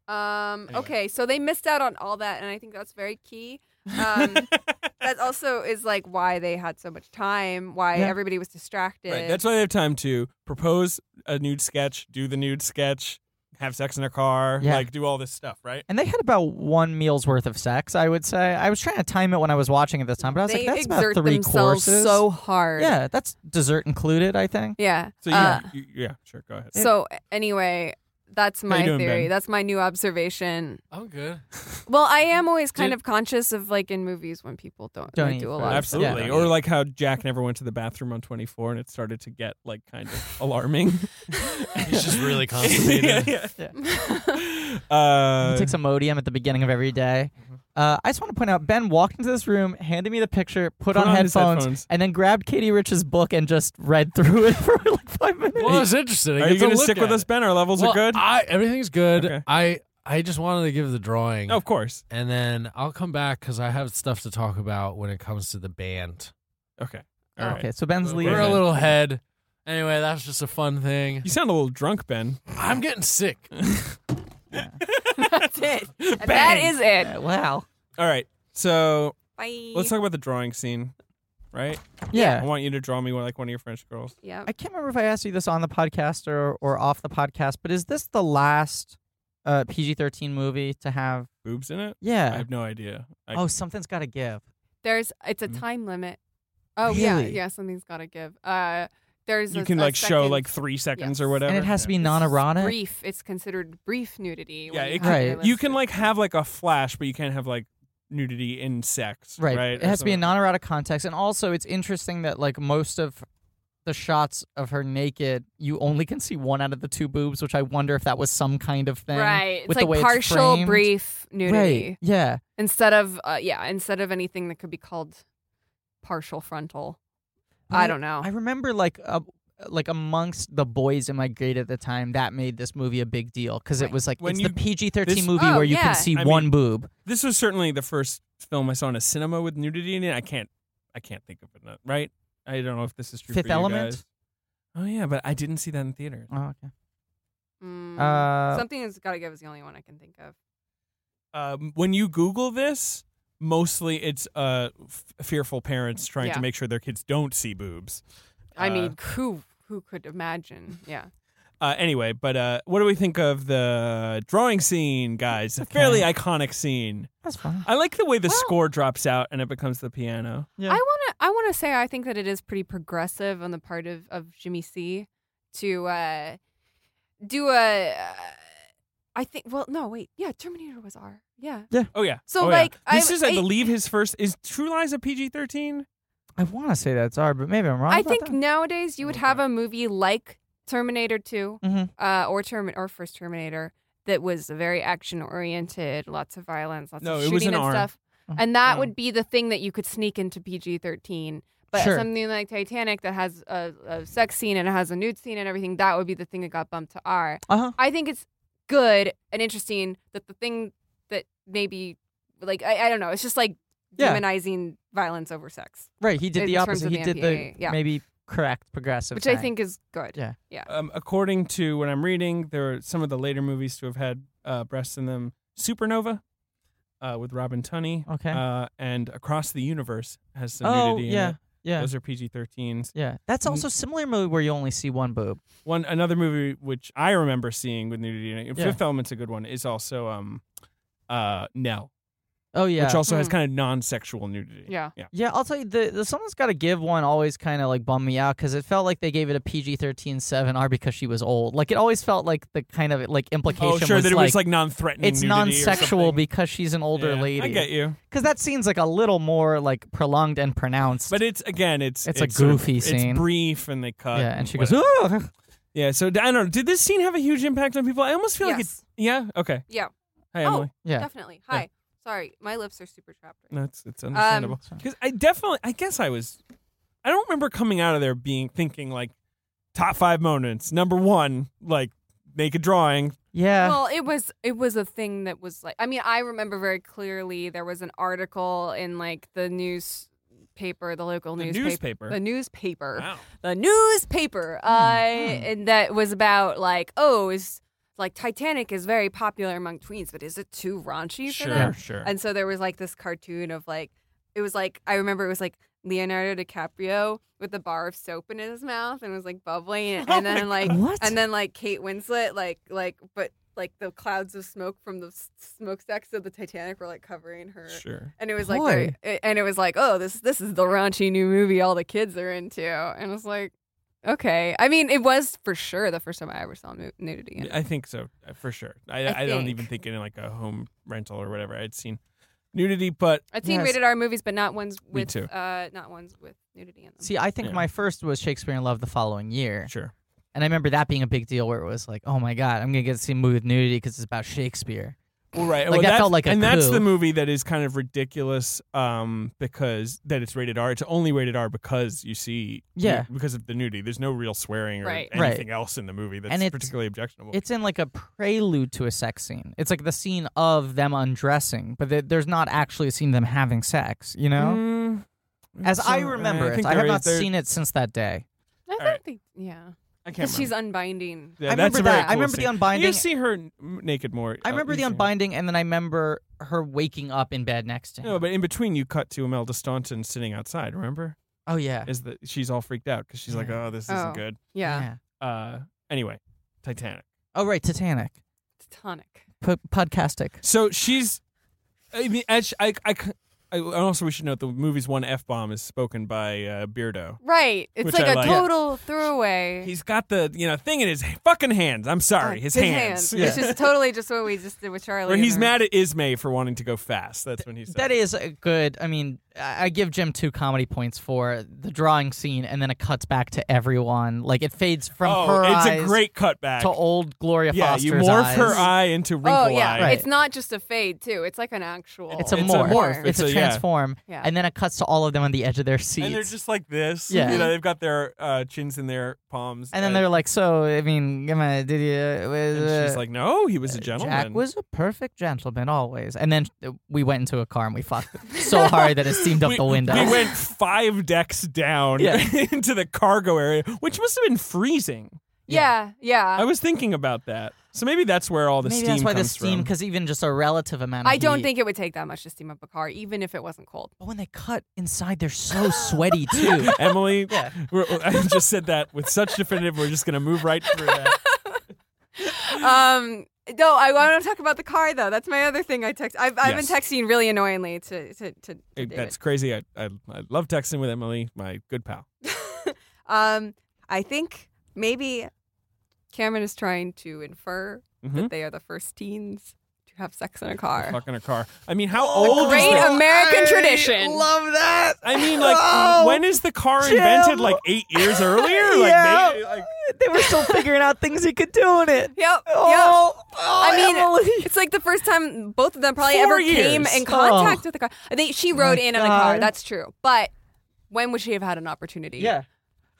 Speaker 5: Um,
Speaker 2: Anyway.
Speaker 5: Okay, so they missed out on all that, and I think that's very key. Um, that also is like why they had so much time, why
Speaker 3: Yeah.
Speaker 5: everybody was distracted.
Speaker 2: Right. That's why they have time to propose a nude sketch, do the nude sketch, have sex in their car,
Speaker 3: Yeah.
Speaker 2: like do all this stuff, right?
Speaker 3: And they had about one meal's worth of sex, I would say. I was trying to time it when I was watching it this time, but I was
Speaker 5: they
Speaker 3: like, that's about
Speaker 5: exert
Speaker 3: three
Speaker 5: themselves
Speaker 3: courses.
Speaker 5: so hard.
Speaker 3: yeah, that's dessert included, I think.
Speaker 5: Yeah.
Speaker 2: So you,
Speaker 5: Uh,
Speaker 2: you- yeah, sure, go ahead.
Speaker 5: so anyway, that's
Speaker 2: you
Speaker 5: my
Speaker 2: doing,
Speaker 5: theory.
Speaker 2: Ben?
Speaker 5: That's my new observation.
Speaker 6: I'm good.
Speaker 5: Well, I am always kind
Speaker 6: Did-
Speaker 5: of conscious of like in movies when people don't,
Speaker 3: Don't
Speaker 5: they
Speaker 3: eat
Speaker 5: do a
Speaker 3: first.
Speaker 5: lot. of stuff.
Speaker 2: Absolutely.
Speaker 3: Yeah.
Speaker 2: Or like how Jack never went to the bathroom on 24 and it started to get like kind of alarming.
Speaker 6: He's just really constipated.
Speaker 2: yeah, yeah. Uh,
Speaker 3: Take some Imodium at the beginning of every day. Uh, I just want to point out Ben walked into this room, handed me the picture, put,
Speaker 2: Put
Speaker 3: on,
Speaker 2: on his
Speaker 3: headphones,
Speaker 2: headphones.
Speaker 3: and then grabbed Katie Rich's book and just read through it for like five minutes.
Speaker 6: Well, I was interested. I
Speaker 2: are
Speaker 6: get
Speaker 2: you going to
Speaker 6: look
Speaker 2: stick with
Speaker 6: at
Speaker 2: us,
Speaker 6: it.
Speaker 2: Ben? Our levels
Speaker 6: Well,
Speaker 2: are good?
Speaker 6: I, everything's good.
Speaker 2: Okay.
Speaker 6: I I just wanted to give the drawing,
Speaker 2: No, of course.
Speaker 6: and then I'll come back because I have stuff to talk about when it comes to the band.
Speaker 2: Okay. All right.
Speaker 3: Okay, so Ben's
Speaker 6: We're
Speaker 3: leaving.
Speaker 6: a little head. Anyway, that's just a fun thing.
Speaker 2: You sound a little drunk, Ben.
Speaker 6: I'm getting sick.
Speaker 5: That's it. That
Speaker 2: Bang.
Speaker 5: is it.
Speaker 3: Yeah, wow.
Speaker 2: All right. So
Speaker 5: Bye.
Speaker 2: let's talk about the drawing scene, right? I
Speaker 3: Yeah.
Speaker 2: want you to draw me like one of your French girls.
Speaker 5: Yeah.
Speaker 3: I can't remember if I asked you this on the podcast or, or off the podcast, but is this the last uh, PG 13 movie to have?
Speaker 2: Boobs in it? I
Speaker 3: Yeah.
Speaker 2: have no idea. I,
Speaker 3: oh, something's got to give.
Speaker 5: There's it's a time limit. Oh yeah,
Speaker 3: Mm. Really?
Speaker 5: yeah. Something's got to give. Uh, there's
Speaker 2: you
Speaker 5: a,
Speaker 2: can
Speaker 5: a
Speaker 2: like show
Speaker 5: second-
Speaker 2: like three seconds or
Speaker 5: Yes.
Speaker 2: whatever.
Speaker 3: And it has to be
Speaker 5: This is
Speaker 3: non erotic.
Speaker 5: Brief. It's considered brief nudity.
Speaker 2: Yeah,
Speaker 5: when
Speaker 2: it
Speaker 5: have
Speaker 3: can-
Speaker 5: your
Speaker 2: You
Speaker 5: list.
Speaker 2: can like have like a flash, but you can't have like nudity in sex. Right.
Speaker 3: Right. It has to be a
Speaker 2: a
Speaker 3: non erotic context. And also, it's interesting that, like, most of the shots of her naked, you only can see one out of the two boobs, which I wonder if that was some kind of thing.
Speaker 5: right. It's
Speaker 3: with
Speaker 5: like
Speaker 3: the way
Speaker 5: partial
Speaker 3: it's framed.
Speaker 5: brief nudity
Speaker 3: Right. Yeah.
Speaker 5: instead of uh, yeah instead of anything that could be called partial frontal.
Speaker 3: But
Speaker 5: I don't know.
Speaker 3: I remember like uh, like amongst the boys in my grade at the time, that made this movie a big deal because
Speaker 5: Right.
Speaker 3: it was like
Speaker 2: When
Speaker 3: it's
Speaker 2: you-
Speaker 3: the PG thirteen
Speaker 2: this-
Speaker 3: movie
Speaker 5: Oh,
Speaker 3: where you
Speaker 5: yeah.
Speaker 3: can see
Speaker 2: I
Speaker 3: one
Speaker 2: mean-
Speaker 3: boob.
Speaker 2: This was certainly the first film I saw in a cinema with nudity in it. I can't, I can't think of it. Right. I don't know if this is true.
Speaker 3: Fifth
Speaker 2: for you
Speaker 3: Element?
Speaker 2: guys. Oh yeah, but I didn't see that in theaters.
Speaker 3: Oh, okay.
Speaker 5: Mm,
Speaker 3: Uh,
Speaker 5: something that's got to give is the only one I can think of.
Speaker 2: Um, when you Google this, mostly it's uh, f- fearful parents trying
Speaker 5: Yeah.
Speaker 2: to make sure their kids don't see boobs.
Speaker 5: I
Speaker 2: Uh,
Speaker 5: mean, who who could imagine? Yeah.
Speaker 2: Uh, anyway, but uh, what do we think of the drawing scene, guys? A fairly iconic scene.
Speaker 3: That's fine.
Speaker 2: I like the way the
Speaker 5: Well-
Speaker 2: score drops out and it becomes the piano.
Speaker 3: Yeah.
Speaker 5: I want to. I want to say I think that it is pretty progressive on the part of of Jimmy C to uh, do a. uh, I think. Well, no, wait. Yeah, Terminator was R. Yeah.
Speaker 2: Oh yeah.
Speaker 5: So,
Speaker 2: Oh, yeah.
Speaker 5: like,
Speaker 2: this
Speaker 5: I've-
Speaker 2: is, I,
Speaker 5: I-
Speaker 2: believe, his first. Is True Lies a PG thirteen?
Speaker 3: I want to say that's art, but maybe I'm wrong.
Speaker 5: I
Speaker 3: about
Speaker 5: think
Speaker 3: that.
Speaker 5: nowadays you would have a movie like Terminator 2
Speaker 3: Mhm.
Speaker 2: Mm-hmm.
Speaker 5: uh, or Termin or first Terminator that was very action oriented, lots of violence, lots
Speaker 2: No,
Speaker 5: of
Speaker 2: it was
Speaker 5: shooting
Speaker 2: an
Speaker 5: and
Speaker 2: R.
Speaker 5: stuff, and that
Speaker 2: Oh.
Speaker 5: would be the thing that you could sneak into PG thirteen. But
Speaker 3: Sure.
Speaker 5: something like Titanic that has a, a sex scene and it has a nude scene and everything, that would be the thing that got bumped to R.
Speaker 3: Uh-huh.
Speaker 5: I think it's good and interesting that the thing that maybe like I, I don't know, it's just like
Speaker 3: Yeah.
Speaker 5: demonizing violence over sex,
Speaker 3: right. He did
Speaker 5: in
Speaker 3: the
Speaker 5: terms
Speaker 3: opposite.
Speaker 5: of
Speaker 3: He
Speaker 5: the
Speaker 3: did the
Speaker 5: MPAA, yeah.
Speaker 3: maybe correct progressive,
Speaker 5: which I
Speaker 3: thing.
Speaker 5: think is good.
Speaker 3: Yeah.
Speaker 2: Um, according to what I'm reading, there are some of the later movies to have had uh, breasts in them. Supernova, uh, with Robin Tunney,
Speaker 3: Okay.
Speaker 2: uh, and Across the Universe has some
Speaker 3: oh
Speaker 2: nudity.
Speaker 3: yeah,
Speaker 2: in it.
Speaker 3: yeah,
Speaker 2: those are PG thirteens.
Speaker 3: yeah. That's
Speaker 2: Mm.
Speaker 3: also similar movie where you only see one boob.
Speaker 2: One another movie which I remember seeing with nudity in it.
Speaker 3: Yeah.
Speaker 2: Fifth Element's a good one. Is also um, uh, Nell,
Speaker 3: Oh yeah.
Speaker 2: which also has
Speaker 5: Mm.
Speaker 2: kind of non-sexual nudity.
Speaker 5: Yeah.
Speaker 2: yeah.
Speaker 3: Yeah, I'll tell you the, the someone's got to give one always kind of like bummed me out because it felt like they gave it a PG 13 7R because she was old. Like it always felt like the kind of like implication
Speaker 2: Oh, sure.
Speaker 3: was
Speaker 2: That it
Speaker 3: like,
Speaker 2: was like non-threatening.
Speaker 3: it's
Speaker 2: nudity or
Speaker 3: non-sexual
Speaker 2: something.
Speaker 3: because she's an older
Speaker 2: Yeah,
Speaker 3: lady.
Speaker 2: I get you.
Speaker 3: Because that seems like a little more like prolonged and pronounced.
Speaker 2: But it's again, it's
Speaker 3: It's a
Speaker 2: sort of-
Speaker 3: goofy scene.
Speaker 2: It's brief, and they cut.
Speaker 3: yeah, and she goes,
Speaker 2: whatever.
Speaker 3: "Ugh."
Speaker 2: Yeah, so I don't know. Did this scene have a huge impact on people? I almost feel like it.
Speaker 5: Yes.
Speaker 2: Yeah. Okay.
Speaker 5: Yeah.
Speaker 2: Hey
Speaker 5: Oh.
Speaker 2: Emily.
Speaker 3: yeah,
Speaker 5: Definitely. Hi. Sorry, my lips are super trapped. Right
Speaker 2: No, it's it's
Speaker 5: Um,
Speaker 2: understandable.
Speaker 3: It's fine.
Speaker 2: Because I definitely, I guess I was. I don't remember coming out of there being thinking like top five moments. Number one, like naked drawing.
Speaker 3: yeah.
Speaker 5: Well, it was it was a thing that was like I mean, I remember very clearly there was an article in like the newspaper, the local
Speaker 2: The
Speaker 5: newspaper,
Speaker 2: newspaper?
Speaker 5: the newspaper,
Speaker 2: Wow.
Speaker 5: the newspaper, uh, and that was about like oh is like Titanic is very popular among tweens, but is it too raunchy for
Speaker 2: Sure.
Speaker 5: them?
Speaker 2: Sure.
Speaker 5: And so there was like this cartoon of like it was like I remember it was like Leonardo DiCaprio with the bar of soap in his mouth and it was like bubbling
Speaker 3: Oh
Speaker 5: and, and then like
Speaker 3: What?
Speaker 5: and then like Kate Winslet like like but like the clouds of smoke from the s- smokestacks of the Titanic were like covering her.
Speaker 2: sure.
Speaker 5: And it was like,
Speaker 3: Boy.
Speaker 5: very- it- and it was like, oh, this this is the raunchy new movie all the kids are into, and it's like, okay. I mean, it was for sure the first time I ever saw nu- nudity. in it.
Speaker 2: I think so uh, for sure. I
Speaker 5: I
Speaker 2: I, don't
Speaker 5: think.
Speaker 2: even think in like a home rental or whatever I'd seen nudity, but
Speaker 5: I'd seen
Speaker 3: Yes.
Speaker 5: rated R movies, but not ones
Speaker 2: Me
Speaker 5: with
Speaker 2: too.
Speaker 5: uh, not ones with nudity in them.
Speaker 3: See, I think
Speaker 2: Yeah.
Speaker 3: my first was Shakespeare in Love the following year,
Speaker 2: sure.
Speaker 3: and I remember that being a big deal where it was like, "Oh my god, I'm gonna get to see a movie with nudity because it's about Shakespeare."
Speaker 2: Well, right.
Speaker 3: Like,
Speaker 2: well,
Speaker 3: that
Speaker 2: that's-
Speaker 3: felt like a
Speaker 2: and that's
Speaker 3: coup.
Speaker 2: the movie that is kind of ridiculous um, because that it's rated R. It's only rated R because you see,
Speaker 3: Yeah.
Speaker 2: because of the nudity. There's no real swearing or
Speaker 5: Right.
Speaker 3: Right.
Speaker 2: anything else in the movie that's
Speaker 3: And it's-
Speaker 2: particularly objectionable.
Speaker 3: It's in like a prelude to a sex scene. It's like the scene of them undressing, but there- there's not actually a scene of them having sex, you know?
Speaker 2: Mm,
Speaker 3: As I
Speaker 2: so,
Speaker 3: remember it,
Speaker 2: think
Speaker 3: I
Speaker 2: there
Speaker 3: have
Speaker 2: is-
Speaker 3: not
Speaker 2: there-
Speaker 3: seen it since that day.
Speaker 5: I
Speaker 2: right.
Speaker 5: think, yeah.
Speaker 2: I can't
Speaker 5: Because
Speaker 2: remember.
Speaker 5: she's unbinding.
Speaker 2: yeah,
Speaker 3: I
Speaker 2: that's
Speaker 3: remember
Speaker 2: a very
Speaker 3: that. I
Speaker 2: cool
Speaker 3: remember
Speaker 2: scene.
Speaker 3: the unbinding.
Speaker 2: You see her n- naked more. uh,
Speaker 3: I remember the unbinding, and then I remember her waking up in bed next to him.
Speaker 2: No, but in between you cut to Imelda Staunton sitting outside. Remember,
Speaker 3: oh yeah,
Speaker 2: is that she's all freaked out because she's like,
Speaker 3: Yeah.
Speaker 2: "Oh, this
Speaker 5: Oh.
Speaker 2: isn't good."
Speaker 5: Yeah.
Speaker 2: Uh, anyway, Titanic.
Speaker 3: Oh right, Titanic,
Speaker 5: Tonic.
Speaker 3: P- podcastic.
Speaker 2: So she's, I mean, as she, I, I, c- I- and also we should note the movie's one f bomb is spoken by uh, Beardo.
Speaker 5: Right. It's
Speaker 2: Which
Speaker 5: like
Speaker 2: I
Speaker 5: a
Speaker 2: like.
Speaker 5: total throwaway.
Speaker 2: He's got the you know thing in his fucking hands. I'm
Speaker 5: Uh,
Speaker 2: sorry, his, hands.
Speaker 5: It's just totally just what we just did with Charlie.
Speaker 2: Where
Speaker 5: and
Speaker 2: he's
Speaker 5: her-
Speaker 2: mad at Ismay for wanting to go fast. That's when he said
Speaker 3: That is a good. I mean, I I give Jim two comedy points for the drawing scene, and then it cuts back to everyone. Like it fades from
Speaker 2: oh,
Speaker 3: her
Speaker 2: it's
Speaker 3: eyes
Speaker 2: a great cutback.
Speaker 3: to old Gloria
Speaker 2: yeah,
Speaker 3: Foster's
Speaker 2: you morph
Speaker 3: eyes.
Speaker 2: her eye into wrinkle
Speaker 5: Oh yeah,
Speaker 2: eye.
Speaker 3: Right.
Speaker 5: it's not just a fade too. It's like an actual.
Speaker 3: It's a
Speaker 2: It's a
Speaker 3: morph.
Speaker 2: morph.
Speaker 3: It's,
Speaker 2: It's
Speaker 3: a
Speaker 2: a- yeah.
Speaker 3: transform.
Speaker 5: Yeah.
Speaker 3: And then it cuts to all of them on the edge of their seats.
Speaker 2: And they're just like this.
Speaker 3: Yeah.
Speaker 2: You know, they've got their uh, chins in their palms. Uh,
Speaker 3: And then they're like, so I mean, am I- did you? uh,
Speaker 2: and she's like, no, he was a gentleman.
Speaker 3: Jack was a perfect gentleman always. And then uh, we went into a car and we fucked so hard that it steamed up
Speaker 2: we,
Speaker 3: the window.
Speaker 2: we went five decks down
Speaker 3: Yeah.
Speaker 2: into the cargo area, which must have been freezing.
Speaker 5: yeah, yeah.
Speaker 2: I was thinking about that. So maybe that's where all the
Speaker 3: Maybe
Speaker 2: steam
Speaker 3: that's why the
Speaker 2: comes
Speaker 3: steam,
Speaker 2: from.
Speaker 3: because even just a relative amount. Of
Speaker 5: I don't
Speaker 3: heat-
Speaker 5: think it would take that much to steam up a car, even if it wasn't cold.
Speaker 3: But when they cut inside, they're so sweaty too.
Speaker 2: Emily,
Speaker 3: Yeah.
Speaker 2: we're, I just said that with such definitive. We're just going to move right through that.
Speaker 5: Um, no, I want to talk about the car though. That's my other thing. I text. I've, I've
Speaker 2: Yes.
Speaker 5: been texting really annoyingly to to, to, to
Speaker 2: Hey,
Speaker 5: David.
Speaker 2: that's crazy. I, I I love texting with Emily, my good pal.
Speaker 5: Um, I think maybe Cameron is trying to infer
Speaker 2: Mm-hmm.
Speaker 5: that they are the first teens to have sex in a car.
Speaker 2: Fucking a car. I mean, how
Speaker 3: Oh,
Speaker 2: old is
Speaker 5: Great
Speaker 2: the
Speaker 5: American tradition.
Speaker 3: Love that.
Speaker 2: I mean, like,
Speaker 3: Oh,
Speaker 2: when is the car
Speaker 3: Jim.
Speaker 2: invented? Like eight years earlier? Like,
Speaker 3: Yeah.
Speaker 2: they- like
Speaker 3: They were still figuring out things he could do in it.
Speaker 5: Yep. yep.
Speaker 3: Oh, oh,
Speaker 5: I mean,
Speaker 3: Emily.
Speaker 5: it's like the first time both of them probably
Speaker 2: Four
Speaker 5: ever came
Speaker 2: years.
Speaker 5: in contact with the car. I think she rode
Speaker 3: Oh. My
Speaker 5: in on a car.
Speaker 3: God.
Speaker 5: That's true. But when would she have had an opportunity?
Speaker 3: yeah.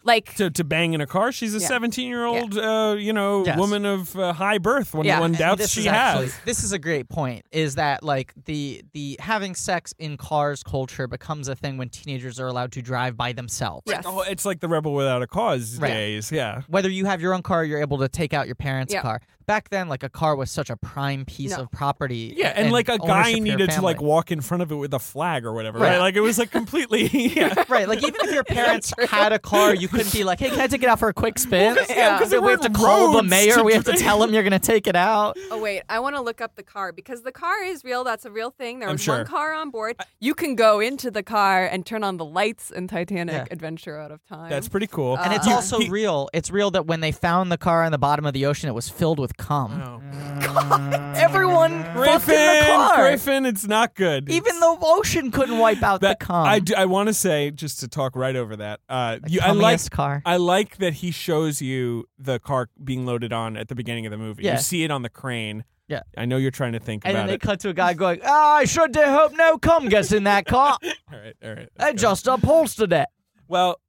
Speaker 5: Like,
Speaker 2: to, to bang in a car. She's a
Speaker 5: Yeah.
Speaker 2: seventeen-year-old, uh, you know,
Speaker 3: Yes.
Speaker 2: woman of uh, high birth. When
Speaker 5: Yeah.
Speaker 2: one
Speaker 5: And
Speaker 2: doubts
Speaker 3: this
Speaker 2: she
Speaker 3: is
Speaker 2: has.
Speaker 3: actually- this is a great point is that like the the having sex in cars culture becomes a thing when teenagers are allowed to drive by themselves
Speaker 5: yes.
Speaker 2: Oh, it's like the rebel without a cause
Speaker 3: Right.
Speaker 2: days. Yeah.
Speaker 3: whether you have your own car you're able to take out your parents
Speaker 5: Yeah.
Speaker 3: car back then like a car was such a prime piece
Speaker 5: No.
Speaker 3: of property
Speaker 2: Yeah, and, like a
Speaker 3: ownership
Speaker 2: guy
Speaker 3: for your
Speaker 2: needed to
Speaker 3: family.
Speaker 2: like walk in front of it with a flag or whatever, right?
Speaker 3: Right.
Speaker 2: Like it was like completely yeah.
Speaker 3: right like even if your parents had a car you couldn't be like hey can i take it out for a quick spin
Speaker 5: yeah, 'cause
Speaker 2: there
Speaker 3: we have to
Speaker 2: weren't
Speaker 3: call the
Speaker 2: roads
Speaker 3: mayor
Speaker 2: to
Speaker 3: we have to
Speaker 2: drive.
Speaker 3: tell him you're gonna take it out
Speaker 5: Oh, wait. I want to look up the car because the car is real. That's a real thing. There
Speaker 2: I'm
Speaker 5: was
Speaker 2: sure.
Speaker 5: one car on board. You can go into the car and turn on the lights in Titanic
Speaker 3: Yeah.
Speaker 5: Adventure Out of Time.
Speaker 2: That's pretty cool.
Speaker 3: and it's
Speaker 5: Uh,
Speaker 3: also
Speaker 2: he-
Speaker 3: real it's real that when they found the car on the bottom of the ocean it was filled with cum
Speaker 2: Oh.
Speaker 3: Oh. everyone fucked in the
Speaker 2: Griffin,
Speaker 3: car.
Speaker 2: Griffin, it's not good.
Speaker 3: Even the ocean couldn't wipe out
Speaker 2: that,
Speaker 3: the cum.
Speaker 2: I do, I want to say just to talk right over that. Uh, you, I
Speaker 3: Cummiest
Speaker 2: like
Speaker 3: car.
Speaker 2: I like that he shows you the car being loaded on at the beginning of the movie.
Speaker 3: Yeah.
Speaker 2: You see it on the crane.
Speaker 3: Yeah.
Speaker 2: I know you're trying to think
Speaker 3: and then
Speaker 2: about
Speaker 3: they
Speaker 2: it.
Speaker 3: cut to a guy going, oh, I sure do hope no cum gets in that car.
Speaker 2: all right, all right.
Speaker 3: I just upholstered it.
Speaker 2: Well,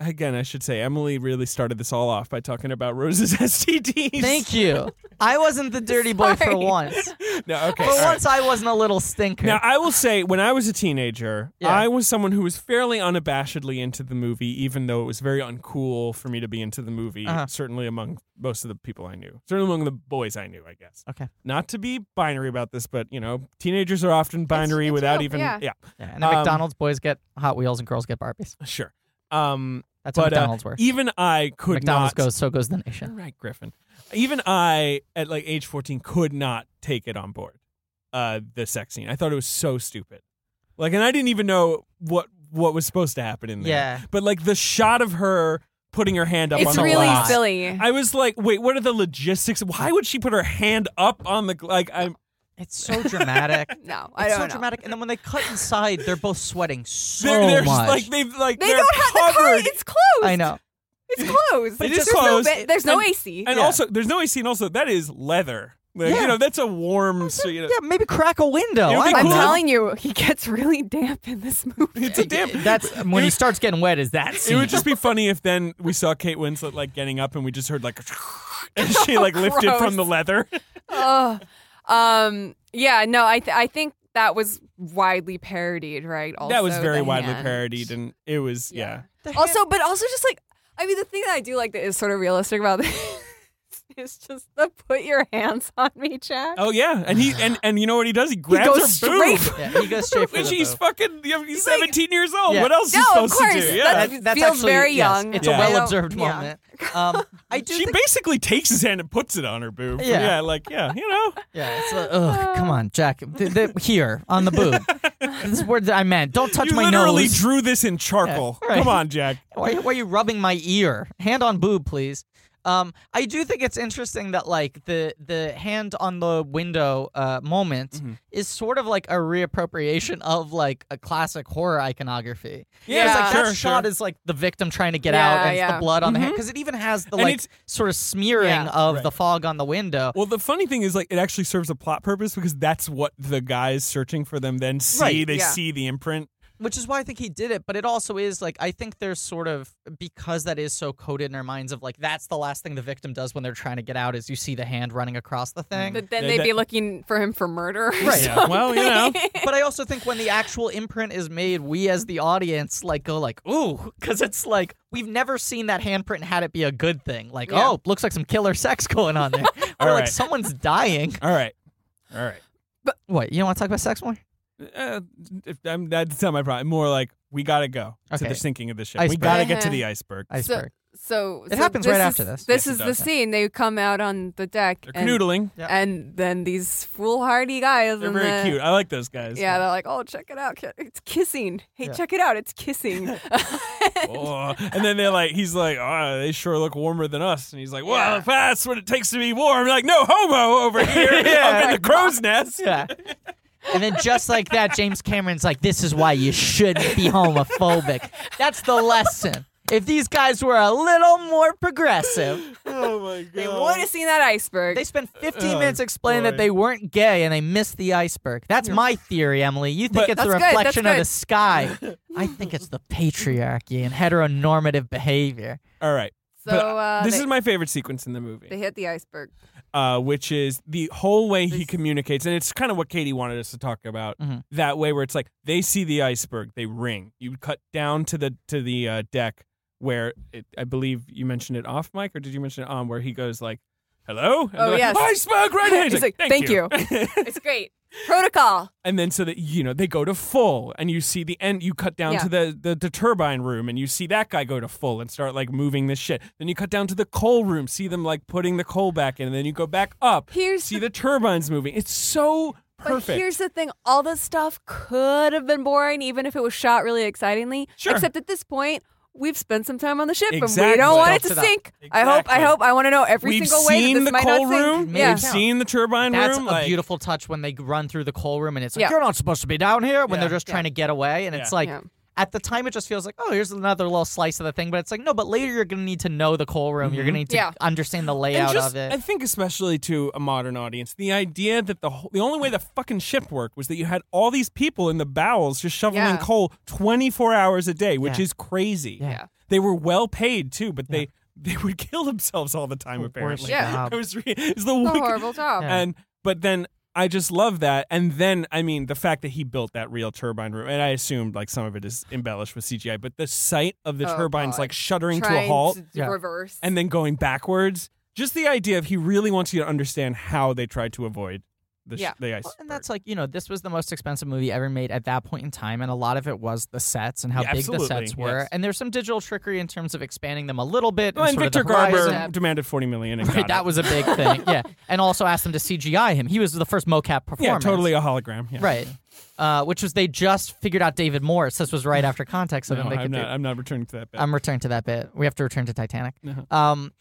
Speaker 2: again, I should say Emily really started this all off by talking about Rose's STDs.
Speaker 3: Thank you. I wasn't the dirty boy for once.
Speaker 2: No, okay.
Speaker 3: For
Speaker 2: all right.
Speaker 3: once, I wasn't a little stinker.
Speaker 2: Now, I will say, when I was a teenager,
Speaker 3: Yeah.
Speaker 2: I was someone who was fairly unabashedly into the movie, even though it was very uncool for me to be into the movie,
Speaker 3: Uh-huh.
Speaker 2: certainly among most of the people I knew, certainly among the boys I knew, I guess.
Speaker 3: Okay.
Speaker 2: Not to be binary about this, but, you know, teenagers are often binary
Speaker 5: it's
Speaker 2: without
Speaker 5: real,
Speaker 2: even.
Speaker 5: yeah.
Speaker 3: Yeah, and then
Speaker 2: um,
Speaker 3: McDonald's boys get Hot Wheels and girls get Barbies.
Speaker 2: sure. Um,
Speaker 3: That's how
Speaker 2: but uh,
Speaker 3: McDonald's works.
Speaker 2: even I could
Speaker 3: McDonald's
Speaker 2: not.
Speaker 3: goes, so goes the
Speaker 2: You're
Speaker 3: nation.
Speaker 2: right, Griffin. Even I, at like age 14, could not take it on board. Uh, the sex scene. I thought it was so stupid. Like, and I didn't even know what what was supposed to happen in there.
Speaker 3: Yeah.
Speaker 2: But like the shot of her putting her hand up.
Speaker 5: it's
Speaker 2: on
Speaker 5: really
Speaker 2: the glass,
Speaker 5: silly.
Speaker 2: I was like, wait, what are the logistics? Why would she put her hand up on the gl- like? I'm
Speaker 3: It's so dramatic. It's
Speaker 5: no, I
Speaker 3: so
Speaker 5: don't know.
Speaker 3: dramatic. And then when they cut inside, they're both sweating so
Speaker 2: they're, they're
Speaker 3: much.
Speaker 2: like they've like
Speaker 5: They
Speaker 2: are
Speaker 5: don't have the car.
Speaker 2: covered.
Speaker 5: It's closed.
Speaker 3: I know.
Speaker 5: It's closed.
Speaker 2: It
Speaker 5: There's
Speaker 2: is closed.
Speaker 5: No, ba- there's no
Speaker 2: And-
Speaker 5: AC.
Speaker 2: and
Speaker 3: yeah.
Speaker 2: also, there's no AC, and also that is leather. Like,
Speaker 3: Yeah.
Speaker 2: You know, that's a warm. So, you know,
Speaker 3: Yeah, maybe crack a window.
Speaker 2: It would
Speaker 3: I
Speaker 2: be
Speaker 3: don't
Speaker 5: I'm
Speaker 2: cool.
Speaker 3: know.
Speaker 5: telling you, he gets really damp in this movie.
Speaker 2: it's a damn.
Speaker 3: That's when he starts getting wet. Is that
Speaker 2: It
Speaker 3: scene?
Speaker 2: would just be funny if then we saw Kate Winslet like getting up and we just heard like and she like lifted
Speaker 5: gross.
Speaker 2: from the leather.
Speaker 5: Ugh. um, yeah, no, I th- I think that was widely parodied, right? Also,
Speaker 2: that was very
Speaker 5: the
Speaker 2: widely
Speaker 5: hand.
Speaker 2: parodied and it was yeah.
Speaker 5: Also, but also just like I mean, the thing that I do like that is sort of realistic about this is just the put your hands on me, Jack.
Speaker 2: Oh yeah, and he and and you know what he does? He
Speaker 5: he
Speaker 2: grabs
Speaker 5: goes
Speaker 2: her boob.
Speaker 5: straight. for-
Speaker 3: Yeah, he goes straight for
Speaker 2: Which
Speaker 3: the
Speaker 2: he's
Speaker 3: boob.
Speaker 2: fucking you know, he's
Speaker 5: like-
Speaker 2: 17 years old.
Speaker 3: Yeah.
Speaker 2: What else is he
Speaker 5: No, of
Speaker 2: supposed to
Speaker 5: course.
Speaker 2: do? Yeah.
Speaker 5: That's- feels very
Speaker 3: yes,
Speaker 5: young.
Speaker 3: it's
Speaker 2: Yeah.
Speaker 3: a well observed
Speaker 5: Yeah.
Speaker 3: moment. Um, I do.
Speaker 2: she
Speaker 3: think,
Speaker 2: basically takes his hand and puts it on her boob.
Speaker 3: Yeah.
Speaker 2: like yeah, you know.
Speaker 3: yeah, it's a, ugh, come on, Jack. Th- th- here on the boob. this is word that I meant. Don't touch
Speaker 2: you
Speaker 3: my
Speaker 2: literally
Speaker 3: nose.
Speaker 2: drew this in charcoal.
Speaker 3: Yeah, right.
Speaker 2: Come on, Jack.
Speaker 3: Why, why are you rubbing my ear? Hand on boob, please. Um, I do think it's interesting that like the the hand on the window uh, moment
Speaker 2: Mm-hmm.
Speaker 3: is sort of like a reappropriation of like a classic horror iconography.
Speaker 2: Yeah,
Speaker 3: It's
Speaker 5: Yeah.
Speaker 3: like
Speaker 2: sure,
Speaker 3: that shot
Speaker 2: sure. Mm-hmm.
Speaker 3: is like the victim trying to get
Speaker 5: Yeah,
Speaker 3: out and it's
Speaker 5: yeah.
Speaker 3: the blood on the hand because it even has the
Speaker 2: And
Speaker 3: like
Speaker 2: it's-
Speaker 3: sort of smearing
Speaker 5: Yeah.
Speaker 3: of
Speaker 2: Right.
Speaker 3: the fog on the window.
Speaker 2: Well, the funny thing is, like, it actually serves a plot purpose because that's what the guys searching for them then see.
Speaker 3: Right,
Speaker 2: they
Speaker 5: yeah.
Speaker 2: see the imprint.
Speaker 3: which is why I think he did it. But it also is like I think there's sort of because that is so coded in our minds of like that's the last thing the victim does when they're trying to get out is you see the hand running across the thing.
Speaker 5: But then
Speaker 2: Yeah,
Speaker 5: they'd
Speaker 2: that-
Speaker 5: be looking for him for murder.
Speaker 3: Right.
Speaker 2: Yeah. Well, you know.
Speaker 3: but I also think when the actual imprint is made, we as the audience like go like ooh because it's like we've never seen that handprint and had it be a good thing. Like
Speaker 5: Yeah.
Speaker 3: oh looks like some killer sex going on there.
Speaker 2: All
Speaker 3: or like
Speaker 2: right.
Speaker 3: someone's dying.
Speaker 2: All right. All right.
Speaker 3: What you don't want to talk about sex more?
Speaker 2: Uh, if- I'm, that's not my problem. More like we gotta go to
Speaker 3: Okay.
Speaker 2: the sinking of the ship. We
Speaker 3: Iceberg.
Speaker 2: gotta get to the iceberg.
Speaker 3: I
Speaker 5: So- So
Speaker 3: It
Speaker 5: so
Speaker 3: happens right
Speaker 5: is-
Speaker 3: after this.
Speaker 5: This
Speaker 2: Yes, it
Speaker 5: is the
Speaker 2: does.
Speaker 5: scene. They come out on the deck.
Speaker 2: They're
Speaker 5: and-
Speaker 2: canoodling.
Speaker 3: Yep.
Speaker 5: And then these foolhardy guys.
Speaker 2: They're
Speaker 5: in
Speaker 2: very
Speaker 5: the-
Speaker 2: cute. I like those guys.
Speaker 5: Yeah, they're like, oh, check it out. ki- It's kissing. Hey,
Speaker 3: Yeah.
Speaker 5: check it out. It's kissing.
Speaker 2: Oh. And then they're like, he's like, oh, they sure look warmer than us. And he's like, well, that's what it takes to be warm. You're like, no homo over here up in the crow's nest.
Speaker 3: Yeah. And then just like that, James Cameron's like, this is why you shouldn't be homophobic. That's the lesson. If these guys were a little more progressive,
Speaker 2: Oh my god.
Speaker 5: they would have seen that iceberg.
Speaker 3: they spent 15
Speaker 2: Oh,
Speaker 3: minutes explaining
Speaker 2: boy.
Speaker 3: that they weren't gay and they missed the iceberg. That's my theory, Emily. You think
Speaker 2: But-
Speaker 3: it's the
Speaker 5: That's good, that's
Speaker 3: reflection of the
Speaker 5: good.
Speaker 3: sky. I think it's the patriarchy and heteronormative behavior.
Speaker 2: All right.
Speaker 5: so
Speaker 2: But,
Speaker 5: uh,
Speaker 2: this
Speaker 5: they,
Speaker 2: is my favorite sequence in the movie.
Speaker 5: they hit the iceberg.
Speaker 2: uh, which is the whole way he
Speaker 5: This- Mm-hmm.
Speaker 2: communicates, and it's kind of what Katie wanted us to talk about.
Speaker 3: Mhm.
Speaker 2: That way, where it's like they see the iceberg, they ring. You cut down to the to the uh, deck where it, I believe you mentioned it off mic, or did you mention it on? Where he goes like, "Hello," and they're
Speaker 5: Oh,
Speaker 2: like,
Speaker 5: yes.
Speaker 2: iceberg right here.
Speaker 5: He's like,
Speaker 2: thank you.
Speaker 5: It's great. Protocol.
Speaker 2: and then so that you know they go to full and you see the end you cut down
Speaker 5: Yeah.
Speaker 2: to the, the the turbine room and you see that guy go to full and start like moving this shit then you cut down to the coal room see them like putting the coal back in and then you go back up
Speaker 5: Here's
Speaker 2: see the turbines moving it's so perfect
Speaker 5: But here's the thing: all this stuff could have been boring, even if it was shot really excitingly.
Speaker 2: Sure.
Speaker 5: Except at this point, we've spent some time on the ship, and we
Speaker 2: Exactly.
Speaker 5: don't want it to
Speaker 3: Built it up.
Speaker 5: sink. I hope. I
Speaker 2: Exactly.
Speaker 5: hope. I want to know every
Speaker 2: we've
Speaker 5: single way that
Speaker 2: seen
Speaker 5: this
Speaker 2: the
Speaker 5: might
Speaker 2: coal
Speaker 5: not sink.
Speaker 2: room
Speaker 5: Yeah.
Speaker 2: we've seen the turbine
Speaker 3: That's
Speaker 2: room
Speaker 3: a
Speaker 2: like,
Speaker 3: beautiful touch when they run through the coal room and it's like,
Speaker 5: Yeah.
Speaker 3: you're not supposed to be down here when
Speaker 2: Yeah.
Speaker 3: they're just
Speaker 5: Yeah.
Speaker 3: trying to get away. And it's
Speaker 2: Yeah.
Speaker 3: like,
Speaker 5: Yeah.
Speaker 3: at the time, it just feels like, oh, here's another little slice of the thing. But it's like, no, but later you're going to need to know the coal room.
Speaker 2: Mm-hmm.
Speaker 3: You're going to need to
Speaker 5: Yeah.
Speaker 3: understand the
Speaker 2: and
Speaker 3: layout
Speaker 2: just,
Speaker 3: of it.
Speaker 2: I think especially to a modern audience, the idea that the whole, the only way the fucking ship worked was that you had all these people in the bowels just shoveling
Speaker 5: Yeah.
Speaker 2: coal 24 hours a day, which
Speaker 3: Yeah.
Speaker 2: is crazy.
Speaker 3: Yeah.
Speaker 5: Yeah.
Speaker 2: They were well paid too, but they they would kill themselves all the time
Speaker 3: Worst
Speaker 2: apparently.
Speaker 5: Yeah.
Speaker 3: job.
Speaker 2: It was re- it's the
Speaker 5: It's a
Speaker 2: wicked-
Speaker 5: horrible job.
Speaker 3: Yeah.
Speaker 2: and but then I just love that. And then I mean the fact that he built that real turbine room and I assumed like some of it is embellished with CGI, but the sight of the
Speaker 5: Oh,
Speaker 2: turbines
Speaker 5: God.
Speaker 2: like shuddering to a
Speaker 5: Trying
Speaker 2: halt
Speaker 5: to d-
Speaker 3: Yeah.
Speaker 5: reverse.
Speaker 2: and then going backwards. Just the idea of he really wants you to understand how they tried to avoid the, sh-
Speaker 5: Yeah.
Speaker 2: the
Speaker 3: Well,
Speaker 2: iceberg.
Speaker 3: and that's like, you know, this was the most expensive movie ever made at that point in time. And a lot of it was the sets and how
Speaker 2: Yeah,
Speaker 3: big the
Speaker 2: absolutely,
Speaker 3: sets were.
Speaker 2: yes.
Speaker 3: And there's some digital trickery in terms of expanding them a little bit.
Speaker 2: Oh, and
Speaker 3: sort of the
Speaker 2: Victor Garber
Speaker 3: horizon.
Speaker 2: demanded 40 million and
Speaker 3: Right,
Speaker 2: got
Speaker 3: that
Speaker 2: it.
Speaker 3: was a big thing. Yeah. And also asked them to CGI him. He was the first mocap performer.
Speaker 2: yeah, totally a hologram. Yeah.
Speaker 3: Right. Uh, which was they just figured out David Morris. This was right after context, so
Speaker 2: No,
Speaker 3: then they
Speaker 2: I'm
Speaker 3: could.
Speaker 2: not,
Speaker 3: do-
Speaker 2: I'm not returning to that bit.
Speaker 3: I'm returning to that bit. We have to return to Titanic.
Speaker 2: Uh-huh.
Speaker 3: Um,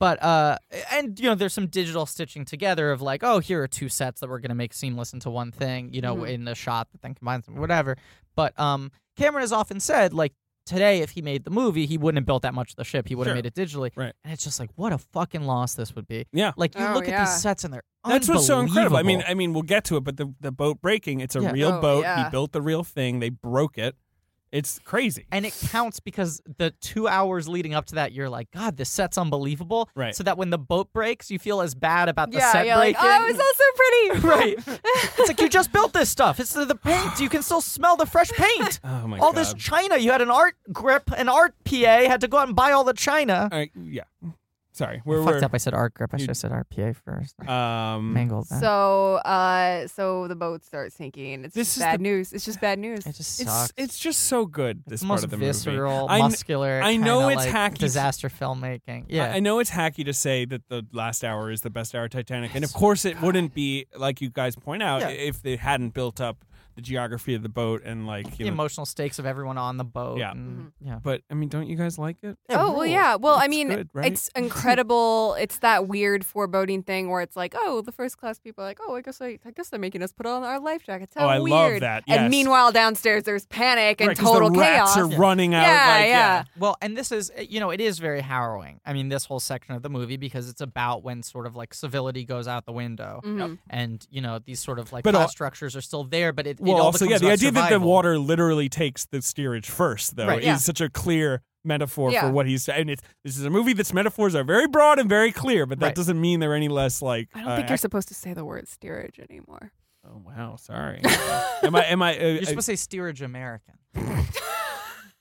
Speaker 3: but uh, and you know, there's some digital stitching together of like, oh, here are two sets that we're gonna make seamless into one thing. You know,
Speaker 5: Mm-hmm.
Speaker 3: in the shot that then combines them, whatever. But um, Cameron has often said like. Today, if he made the movie, he wouldn't have built that much of the ship. He would have
Speaker 2: Sure.
Speaker 3: made it digitally,
Speaker 2: Right.
Speaker 3: and it's just like what a fucking loss this would be.
Speaker 2: Yeah.
Speaker 3: like you
Speaker 5: Oh,
Speaker 3: look at
Speaker 5: yeah.
Speaker 3: these sets and they're
Speaker 2: That's what's so incredible. I mean,
Speaker 3: unbelievable.
Speaker 2: I mean, we'll get to it, but the the boat breaking, it's a
Speaker 3: Yeah.
Speaker 2: real
Speaker 5: Oh,
Speaker 2: boat.
Speaker 5: yeah.
Speaker 2: He built the real thing. They broke it, It's crazy.
Speaker 3: and it counts because the two hours leading up to that, you're like, God, this set's unbelievable.
Speaker 2: Right.
Speaker 3: So that when the boat breaks, you feel as bad about the
Speaker 5: yeah,
Speaker 3: set
Speaker 5: yeah. Like,
Speaker 3: breaking.
Speaker 5: oh, it was all so pretty.
Speaker 3: right. it's like you just built this stuff. It's the, the paint. You can still smell the fresh paint.
Speaker 2: Oh my
Speaker 3: all
Speaker 2: god.
Speaker 3: this china. You had an art grip, an art PA, had to go out and buy all the china.
Speaker 2: All right, yeah. Sorry. We're,
Speaker 3: Fucked
Speaker 2: we're
Speaker 3: up. I said art grip. I
Speaker 2: You-
Speaker 3: should have said art PA first.
Speaker 2: um
Speaker 3: Mangled. that.
Speaker 5: So, uh, so the boat starts sinking. It's
Speaker 2: This
Speaker 5: just
Speaker 2: is
Speaker 5: bad
Speaker 2: the-
Speaker 5: news. It's just bad news.
Speaker 3: it just
Speaker 2: it's
Speaker 3: sucks.
Speaker 2: it's just so good this
Speaker 3: the
Speaker 2: part
Speaker 3: most
Speaker 2: of the
Speaker 3: visceral,
Speaker 2: movie. I kn-
Speaker 3: muscular.
Speaker 2: I know
Speaker 3: kinda,
Speaker 2: it's
Speaker 3: like,
Speaker 2: hacky-
Speaker 3: disaster filmmaking.
Speaker 2: I-
Speaker 3: Yeah,
Speaker 2: I know it's hacky to say that the last hour is the best hour of Titanic, and of course it wouldn't be like you guys point out
Speaker 3: Yeah.
Speaker 2: if they hadn't built up the geography of the boat and like you
Speaker 3: the
Speaker 2: know.
Speaker 3: emotional stakes of everyone on the boat.
Speaker 2: Yeah.
Speaker 3: and-
Speaker 5: Mm-hmm.
Speaker 3: yeah.
Speaker 2: But I mean, don't you guys like it?
Speaker 3: It
Speaker 5: oh well,
Speaker 3: rules.
Speaker 5: yeah. Well, I
Speaker 2: It's
Speaker 5: mean,
Speaker 2: good, right?
Speaker 5: it's incredible. it's that weird foreboding thing where it's like, oh, the first class people are like, oh, I guess I, I guess they're making us put on our life jackets. How
Speaker 2: Oh, I
Speaker 5: weird.
Speaker 2: love that, yes.
Speaker 5: And meanwhile, downstairs there's panic and
Speaker 2: Right, 'cause
Speaker 5: total
Speaker 2: the
Speaker 5: chaos.
Speaker 2: rats are running out.
Speaker 5: Yeah,
Speaker 2: like,
Speaker 5: yeah.
Speaker 3: Well, and this is, you know, it is very harrowing. I mean, this whole section of the movie because it's about when sort of like civility goes out the window,
Speaker 5: Mhm.
Speaker 3: and you know these sort of like
Speaker 2: But
Speaker 3: class
Speaker 2: al-
Speaker 3: structures are still there. But it, it
Speaker 2: Well,
Speaker 3: all
Speaker 2: also, yeah,
Speaker 3: becomes
Speaker 2: the
Speaker 3: about
Speaker 2: idea that the
Speaker 3: survival.
Speaker 2: water literally takes the steerage first, though,
Speaker 3: Right,
Speaker 2: is
Speaker 5: yeah.
Speaker 2: such a clear metaphor
Speaker 5: Yeah.
Speaker 2: for what he's saying. It's, this is a movie that's metaphors are very broad and very clear, but that
Speaker 3: Right.
Speaker 2: doesn't mean they're any less like.
Speaker 5: I don't
Speaker 2: uh,
Speaker 5: think you're
Speaker 2: ac-
Speaker 5: supposed to say the word steerage anymore.
Speaker 2: oh wow, sorry. am I? Am I? Uh,
Speaker 3: You're supposed to say steerage American.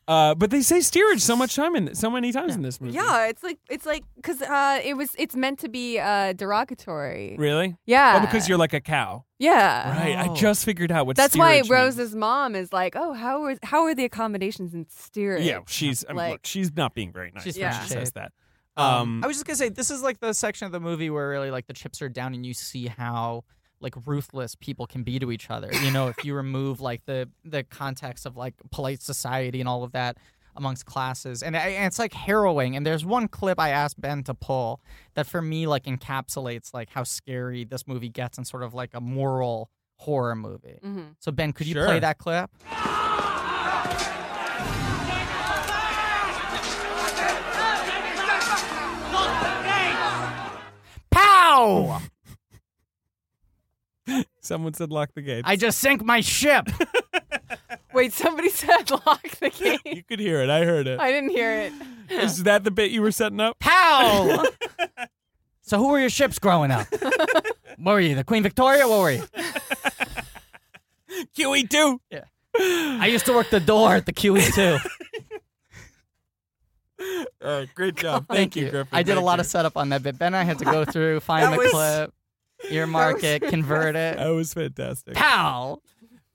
Speaker 2: uh, but they say steerage so much time in so many times in this movie.
Speaker 5: Yeah, it's like it's like because uh, it was it's meant to be uh, derogatory.
Speaker 2: Really?
Speaker 5: Yeah.
Speaker 2: Oh, because you're like a cow.
Speaker 5: Yeah.
Speaker 2: Right. I
Speaker 3: Oh.
Speaker 2: just figured out what.
Speaker 5: That's why
Speaker 2: steerage means.
Speaker 5: Rose's mom is like, oh, how are how are the accommodations in steerage?
Speaker 2: Yeah, she's. I mean,
Speaker 5: Like-
Speaker 2: look, she's not being very nice.
Speaker 3: She's
Speaker 2: when
Speaker 5: not
Speaker 2: she says
Speaker 3: safe.
Speaker 2: that.
Speaker 3: Um,
Speaker 2: Um,
Speaker 3: I was just gonna say this is like the section of the movie where really like the chips are down and you see how like ruthless people can be to each other. You know, if you remove like the the context of like polite society and all of that amongst classes, and, I- and it's like harrowing. And there's one clip I asked Ben to pull that for me like encapsulates like how scary this movie gets and sort of like a moral horror movie.
Speaker 5: Mhm.
Speaker 3: So Ben, could you
Speaker 2: Sure.
Speaker 3: play that clip? Pow!
Speaker 2: Someone said lock the gate.
Speaker 3: I just sank my ship.
Speaker 5: Wait, somebody said lock the gate.
Speaker 2: you Uh, could hear it. I heard it.
Speaker 5: I didn't hear it.
Speaker 2: Is that the bit you were setting up?
Speaker 3: Pow! so who were your ships growing up? what were you, the Queen Victoria? What were you?
Speaker 2: QE2.
Speaker 3: I used to work the door at the QE too.
Speaker 2: All right, great job. Thank, you, Griffin.
Speaker 3: I did a
Speaker 2: Thank
Speaker 3: lot
Speaker 2: you.
Speaker 3: of setup on that bit. Ben and I had to go through, find
Speaker 2: That
Speaker 3: the
Speaker 2: was-
Speaker 3: clip, earmark it, convert it.
Speaker 2: That was fantastic. A
Speaker 3: Pow!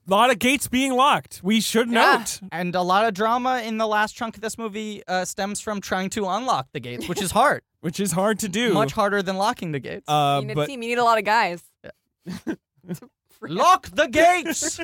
Speaker 2: lot of gates being locked. We should
Speaker 5: Yeah.
Speaker 2: note.
Speaker 3: And a lot of drama in the last chunk of this movie uh, stems from trying to unlock the gates, which is hard.
Speaker 2: Which is hard to do.
Speaker 3: Much harder than locking the gates.
Speaker 2: uh,
Speaker 5: you need a
Speaker 2: but
Speaker 5: team. You need a lot of guys.
Speaker 3: Lock the gates!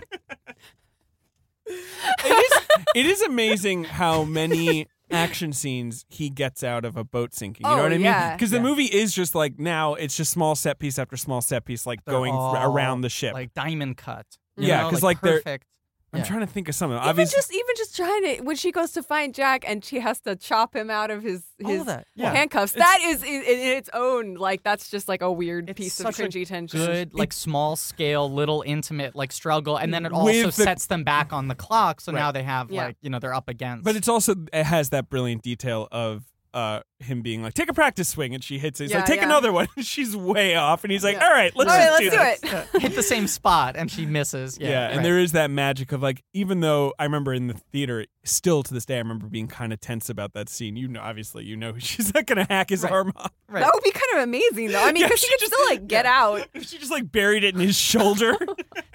Speaker 2: it is it is amazing how many action scenes he gets out of a boat sinking. You
Speaker 5: Oh,
Speaker 2: know what I mean?
Speaker 5: yeah.
Speaker 2: Because
Speaker 3: Yeah.
Speaker 2: the movie is just like now it's just small set piece after small set piece, like
Speaker 3: They're
Speaker 2: going
Speaker 3: all,
Speaker 2: th- around the ship.
Speaker 3: Like diamond cut.
Speaker 2: Yeah, 'cause,
Speaker 3: because
Speaker 2: like, they're-
Speaker 3: perfect.
Speaker 2: I'm
Speaker 3: yeah.
Speaker 2: trying to think of something.
Speaker 5: Even
Speaker 2: Obviously,
Speaker 5: just even just trying to when she goes to find Jack and she has to chop him out of his
Speaker 3: All
Speaker 5: his
Speaker 3: that, yeah.
Speaker 5: handcuffs. that is in, in its own like that's just like a weird
Speaker 3: It's
Speaker 5: piece of
Speaker 3: such a
Speaker 5: cringy tension.
Speaker 3: good, like small scale, little intimate, like struggle, and then it
Speaker 2: With
Speaker 3: also
Speaker 2: the-
Speaker 3: sets them back on the clock. So
Speaker 2: Right.
Speaker 3: now they have
Speaker 5: Yeah.
Speaker 3: like you know they're up against.
Speaker 2: But it's also it has that brilliant detail of uh him being like, take a practice swing, and she hits it. He's
Speaker 5: Yeah,
Speaker 2: like, take
Speaker 5: yeah.
Speaker 2: another one. and She's way off, and he's like,
Speaker 5: Yeah.
Speaker 2: all right, let's
Speaker 5: All
Speaker 2: just
Speaker 5: right,
Speaker 2: do
Speaker 5: let's do
Speaker 2: this.
Speaker 5: it.
Speaker 3: hit the same spot and she misses. Yeah,
Speaker 2: Yeah, and
Speaker 3: right.
Speaker 2: there is that magic of like, even though I remember in the theater, still to this day, I remember being kind of tense about that scene. You know, obviously, you know, she's not gonna hack his
Speaker 3: Right.
Speaker 2: arm off.
Speaker 3: Right.
Speaker 5: That would be kind of amazing though. I mean,
Speaker 2: Yeah,
Speaker 5: because she,
Speaker 2: she
Speaker 5: could
Speaker 2: just-
Speaker 5: still like get out.
Speaker 2: She just like buried it in his shoulder.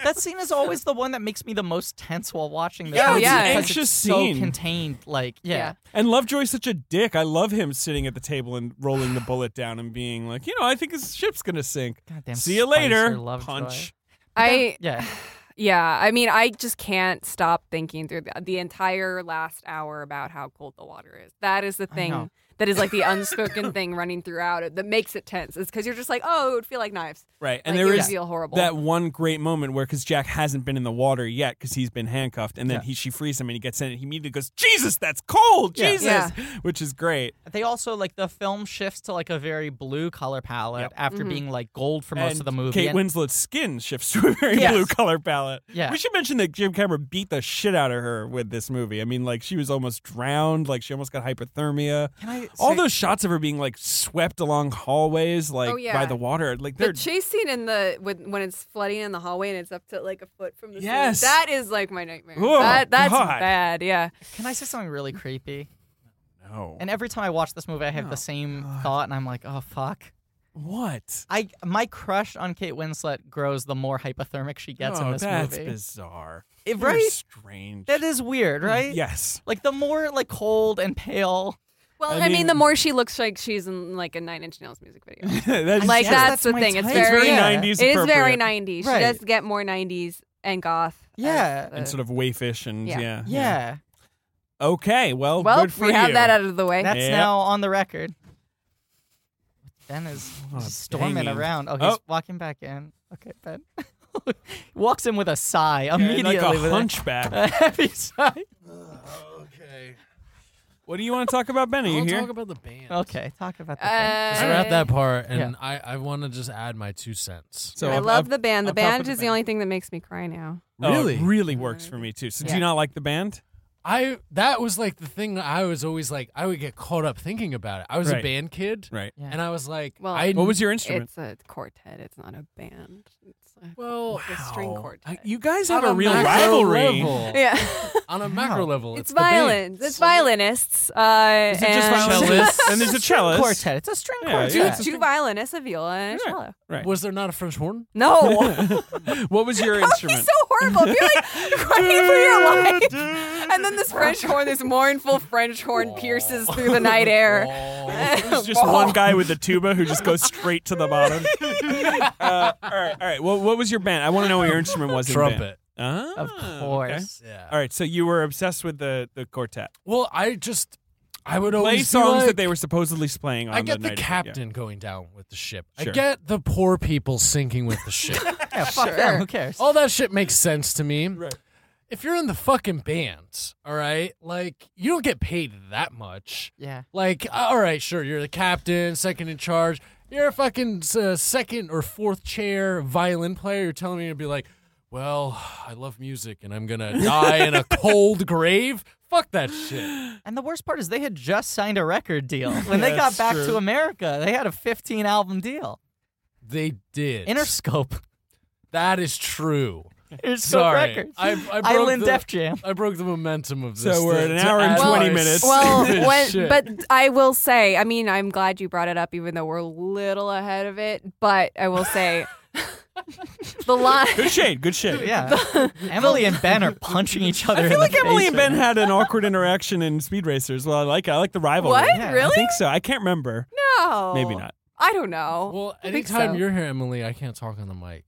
Speaker 3: That scene is always the one that makes me the most tense while watching this.
Speaker 2: Yeah,
Speaker 3: movie
Speaker 5: it's an
Speaker 3: because
Speaker 2: anxious
Speaker 3: it's
Speaker 2: scene.
Speaker 3: so contained. Like, yeah,
Speaker 5: Yeah.
Speaker 2: and Lovejoy's such a dick. I love him sitting at the table and rolling the bullet down and being like, you know, I think his ship's gonna sink.
Speaker 3: Goddamn
Speaker 2: See you
Speaker 3: Spicer
Speaker 2: later.
Speaker 3: Lovejoy.
Speaker 2: Punch.
Speaker 5: I
Speaker 3: yeah.
Speaker 5: yeah. I mean, I just can't stop thinking through the, the entire last hour about how cold the water is. That is the
Speaker 3: I know.
Speaker 5: thing that is like the unspoken thing running throughout it that makes it tense. It's because you're just like, oh, it would feel like knives.
Speaker 2: Right. And
Speaker 5: Like,
Speaker 2: there
Speaker 5: you
Speaker 2: is
Speaker 5: feel horrible.
Speaker 2: that one great moment where, because Jack hasn't been in the water yet because he's been handcuffed, and then he, she frees him and he gets in and he immediately goes, Jesus, that's cold.
Speaker 3: Yeah.
Speaker 2: Jesus.
Speaker 5: Yeah.
Speaker 2: Which is great.
Speaker 3: They also like the film shifts to like a very blue color palette
Speaker 2: Yep.
Speaker 3: after being like gold for most
Speaker 2: and
Speaker 3: of the movie.
Speaker 2: Kate
Speaker 3: and-
Speaker 2: Winslet's skin shifts to a very
Speaker 3: Yes.
Speaker 2: blue color palette.
Speaker 3: Yeah.
Speaker 2: We should mention that Jim Cameron beat the shit out of her with this movie. I mean, like, she was almost drowned. Like, she almost got hypothermia.
Speaker 3: Can I
Speaker 2: All
Speaker 3: say-
Speaker 2: those shots of her being, like, swept along hallways, like,
Speaker 5: Oh, yeah.
Speaker 2: by the water. Like,
Speaker 5: The
Speaker 2: they're.
Speaker 5: chase scene in the when, when it's flooding in the hallway and it's up to like a foot from the ceiling,
Speaker 2: Yes.
Speaker 5: that is like my nightmare.
Speaker 2: Oh,
Speaker 5: that, that's
Speaker 2: God.
Speaker 5: bad. Yeah,
Speaker 3: Can I say something really creepy?
Speaker 2: no.
Speaker 3: And every time I watch this movie, I have
Speaker 2: Oh,
Speaker 3: the same thought, and I'm like, oh fuck.
Speaker 2: what?
Speaker 3: I my crush on Kate Winslet grows the more hypothermic she gets
Speaker 2: oh,
Speaker 3: in this
Speaker 2: that's
Speaker 3: movie.
Speaker 2: bizarre.
Speaker 3: It-
Speaker 2: Very
Speaker 3: right?
Speaker 2: strange.
Speaker 3: That is weird, right?
Speaker 2: Yes.
Speaker 3: Like the more like cold and pale.
Speaker 5: Well,
Speaker 2: I
Speaker 5: I mean,
Speaker 2: mean-
Speaker 5: the more she looks like she's in like a Nine Inch Nails music video.
Speaker 2: That's
Speaker 5: like
Speaker 3: guess
Speaker 5: that's,
Speaker 3: that's
Speaker 5: the
Speaker 3: my
Speaker 5: thing. It's
Speaker 3: type.
Speaker 5: very,
Speaker 2: It's very
Speaker 3: yeah.
Speaker 2: 90s.
Speaker 5: It is very
Speaker 2: appropriate.
Speaker 5: 90s.
Speaker 3: Right.
Speaker 5: She does get more 90s and goth. Uh, as
Speaker 3: Yeah. uh,
Speaker 5: the-
Speaker 2: And sort of waifish and yeah.
Speaker 5: Yeah.
Speaker 3: Yeah.
Speaker 2: Okay. Well,
Speaker 5: well,
Speaker 2: good for
Speaker 5: we have
Speaker 2: you.
Speaker 5: that out of the way.
Speaker 3: That's
Speaker 2: Yeah.
Speaker 3: now on the record. Ben is
Speaker 2: Oh,
Speaker 3: just storming
Speaker 2: banging.
Speaker 3: around. Oh, he's
Speaker 2: Oh.
Speaker 3: walking back in. Okay, Ben. Walks in with a sigh
Speaker 2: Yeah,
Speaker 3: immediately.
Speaker 2: Like
Speaker 3: with
Speaker 2: a hunchback.
Speaker 3: A heavy sigh.
Speaker 6: Okay.
Speaker 2: What do you want to talk about, Ben? Are you Uh,
Speaker 6: I'll
Speaker 2: here?
Speaker 6: talk about the band.
Speaker 3: Okay, talk about that.
Speaker 5: Uh,
Speaker 6: I wrapped that part, and
Speaker 3: Yeah.
Speaker 6: I, I want to just add my two cents.
Speaker 2: so
Speaker 5: I
Speaker 2: I've-
Speaker 5: love
Speaker 2: I've-
Speaker 5: the band. The
Speaker 2: I've talked
Speaker 5: band
Speaker 2: with
Speaker 5: is
Speaker 2: the
Speaker 5: the,
Speaker 2: band.
Speaker 5: only thing that makes me cry now.
Speaker 2: oh, it
Speaker 6: Really?
Speaker 2: really works for me too. So, do
Speaker 5: Yeah.
Speaker 2: you not like the band?
Speaker 6: I that was like the thing that I was always like I would get caught up thinking about it. I was
Speaker 2: Right.
Speaker 6: a band kid,
Speaker 2: Right.
Speaker 3: Yeah.
Speaker 6: and I was like,
Speaker 5: Well,
Speaker 6: I
Speaker 2: What was your instrument?
Speaker 5: It's a quartet. It's not a band. It's a,
Speaker 6: well
Speaker 5: it's a string
Speaker 2: Wow.
Speaker 5: quartet.
Speaker 2: you guys
Speaker 6: on
Speaker 2: have a real
Speaker 6: macro
Speaker 2: rivalry.
Speaker 6: level-
Speaker 5: yeah,
Speaker 6: on a macro level,
Speaker 5: it's
Speaker 6: the band.
Speaker 5: violins. It's violinists. Uh,
Speaker 2: Is it just
Speaker 5: and-
Speaker 2: violin?
Speaker 6: Cellists.
Speaker 2: and there's a
Speaker 3: String
Speaker 2: cellist.
Speaker 3: quartet. It's a string
Speaker 2: Yeah,
Speaker 3: quartet.
Speaker 5: Two,
Speaker 2: yeah.
Speaker 5: two violinists, a viola, and a
Speaker 2: Yeah.
Speaker 5: cello.
Speaker 2: Right.
Speaker 6: Was there not a French horn?
Speaker 5: No.
Speaker 2: What was your
Speaker 5: He's
Speaker 2: instrument?
Speaker 5: so horrible. If you're like crying for your life, and then this French horn, this mournful French horn, pierces through the night air.
Speaker 2: Oh, There's just one guy with the tuba who just goes straight to the bottom. Uh, all right, all right. Well, what was your band? I want to know what your instrument was. in band.
Speaker 6: trumpet.
Speaker 2: Ah,
Speaker 3: Of
Speaker 2: okay.
Speaker 3: course.
Speaker 6: Yeah.
Speaker 2: All right, so you were obsessed with the the quartet.
Speaker 6: Well, I just I would always
Speaker 2: Play
Speaker 6: be
Speaker 2: songs
Speaker 6: like-
Speaker 2: that they were supposedly playing on
Speaker 6: I get
Speaker 2: the
Speaker 6: the,
Speaker 2: night of it, yeah.
Speaker 6: captain going down with the ship.
Speaker 2: Sure.
Speaker 6: I get the poor people sinking with the ship.
Speaker 3: Yeah, fuck them. Who cares?
Speaker 6: All that shit makes sense to me. If you're in the fucking band, all right, like you don't get paid that much.
Speaker 3: Yeah.
Speaker 6: Like, uh, all right, sure, you're the captain, second in charge. You're a fucking uh, second or fourth chair violin player. You're telling me to be like, well, I love music and I'm gonna die in a cold grave. Fuck that shit.
Speaker 3: And the worst part is they had just signed a record deal. When they got
Speaker 2: That's
Speaker 3: back
Speaker 2: true.
Speaker 3: to America, they had a 15 album deal.
Speaker 6: They did.
Speaker 3: Interscope.
Speaker 6: that is true.
Speaker 3: Interscope
Speaker 6: Sorry,
Speaker 3: Records.
Speaker 6: I, I broke
Speaker 3: Island
Speaker 6: the,
Speaker 3: Def Jam.
Speaker 6: I broke the momentum of
Speaker 2: So
Speaker 6: this.
Speaker 2: we're
Speaker 6: to-
Speaker 2: at an
Speaker 6: to
Speaker 2: hour and
Speaker 6: add
Speaker 2: 20
Speaker 6: my
Speaker 2: minutes.
Speaker 6: stupid
Speaker 5: Well, when,
Speaker 6: shit.
Speaker 5: but I will say, I mean, I'm glad you brought it up, even though we're a little ahead of it. But I will say, the line.
Speaker 2: Good shade, good shade.
Speaker 3: Yeah. Emily and Ben are punching each other.
Speaker 2: I feel
Speaker 3: in
Speaker 2: like
Speaker 3: the
Speaker 2: Emily
Speaker 3: face
Speaker 2: and
Speaker 3: right
Speaker 2: Ben
Speaker 3: now.
Speaker 2: had an awkward interaction in Speed Racers. Well, I like I like the rivalry.
Speaker 5: What?
Speaker 3: Yeah.
Speaker 2: I
Speaker 5: really?
Speaker 2: think so. I can't remember.
Speaker 5: No.
Speaker 2: Maybe not.
Speaker 5: I don't know.
Speaker 6: well,
Speaker 5: I think
Speaker 6: anytime
Speaker 5: so.
Speaker 6: you're here, Emily, I can't talk on the mic.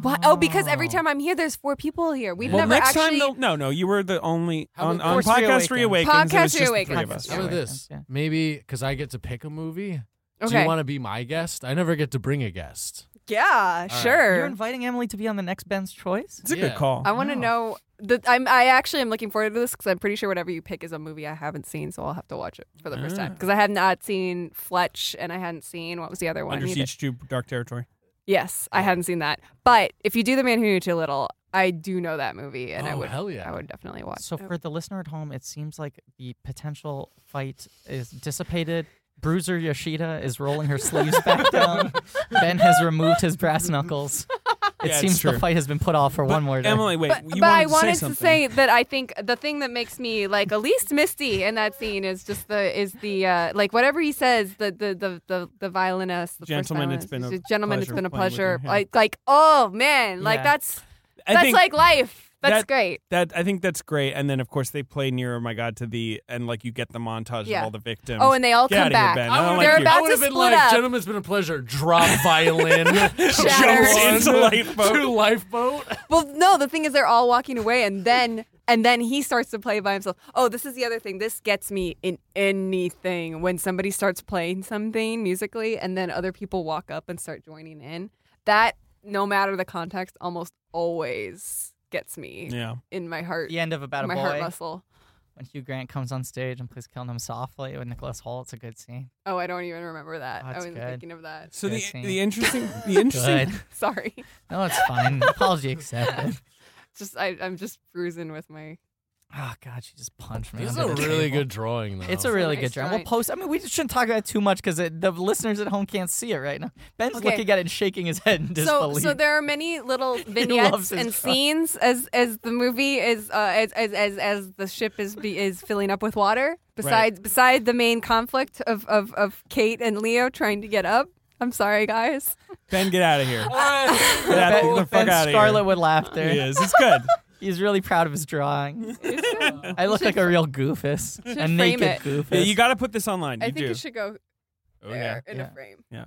Speaker 5: What? Oh, because every time I'm here, there's four people here. We've
Speaker 2: well,
Speaker 5: never
Speaker 2: next
Speaker 5: actually.
Speaker 2: time, though, no, no, you were the only
Speaker 6: How
Speaker 2: on,
Speaker 6: about
Speaker 2: on
Speaker 3: Force
Speaker 2: podcast
Speaker 3: Reawakens?
Speaker 2: reawakens. it was
Speaker 5: Podcast
Speaker 2: just the three of
Speaker 5: Reawakens.
Speaker 2: us.
Speaker 6: How about
Speaker 3: Yeah,
Speaker 6: this?
Speaker 3: yeah.
Speaker 6: Maybe because I get to pick a movie. Do
Speaker 5: okay.
Speaker 6: you want to be my guest? I never get to bring a guest.
Speaker 5: yeah.
Speaker 6: right.
Speaker 5: Sure.
Speaker 3: You're inviting Emily to be on the next Ben's Choice?
Speaker 2: It's a good
Speaker 6: Yeah.
Speaker 2: call.
Speaker 5: I want to know. The, I'm. I actually am looking forward to this because I'm pretty sure whatever you pick is a movie I haven't seen, so I'll have to watch it for the first time because I have not seen Fletch and I hadn't seen what was the other one.
Speaker 2: Under
Speaker 5: either.
Speaker 2: Siege 2 Dark Territory.
Speaker 5: Yes, I hadn't seen that. But if you do The Man Who Knew Too Little, I do know that movie, and I
Speaker 6: Oh,
Speaker 5: would.
Speaker 6: hell yeah.
Speaker 5: I would definitely watch.
Speaker 3: So
Speaker 5: it.
Speaker 3: for the listener at home, it seems like the potential fight is dissipated. Bruiser Yoshida is rolling her sleeves back down. Ben has removed his brass knuckles. It
Speaker 2: Yeah, it's
Speaker 3: seems the
Speaker 2: true.
Speaker 3: fight has been put off for one more day.
Speaker 2: Emily, wait.
Speaker 5: but,
Speaker 2: you
Speaker 5: but
Speaker 2: wanted
Speaker 5: I wanted
Speaker 2: to say
Speaker 5: to
Speaker 2: something.
Speaker 5: say that I think the thing that makes me like at least misty in that scene is just the is the uh, like whatever he says the the the the, the violinist the first
Speaker 2: Gentlemen, it's
Speaker 5: violinist,
Speaker 2: been a
Speaker 5: gentlemen it's
Speaker 2: pleasure
Speaker 5: been a
Speaker 2: playing with you,
Speaker 5: pleasure
Speaker 2: yeah.
Speaker 5: like like oh man like
Speaker 3: Yeah.
Speaker 5: that's
Speaker 2: I
Speaker 5: that's
Speaker 2: think
Speaker 5: like life That's
Speaker 2: that-
Speaker 5: great.
Speaker 2: That I think that's great. And then of course they play near. Oh my god! To the and like you get the montage
Speaker 5: Yeah.
Speaker 2: of all the victims.
Speaker 5: Oh, and they all
Speaker 2: Get
Speaker 5: come
Speaker 2: outta
Speaker 5: back.
Speaker 2: Here, ben.
Speaker 6: I
Speaker 2: I don't
Speaker 6: would've
Speaker 2: like
Speaker 5: They're
Speaker 2: you.
Speaker 5: about
Speaker 6: I would
Speaker 5: to
Speaker 6: have been
Speaker 5: split
Speaker 6: like,
Speaker 5: up.
Speaker 6: gentlemen, it's been a pleasure. Drop violin.
Speaker 5: Shatter.
Speaker 2: Jumps into lifeboat.
Speaker 6: To lifeboat.
Speaker 5: Well, no, the thing is they're all walking away and then and then he starts to play by himself. Oh, this is the other thing. This gets me in anything when somebody starts playing something musically and then other people walk up and start joining in. That no matter the context almost always gets me
Speaker 2: Yeah.
Speaker 5: in my heart.
Speaker 3: The end of About a
Speaker 5: my heart
Speaker 3: Boy
Speaker 5: muscle.
Speaker 3: when Hugh Grant comes on stage and plays "Killing Him Softly" with Nicholas Holt. It's a good scene.
Speaker 5: Oh, I don't even remember that.
Speaker 3: Oh,
Speaker 5: I
Speaker 3: that's
Speaker 5: wasn't
Speaker 3: good.
Speaker 5: thinking of that.
Speaker 2: So
Speaker 3: Good
Speaker 2: the
Speaker 3: scene.
Speaker 2: the interesting the interesting
Speaker 3: Good.
Speaker 5: Sorry.
Speaker 3: No, it's fine. Apology accepted.
Speaker 5: Just I, I'm just bruising with my
Speaker 3: Oh God, she just punched me.
Speaker 6: This is
Speaker 3: under
Speaker 6: a
Speaker 3: the
Speaker 6: really
Speaker 3: table.
Speaker 6: good drawing, though.
Speaker 2: Oh.
Speaker 3: It's a really
Speaker 5: nice
Speaker 3: good drawing. We'll
Speaker 5: drawing.
Speaker 3: post. I mean, we just shouldn't talk about it too much because the listeners at home can't see it right now. Ben's
Speaker 5: Okay.
Speaker 3: looking at it and shaking his head in
Speaker 5: so
Speaker 3: disbelief.
Speaker 5: so there are many little vignettes
Speaker 3: loves his
Speaker 5: and
Speaker 3: truck.
Speaker 5: scenes as as the movie is uh, as, as as as the ship is be, is filling up with water besides beside the main conflict of, of of Kate and Leo trying to get up I'm sorry guys
Speaker 2: Ben, get out of here.
Speaker 6: Alright.
Speaker 2: Get out the, the fuck
Speaker 3: Ben's
Speaker 2: out
Speaker 3: scarlet
Speaker 2: of
Speaker 3: with laughter.
Speaker 2: here. He is. It's good.
Speaker 3: He's really proud of his drawing. I look like a real goofus, a
Speaker 5: frame
Speaker 3: naked
Speaker 5: it.
Speaker 3: goofus.
Speaker 2: Yeah, you got to put this online. You
Speaker 5: I think
Speaker 2: do.
Speaker 5: it should go
Speaker 2: Oh, yeah.
Speaker 5: there in
Speaker 3: Yeah.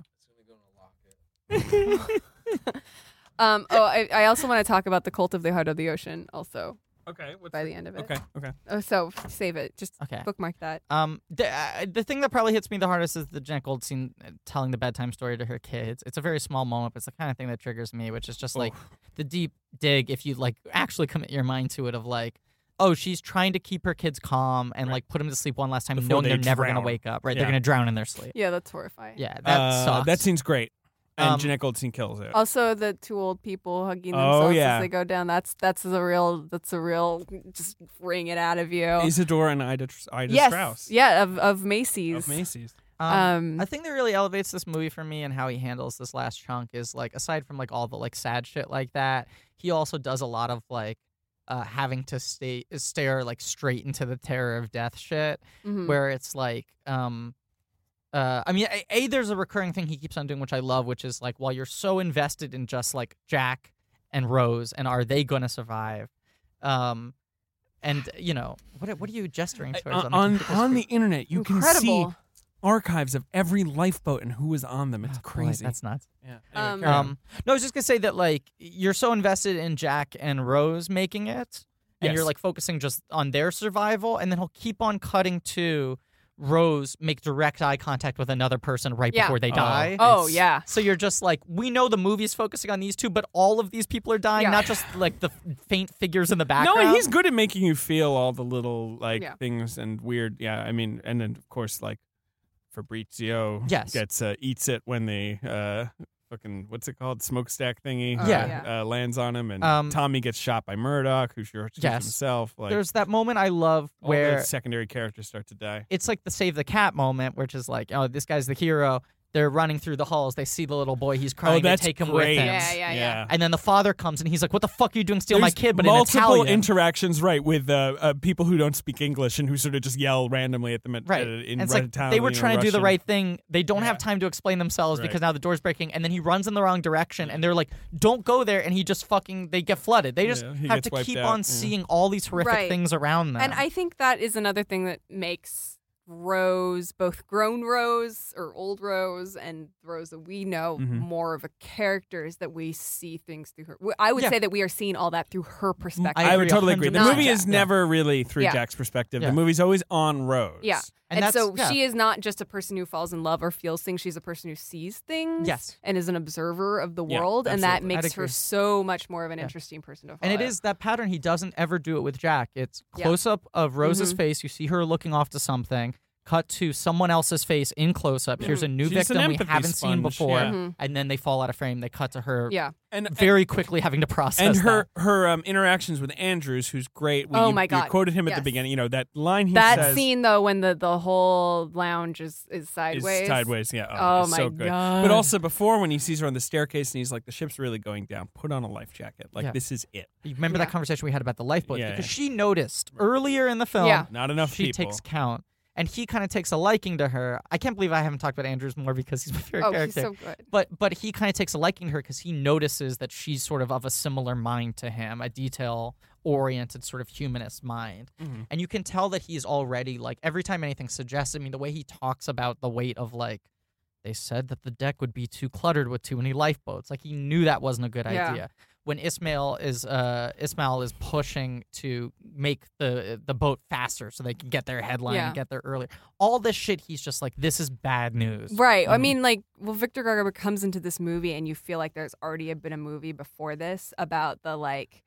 Speaker 5: a frame
Speaker 2: Yeah.
Speaker 5: um oh I, I also want to talk about the cult of the heart of the ocean also
Speaker 2: Okay. What's
Speaker 5: by the end of it
Speaker 2: okay. Okay.
Speaker 5: oh, so save it just
Speaker 3: Okay.
Speaker 5: bookmark that
Speaker 3: Um, the, uh, the thing that probably hits me the hardest is the Janet Goldstein uh, telling the bedtime story to her kids. It's a very small moment, but it's the kind of thing that triggers me, which is just like the deep dig if you like actually commit your mind to it of like, oh, she's trying to keep her kids calm and like put them to sleep one last time,
Speaker 2: Before
Speaker 3: knowing
Speaker 2: they
Speaker 3: they're never gonna
Speaker 2: drown.
Speaker 3: wake up. Right?
Speaker 2: Yeah.
Speaker 3: They're gonna drown in their sleep.
Speaker 5: yeah that's horrifying
Speaker 3: Yeah, that
Speaker 2: Uh,
Speaker 3: sucks.
Speaker 2: That seene's great, and
Speaker 3: Um,
Speaker 2: Jeanette Goldstein kills it.
Speaker 5: Also, the two old people hugging
Speaker 2: Oh,
Speaker 5: themselves
Speaker 2: yeah.
Speaker 5: as they go down. That's that's a real. That's a real. Just wring it out of you.
Speaker 2: Isadora and Ida, Ida
Speaker 5: yes.
Speaker 2: Strauss.
Speaker 5: Yeah. Of of Macy's.
Speaker 2: Of Macy's.
Speaker 5: Um,
Speaker 3: I think that really elevates this movie for me and how he handles this last chunk is like aside from like all the like sad shit like that, he also does a lot of like uh, having to stay stare like straight into the terror of death shit,
Speaker 5: mhm.
Speaker 3: where it's like, um, uh, I mean, a, a there's a recurring thing he keeps on doing which I love, which is like while you're so invested in just like Jack and Rose and are they gonna survive, um, and you know what what are you gesturing towards
Speaker 2: uh, on,
Speaker 3: on
Speaker 2: on,
Speaker 3: the
Speaker 2: on
Speaker 3: computer
Speaker 2: the
Speaker 3: screen?
Speaker 2: internet, you
Speaker 5: Incredible.
Speaker 2: can see archives of every lifeboat and who was on them. It's
Speaker 3: Oh, boy,
Speaker 2: crazy.
Speaker 3: that's nuts.
Speaker 2: yeah.
Speaker 5: Um,
Speaker 2: carry on.
Speaker 3: Um, no, I was just gonna say that like you're so invested in Jack and Rose making it, and you're
Speaker 2: Yes.
Speaker 3: like focusing just on their survival, and then he'll keep on cutting to Rose make direct eye contact with another person right
Speaker 5: Yeah.
Speaker 3: before they
Speaker 2: Oh.
Speaker 3: die.
Speaker 5: oh
Speaker 2: it's-
Speaker 5: yeah.
Speaker 3: So you're just like, we know the movie's focusing on these two, but all of these people are dying,
Speaker 5: Yeah.
Speaker 3: not just like the faint figures in the
Speaker 2: no,
Speaker 3: background.
Speaker 2: and he's good at making you feel all the little like
Speaker 5: Yeah.
Speaker 2: things and weird. Yeah, I mean, and then of course like Fabrizio
Speaker 3: Yes.
Speaker 2: gets uh, eats it when the uh, fucking what's it called smokestack thingy
Speaker 5: Oh,
Speaker 2: uh,
Speaker 5: yeah.
Speaker 2: uh, lands on him, and
Speaker 3: Um,
Speaker 2: Tommy gets shot by Murdoch, who shoots
Speaker 3: Yes.
Speaker 2: himself. Like
Speaker 3: There's that moment I love
Speaker 2: all the
Speaker 3: where
Speaker 2: secondary characters start to die.
Speaker 3: it's like the save the cat moment, which is like, oh, this guy's the hero. They're running through the halls. They see the little boy. He's
Speaker 2: Oh,
Speaker 3: crying.
Speaker 2: that's
Speaker 3: they take him
Speaker 2: great.
Speaker 3: with them.
Speaker 5: Yeah, yeah, yeah.
Speaker 3: And then the father comes and he's like, "What the fuck are you doing, stealing my
Speaker 2: There's
Speaker 3: kid?" But
Speaker 2: multiple
Speaker 3: in Italian,
Speaker 2: interactions, right, with uh, uh, people who don't speak English and who sort of just yell randomly at them. At,
Speaker 3: right?
Speaker 2: uh, in
Speaker 3: and it's like
Speaker 2: Italian
Speaker 3: they were
Speaker 2: or
Speaker 3: trying to do the
Speaker 2: Russian.
Speaker 3: right thing. They don't have
Speaker 2: Yeah.
Speaker 3: time to explain themselves
Speaker 2: Right.
Speaker 3: because now the door's breaking. And then he runs in the wrong direction, and they're like, "Don't go there!" And he just fucking they get flooded. They just
Speaker 2: Yeah, he
Speaker 3: have
Speaker 2: gets
Speaker 3: to
Speaker 2: wiped
Speaker 3: keep
Speaker 2: out, Mm.
Speaker 3: on
Speaker 2: yeah.
Speaker 3: seeing all these horrific
Speaker 5: Right.
Speaker 3: things around them.
Speaker 5: And I think that is another thing that makes Rose, both grown Rose or old Rose, and Rose that we know
Speaker 2: Mhm.
Speaker 5: more of a character is that we see things through her. we- I would
Speaker 3: Yeah.
Speaker 5: say that we are seeing all that through her perspective.
Speaker 2: I,
Speaker 3: I
Speaker 2: would
Speaker 3: agree
Speaker 2: totally agree. The
Speaker 3: 100%.
Speaker 2: movie is
Speaker 3: Yeah.
Speaker 2: never really through
Speaker 5: Yeah.
Speaker 2: Jack's perspective.
Speaker 3: Yeah.
Speaker 2: The movie's always on Rose.
Speaker 5: Yeah.
Speaker 3: And
Speaker 5: And,
Speaker 3: that's-
Speaker 5: so
Speaker 3: yeah.
Speaker 5: she is not just a person who falls in love or feels things. She's a person who sees things
Speaker 3: Yes.
Speaker 5: and is an observer of the
Speaker 2: Yeah,
Speaker 5: world. And that
Speaker 2: absolutely.
Speaker 3: I'd
Speaker 5: makes her
Speaker 3: agree.
Speaker 5: so much more of an
Speaker 3: Yeah.
Speaker 5: interesting person to follow.
Speaker 3: And it is that pattern. He doesn't ever do it with Jack. It's
Speaker 5: Yeah. Mm-hmm.
Speaker 3: close up of Rose's face. You see her looking off to something. Cut to someone else's face in close up. Here's a new
Speaker 2: She's an
Speaker 3: victim we
Speaker 2: empathy
Speaker 3: haven't seen
Speaker 2: sponge,
Speaker 3: before.
Speaker 2: yeah.
Speaker 5: Mm-hmm.
Speaker 3: And then they fall out of frame. They cut to her
Speaker 5: Yeah.
Speaker 2: And
Speaker 3: very quickly having to process
Speaker 2: and her
Speaker 3: that.
Speaker 2: her um, interactions with Andrews, who's great. We,
Speaker 5: Oh
Speaker 2: you-
Speaker 5: my
Speaker 2: You
Speaker 5: God.
Speaker 2: quoted him at the
Speaker 5: Yes.
Speaker 2: beginning. You know that line he
Speaker 5: That
Speaker 2: says
Speaker 5: scene, though, when the, the whole lounge is, is
Speaker 2: is
Speaker 5: sideways.
Speaker 2: sideways. Yeah.
Speaker 5: Oh,
Speaker 2: it's
Speaker 5: my
Speaker 2: so good.
Speaker 5: God.
Speaker 2: But also before when he sees her on the staircase and he's like, "The ship's really going down. Put on a life jacket. Like
Speaker 3: Yeah.
Speaker 2: this is it.
Speaker 3: You remember that
Speaker 5: Yeah.
Speaker 3: conversation we had about the lifeboat
Speaker 2: Yeah,
Speaker 3: because
Speaker 2: yeah.
Speaker 3: she noticed earlier in the film
Speaker 5: Yeah.
Speaker 2: Not enough
Speaker 3: she
Speaker 2: people."
Speaker 3: takes count. And he kind of takes a liking to her. I can't believe I haven't talked about Andrews more because he's my favorite
Speaker 5: Oh, he's
Speaker 3: character.
Speaker 5: so good.
Speaker 3: but but he kind of takes a liking to her because he notices that she's sort of of a similar mind to him, a detail oriented sort of humanist mind.
Speaker 5: Mm-hmm.
Speaker 3: And you can tell that he's already like every time anything suggests, I mean, the way he talks about the weight of like they said that the deck would be too cluttered with too many lifeboats. Like he knew that wasn't a good
Speaker 5: Yeah.
Speaker 3: idea. When Ismail is uh Ismail is pushing to make the the boat faster so they can get their headline
Speaker 5: Yeah.
Speaker 3: and get there earlier. All this shit he's just like this is bad news.
Speaker 5: Right. I mean, like, well, Victor Garber comes into this movie, and you feel like there's already been a movie before this about the like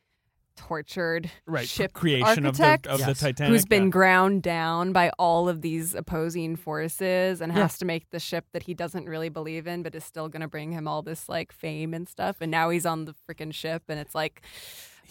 Speaker 5: tortured
Speaker 2: right
Speaker 5: ship
Speaker 2: creation of the
Speaker 5: architect
Speaker 2: of the
Speaker 3: Yes.
Speaker 2: Titanic
Speaker 5: who's been
Speaker 2: yeah.
Speaker 5: ground down by all of these opposing forces and
Speaker 3: Yeah.
Speaker 5: has to make the ship that he doesn't really believe in, but is still going to bring him all this like fame and stuff. And now he's on the freaking ship, and it's like.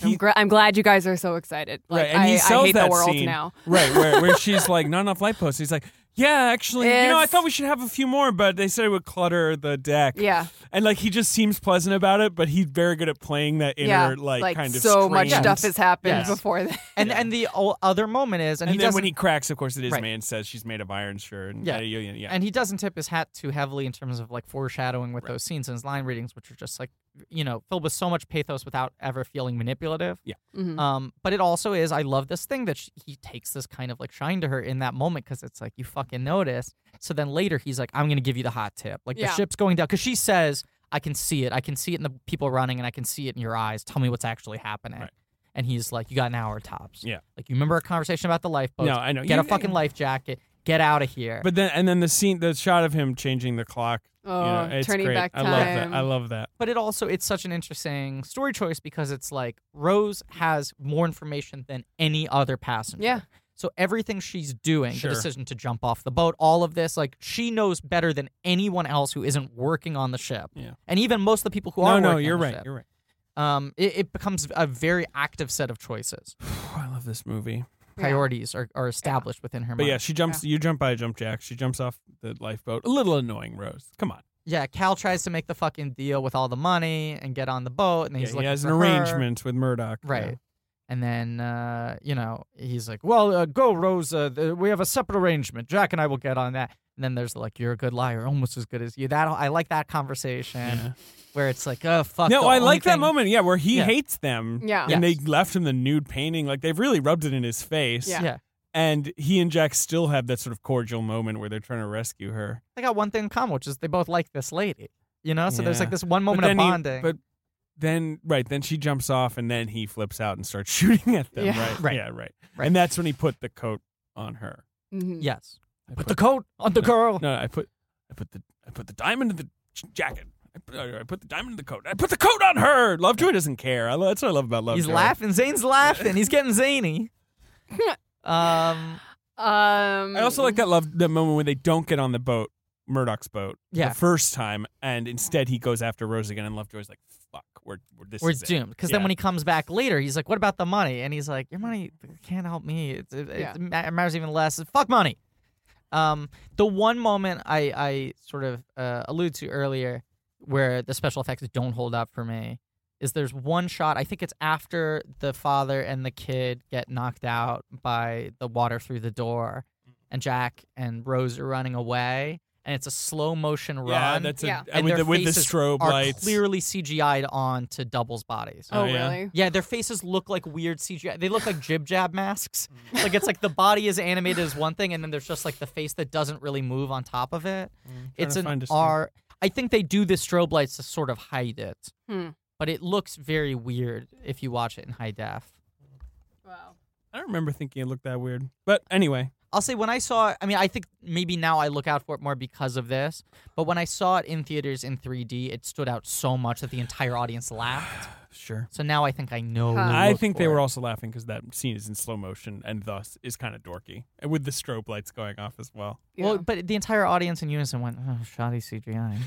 Speaker 5: I'm,
Speaker 2: He-
Speaker 5: gr- I'm glad you guys are so excited. Like,
Speaker 2: right, and he
Speaker 5: I,
Speaker 2: sells
Speaker 5: I hate
Speaker 2: that
Speaker 5: the world
Speaker 2: scene,
Speaker 5: now.
Speaker 2: right? Where, where she's like, not enough light posts. He's like, yeah, actually, you know, I
Speaker 5: It's-
Speaker 2: thought we should have a few more, but they said it would clutter the deck.
Speaker 5: Yeah.
Speaker 2: and like he just seems pleasant about it, but he's very good at playing that inner
Speaker 5: yeah,
Speaker 2: like, kind of
Speaker 5: so much
Speaker 2: screams.
Speaker 5: stuff has happened
Speaker 3: Yes.
Speaker 5: before that.
Speaker 3: And and the o- other moment is and,
Speaker 2: And
Speaker 3: he
Speaker 2: then
Speaker 3: doesn't
Speaker 2: when he cracks, of course, it is
Speaker 3: Right.
Speaker 2: man says she's made of iron, sure, and
Speaker 3: Yeah.
Speaker 2: uh, you- you- yeah.
Speaker 3: and he doesn't tip his hat too heavily in terms of like foreshadowing with those scenes and his line readings, which are just like you know filled with so much pathos without ever feeling manipulative.
Speaker 5: Mhm.
Speaker 3: Um, but it also is I love this thing that sh he takes this kind of like shine to her in that moment because it's like you fucking notice. So then later he's like, I'm gonna give you the hot tip. Like
Speaker 5: Yeah.
Speaker 3: the ship's going down because she says, I can see it. I can see it in the people running and I can see it in your eyes. Tell me what's actually happening.
Speaker 2: Right.
Speaker 3: And he's like, You got an hour tops.
Speaker 2: Yeah.
Speaker 3: Like you remember a conversation about the lifeboats?
Speaker 2: No, I know.
Speaker 3: Get
Speaker 2: You- uh,
Speaker 3: a fucking life jacket. Get out of here.
Speaker 2: But then, and then the scene, the shot of him changing the clock. you
Speaker 5: Oh,
Speaker 2: know, it's
Speaker 5: turning
Speaker 2: great.
Speaker 5: back
Speaker 2: I love that.
Speaker 5: time.
Speaker 2: I love that.
Speaker 3: but it also it's such an interesting story choice because it's like Rose has more information than any other passenger.
Speaker 5: Yeah.
Speaker 3: So everything she's doing,
Speaker 2: Sure.
Speaker 3: the decision to jump off the boat, all of this, like she knows better than anyone else who isn't working on the ship.
Speaker 2: Yeah.
Speaker 3: And even most of the people who
Speaker 2: no,
Speaker 3: are
Speaker 2: no,
Speaker 3: working
Speaker 2: you're
Speaker 3: on the
Speaker 2: right.
Speaker 3: ship.
Speaker 2: You're right.
Speaker 3: Um, it, it becomes a very active set of choices.
Speaker 2: Oh, I love this movie.
Speaker 3: Priorities are, are established within her
Speaker 2: But
Speaker 3: mind.
Speaker 2: yeah, she jumps. You jump by a jump jack. She jumps off the lifeboat. A little annoying, Rose. Come on.
Speaker 3: yeah, Cal tries to make the fucking deal with all the money and get on the boat and then
Speaker 2: Yeah,
Speaker 3: he's
Speaker 2: he
Speaker 3: looking
Speaker 2: has an
Speaker 3: for her.
Speaker 2: arrangement with Murdoch. yeah.
Speaker 3: Right. And then, uh, you know, he's like, well, uh, go, Rose. Uh, th- we have a separate arrangement. Jack and I will get on that. And then there's like, you're a good liar, almost as good as you. That I like that conversation where it's like, oh, fuck.
Speaker 2: No,
Speaker 3: the
Speaker 2: I
Speaker 3: only
Speaker 2: like that
Speaker 3: thing-
Speaker 2: moment. Yeah, where he
Speaker 3: Yeah.
Speaker 2: hates them.
Speaker 5: Yeah.
Speaker 2: And
Speaker 3: Yes.
Speaker 2: they left him the nude painting. Like they've really rubbed it in his face.
Speaker 5: Yeah.
Speaker 3: Yeah.
Speaker 2: And he and Jack still have that sort of cordial moment where they're trying to rescue her.
Speaker 3: They got one thing in common, which is they both like this lady. You know, so there's
Speaker 2: Yeah.
Speaker 3: like this one
Speaker 2: But
Speaker 3: moment of
Speaker 2: then he-
Speaker 3: bonding.
Speaker 2: but then, right, then she jumps off and then he flips out and starts shooting at them.
Speaker 5: Yeah.
Speaker 2: Right.
Speaker 3: Right.
Speaker 2: Yeah, right.
Speaker 3: Right.
Speaker 2: And that's when he put the coat on her.
Speaker 5: Mhm.
Speaker 3: yes.
Speaker 2: I
Speaker 3: Put the coat on the girl.
Speaker 2: No, I put, I put the, I put the diamond in the j- jacket. I put, I put the diamond in the coat. I put the coat on her. Lovejoy doesn't care. I, lo- that's what I love about Lovejoy.
Speaker 3: he's laughing. Zane's laughing. He's getting zany. um,
Speaker 5: Um,
Speaker 2: I also like that love that moment when they don't get on the boat, Murdoch's boat,
Speaker 3: Yeah.
Speaker 2: the first time, and instead he goes after Rose again, and Lovejoy's like, "Fuck, we're, we're this
Speaker 3: we're
Speaker 2: is it."
Speaker 3: doomed. Because
Speaker 2: Yeah.
Speaker 3: then when he comes back later, he's like, "What about the money?" And he's like, "Your money can't help me. It's, it,
Speaker 5: Yeah.
Speaker 3: it, ma- it matters even less. Fuck money." Um, the one moment I I sort of uh, alluded to earlier, where the special effects don't hold up for me, is there's one shot. I think it's after the father and the kid get knocked out by the water through the door, and Jack and Rose are running away. And it's a slow motion run.
Speaker 2: Yeah, that's a,
Speaker 5: Yeah.
Speaker 2: and with,
Speaker 3: their
Speaker 2: the, with the
Speaker 3: faces
Speaker 2: strobe
Speaker 3: are
Speaker 2: lights.
Speaker 3: clearly CGI'd on to doubles bodies.
Speaker 5: Oh,
Speaker 2: Oh, yeah.
Speaker 5: really?
Speaker 3: Yeah, their faces look like weird CGI. They look like jib jab masks. Like it's like the body is animated as one thing, and then there's just like the face that doesn't really move on top of it. It's
Speaker 2: Mm, to find
Speaker 3: an
Speaker 2: a scene.
Speaker 3: R. I think they do the strobe lights to sort of hide it,
Speaker 5: Hmm.
Speaker 3: but it looks very weird if you watch it in high def.
Speaker 4: Wow.
Speaker 2: I don't remember thinking it looked that weird, but anyway,
Speaker 3: I'll say when I saw I mean, I think maybe now I look out for it more because of this, but when I saw it in theaters in 3D, it stood out so much that the entire audience laughed.
Speaker 2: sure.
Speaker 3: So now I think I know.
Speaker 5: Huh.
Speaker 3: to
Speaker 2: I
Speaker 3: look
Speaker 2: think they
Speaker 3: for
Speaker 2: were
Speaker 3: it.
Speaker 2: also laughing because that scene is in slow motion and thus is kind of dorky, and with the strobe lights going off as well.
Speaker 5: Yeah.
Speaker 3: Well, but the entire audience in unison went, "Oh, shoddy CGI."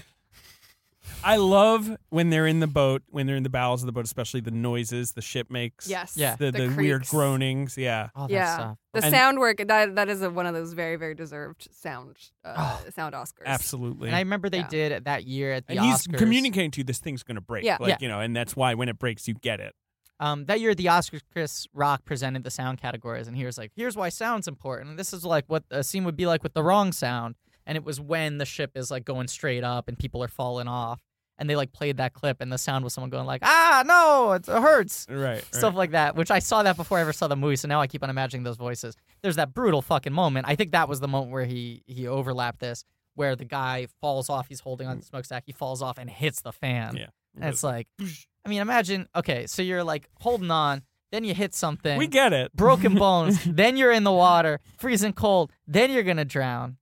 Speaker 2: I love when they're in the boat, when they're in the bowels of the boat, especially the noises the ship makes.
Speaker 5: yes.
Speaker 3: Yeah.
Speaker 2: the, the, weird
Speaker 5: creaks.
Speaker 2: groanings. Yeah,
Speaker 3: All that
Speaker 5: Yeah.
Speaker 3: stuff.
Speaker 5: The
Speaker 2: And-
Speaker 5: sound work that that is a, one of those very very deserved sound uh,
Speaker 2: Oh,
Speaker 5: sound Oscars.
Speaker 2: absolutely.
Speaker 3: And I remember they
Speaker 5: Yeah.
Speaker 3: did it that year at the
Speaker 2: and he's
Speaker 3: Oscars.
Speaker 2: communicating to you this thing's going to break.
Speaker 5: Yeah.
Speaker 2: like
Speaker 3: Yeah.
Speaker 2: you know, and that's why when it breaks, you get it.
Speaker 3: um, that year at the Oscars, Chris Rock presented the sound categories, and he was like, "Here's why sound's important. And this is like what a scene would be like with the wrong sound." And it was when the ship is like going straight up and people are falling off. and they like played that clip and the sound was someone going like ah no it's, it hurts
Speaker 2: Right. right.
Speaker 3: stuff like that which i saw that before i ever saw the movie so now i keep on imagining those voices there's that brutal fucking moment i think that was the moment where he he overlapped this where the guy falls off he's holding on to the smokestack he falls off and hits the fan
Speaker 2: Yeah.
Speaker 3: and it's like i mean imagine okay so you're like holding on then you hit something
Speaker 2: we get it.
Speaker 3: broken bones then you're in the water freezing cold then you're gonna drown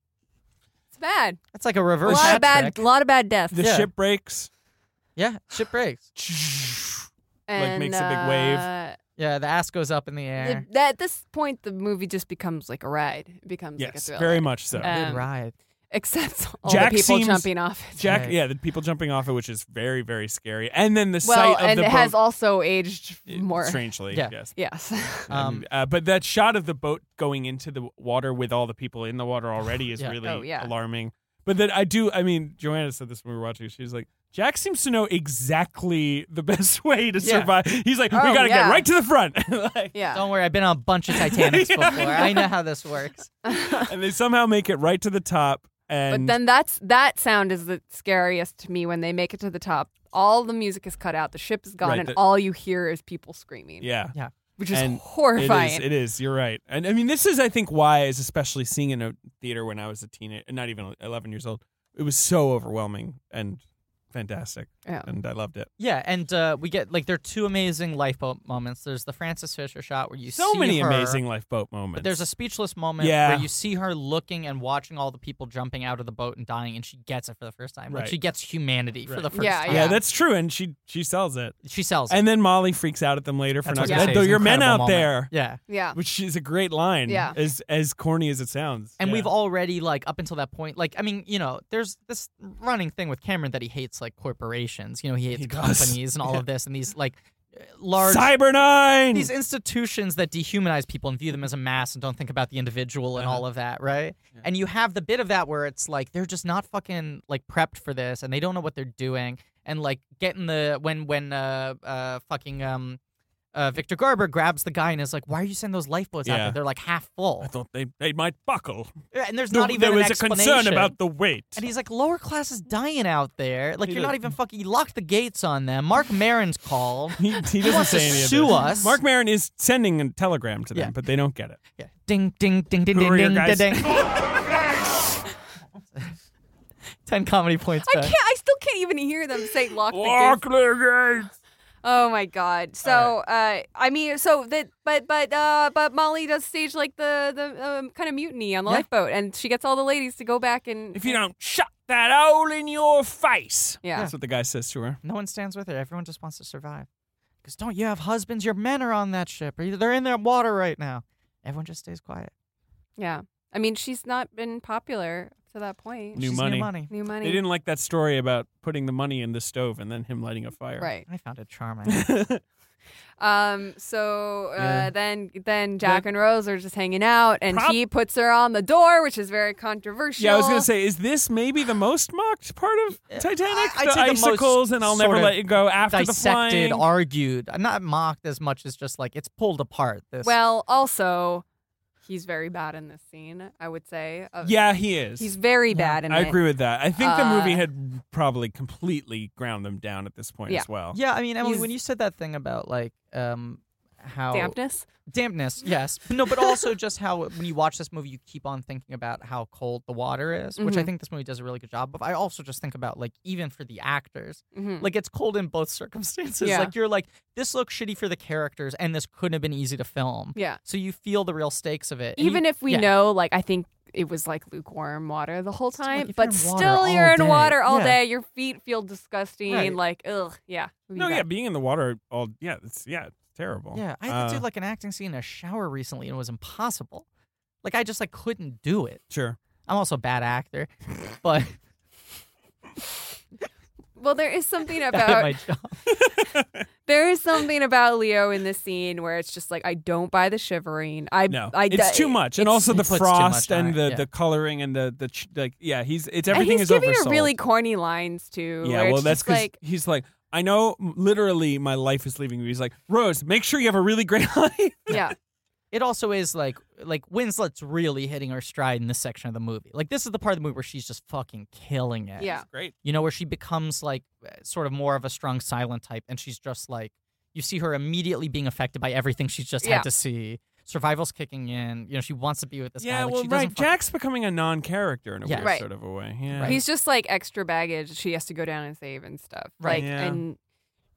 Speaker 5: It's bad.
Speaker 3: that's like a
Speaker 5: A
Speaker 3: reverse
Speaker 5: lot of
Speaker 3: hat
Speaker 5: bad,
Speaker 3: trick.
Speaker 5: lot of bad deaths.
Speaker 2: The
Speaker 3: Yeah.
Speaker 2: ship breaks.
Speaker 3: yeah ship breaks
Speaker 5: and,
Speaker 2: makes a big wave.
Speaker 5: uh,
Speaker 3: yeah the ass goes up in the air
Speaker 5: the- that- at this point, the movie just becomes like a ride. It becomes like a
Speaker 2: Yes,
Speaker 5: thriller.
Speaker 2: very much so.
Speaker 5: Uh, um,
Speaker 3: Good ride.
Speaker 5: Except all
Speaker 2: Jack
Speaker 5: the people
Speaker 2: seems-
Speaker 5: jumping off. it.
Speaker 2: Jack,
Speaker 3: Right.
Speaker 2: yeah, the people jumping off it, which is very, very scary. And then the
Speaker 5: Well,
Speaker 2: sight of
Speaker 5: and
Speaker 2: the
Speaker 5: it has
Speaker 2: boat,
Speaker 5: also aged more.
Speaker 2: strangely,
Speaker 3: Yeah.
Speaker 2: yes.
Speaker 5: Yes.
Speaker 3: Um,
Speaker 2: uh, but that shot of the boat going into the water with all the people in the water already is
Speaker 3: Yeah.
Speaker 2: really
Speaker 5: Oh, yeah.
Speaker 2: alarming. But that I do, I mean, Joanna said this when we were watching. She's like, Jack seems to know exactly the best way to
Speaker 3: Yeah.
Speaker 2: survive. He's like, we
Speaker 5: Oh,
Speaker 2: got to get
Speaker 5: yeah.
Speaker 2: right to the front. Like,
Speaker 5: yeah.
Speaker 3: Don't worry, I've been on a bunch of Titanics
Speaker 2: Yeah, I
Speaker 3: before. I know how this works.
Speaker 2: And they somehow make it right to the top.
Speaker 5: But
Speaker 2: And
Speaker 5: then that's that sound is the scariest to me when they make it to the top. All the music is cut out, the ship is gone,
Speaker 2: Right,
Speaker 5: and
Speaker 2: the-
Speaker 5: all you hear is people screaming,
Speaker 2: yeah.
Speaker 5: which is
Speaker 2: And it is-
Speaker 5: horrifying.
Speaker 2: It is. It is. You're right. And I mean, this is, I think, why I was especially seeing in a theater when I was a teenager, not even 11 years old. It was so overwhelming and fantastic,
Speaker 5: Yeah.
Speaker 2: and I loved it.
Speaker 3: Yeah, and uh, we get like there are two amazing lifeboat moments. There's the Francis Fisher shot where you
Speaker 2: So
Speaker 3: see
Speaker 2: many
Speaker 3: her,
Speaker 2: amazing lifeboat moments.
Speaker 3: But there's a speechless moment
Speaker 2: Yeah.
Speaker 3: where you see her looking and watching all the people jumping out of the boat and dying, and she gets it for the first time. Like
Speaker 2: Right.
Speaker 3: she gets humanity for
Speaker 2: Right.
Speaker 3: the first
Speaker 5: Yeah,
Speaker 3: time.
Speaker 2: yeah, that's true, and she she sells it.
Speaker 3: she sells it.
Speaker 2: And then Molly freaks out at them later for
Speaker 3: That's
Speaker 2: not
Speaker 3: what
Speaker 5: I was
Speaker 2: that-
Speaker 3: gonna
Speaker 2: though
Speaker 3: say, it's
Speaker 2: your
Speaker 3: an
Speaker 2: men out
Speaker 3: incredible
Speaker 2: there,
Speaker 3: moment. Yeah.
Speaker 5: yeah.
Speaker 2: which is a great line.
Speaker 5: Yeah.
Speaker 2: as as corny as it sounds.
Speaker 3: And
Speaker 2: Yeah.
Speaker 3: we've already like up until that point, like I mean, you know, there's this running thing with Cameron that he hates like corporations. You know, he hates
Speaker 2: He does.
Speaker 3: companies and all of this and these like large
Speaker 2: Cyber Nine.
Speaker 3: these institutions that dehumanize people and view them as a mass and don't think about the individual and
Speaker 2: Uh-huh.
Speaker 3: all of that, right? And you have the bit of that where it's like they're just not fucking like prepped for this and they don't know what they're doing and like getting the when when uh uh fucking um uh Victor Garber grabs the guy and is like, "Why are you sending those lifeboats out
Speaker 2: Yeah.
Speaker 3: there? They're like half full."
Speaker 2: I thought they they might buckle.
Speaker 3: And there's not
Speaker 2: No,
Speaker 3: even
Speaker 2: there
Speaker 3: an
Speaker 2: was a concern
Speaker 3: explanation.
Speaker 2: about the weight.
Speaker 3: And he's like, lower class is dying out there. Like,
Speaker 2: He
Speaker 3: you're
Speaker 2: like-
Speaker 3: not even fucking. You locked the gates on them. Mark Marin's called.
Speaker 2: He, he doesn't
Speaker 3: wants
Speaker 2: say
Speaker 3: to
Speaker 2: any of
Speaker 3: sue
Speaker 2: this.
Speaker 3: us.
Speaker 2: Mark Maron is sending a telegram to them,
Speaker 3: Yeah.
Speaker 2: but they don't get it.
Speaker 3: Yeah. Ding, ding, ding, ding,
Speaker 2: Who
Speaker 3: ding,
Speaker 2: are your
Speaker 3: ding, ding,
Speaker 2: guys?
Speaker 3: ding. Ten comedy points
Speaker 5: I
Speaker 3: back.
Speaker 5: can't. I still can't even hear them say "lock the gates."
Speaker 2: the gates.
Speaker 5: Oh my god! So, uh, I mean, so that, but, but, uh, but Molly does stage like the the um, kind of mutiny on the
Speaker 3: Yeah.
Speaker 5: lifeboat, and she gets all the ladies to go back and
Speaker 2: If you don't shut that hole in your face.
Speaker 5: Yeah.
Speaker 2: That's what the guy says to her.
Speaker 3: No one stands with her. Everyone just wants to survive. Because don't you have husbands? Your men are on that ship. Or they're in that water right now. Everyone just stays quiet.
Speaker 5: yeah. I mean, she's not been popular to that point.
Speaker 2: New
Speaker 3: She's
Speaker 2: money.
Speaker 3: New money.
Speaker 5: New money,
Speaker 2: They didn't like that story about putting the money in the stove and then him lighting a fire.
Speaker 5: right?
Speaker 3: I found it charming.
Speaker 5: Um. So uh,
Speaker 2: Yeah.
Speaker 5: then, then Jack and Rose are just hanging out, and he puts her on the door, which is very controversial.
Speaker 2: Yeah, I was gonna say, is this maybe the most mocked part of
Speaker 5: Uh,
Speaker 2: Titanic?
Speaker 3: I- I'd
Speaker 2: the
Speaker 3: say the most
Speaker 2: icicles and I'll never
Speaker 3: sort of
Speaker 2: let you go after
Speaker 3: Dissected,
Speaker 2: the flying.
Speaker 3: argued, not mocked as much as just like it's pulled apart. This
Speaker 5: Well, also, he's very bad in this scene. I would say. Uh,
Speaker 2: yeah, he is.
Speaker 5: He's very bad in
Speaker 2: I
Speaker 5: it.
Speaker 2: agree with that. I think the movie
Speaker 5: Uh,
Speaker 2: had probably completely ground them down at this point
Speaker 5: Yeah.
Speaker 2: as well.
Speaker 3: Yeah, I mean, Emily,
Speaker 5: He's-
Speaker 3: when you said that thing about like um how
Speaker 5: Dampness.
Speaker 3: dampness, yes, But no, but also just how when you watch this movie, you keep on thinking about how cold the water is, which I
Speaker 5: Mhm.
Speaker 3: think this movie does a really good job of. I also just think about like even for the actors,
Speaker 5: Mhm.
Speaker 3: like it's cold in both circumstances.
Speaker 5: Yeah.
Speaker 3: Like you're like this looks shitty for the characters, and this couldn't have been easy to film.
Speaker 5: Yeah.
Speaker 3: So you feel the real stakes of it, And
Speaker 5: Even
Speaker 3: you-
Speaker 5: if we
Speaker 3: yeah.
Speaker 5: know, like, I think it was like lukewarm water the whole
Speaker 3: like,
Speaker 5: time,
Speaker 3: if
Speaker 5: but
Speaker 3: you're in water
Speaker 5: still,
Speaker 3: all
Speaker 5: you're in
Speaker 3: day,
Speaker 5: water all
Speaker 3: yeah.
Speaker 5: day. Your feet feel disgusting.
Speaker 3: Right.
Speaker 5: Like, ugh, yeah. it'd be
Speaker 2: No,
Speaker 5: bad.
Speaker 2: yeah, being in the water all yeah, it's yeah, it's terrible.
Speaker 3: Yeah, I had to
Speaker 2: Uh,
Speaker 3: do like an acting scene in a shower recently, and it was impossible. Like I just like couldn't do it.
Speaker 2: sure.
Speaker 3: I'm also a bad actor, but
Speaker 5: Well, there is something
Speaker 3: that was
Speaker 5: about
Speaker 3: my job.
Speaker 5: there is something about Leo in this scene where it's just like I don't buy the shivering. I
Speaker 2: No,
Speaker 5: I
Speaker 2: it's too much, and also
Speaker 3: he
Speaker 2: the
Speaker 3: puts too
Speaker 2: frost
Speaker 3: much on
Speaker 2: and
Speaker 3: it,
Speaker 2: the,
Speaker 3: yeah.
Speaker 2: the coloring and the the ch- like. Yeah, he's it's
Speaker 5: And
Speaker 2: everything
Speaker 5: he's
Speaker 2: is
Speaker 5: giving
Speaker 2: oversold.
Speaker 5: her really corny lines too.
Speaker 2: yeah,
Speaker 5: where
Speaker 2: well,
Speaker 5: it's
Speaker 2: that's
Speaker 5: just like
Speaker 2: he's like, I know, m- literally, my life is leaving me. He's like, Rose, make sure you have a really great life.
Speaker 5: yeah.
Speaker 3: it also is like like Winslet's really hitting her stride in this section of the movie. Like this is the part of the movie where she's just fucking killing it.
Speaker 5: Yeah.
Speaker 2: Great.
Speaker 3: You know where she becomes like uh, sort of more of a strong silent type and she's just like you see her immediately being affected by everything she's just
Speaker 5: Yeah.
Speaker 3: had to see. Survival's kicking in. You know she wants to be with this guy.
Speaker 2: Yeah,
Speaker 3: Like,
Speaker 2: well,
Speaker 3: she doesn't
Speaker 2: right.
Speaker 3: fucking-
Speaker 2: Jack's becoming a non-character in a
Speaker 3: Yeah.
Speaker 2: weird
Speaker 5: Right.
Speaker 2: sort of a way. Yeah.
Speaker 5: He's just like extra baggage she has to go down and save and stuff.
Speaker 3: Right.
Speaker 5: Like
Speaker 2: Yeah.
Speaker 5: and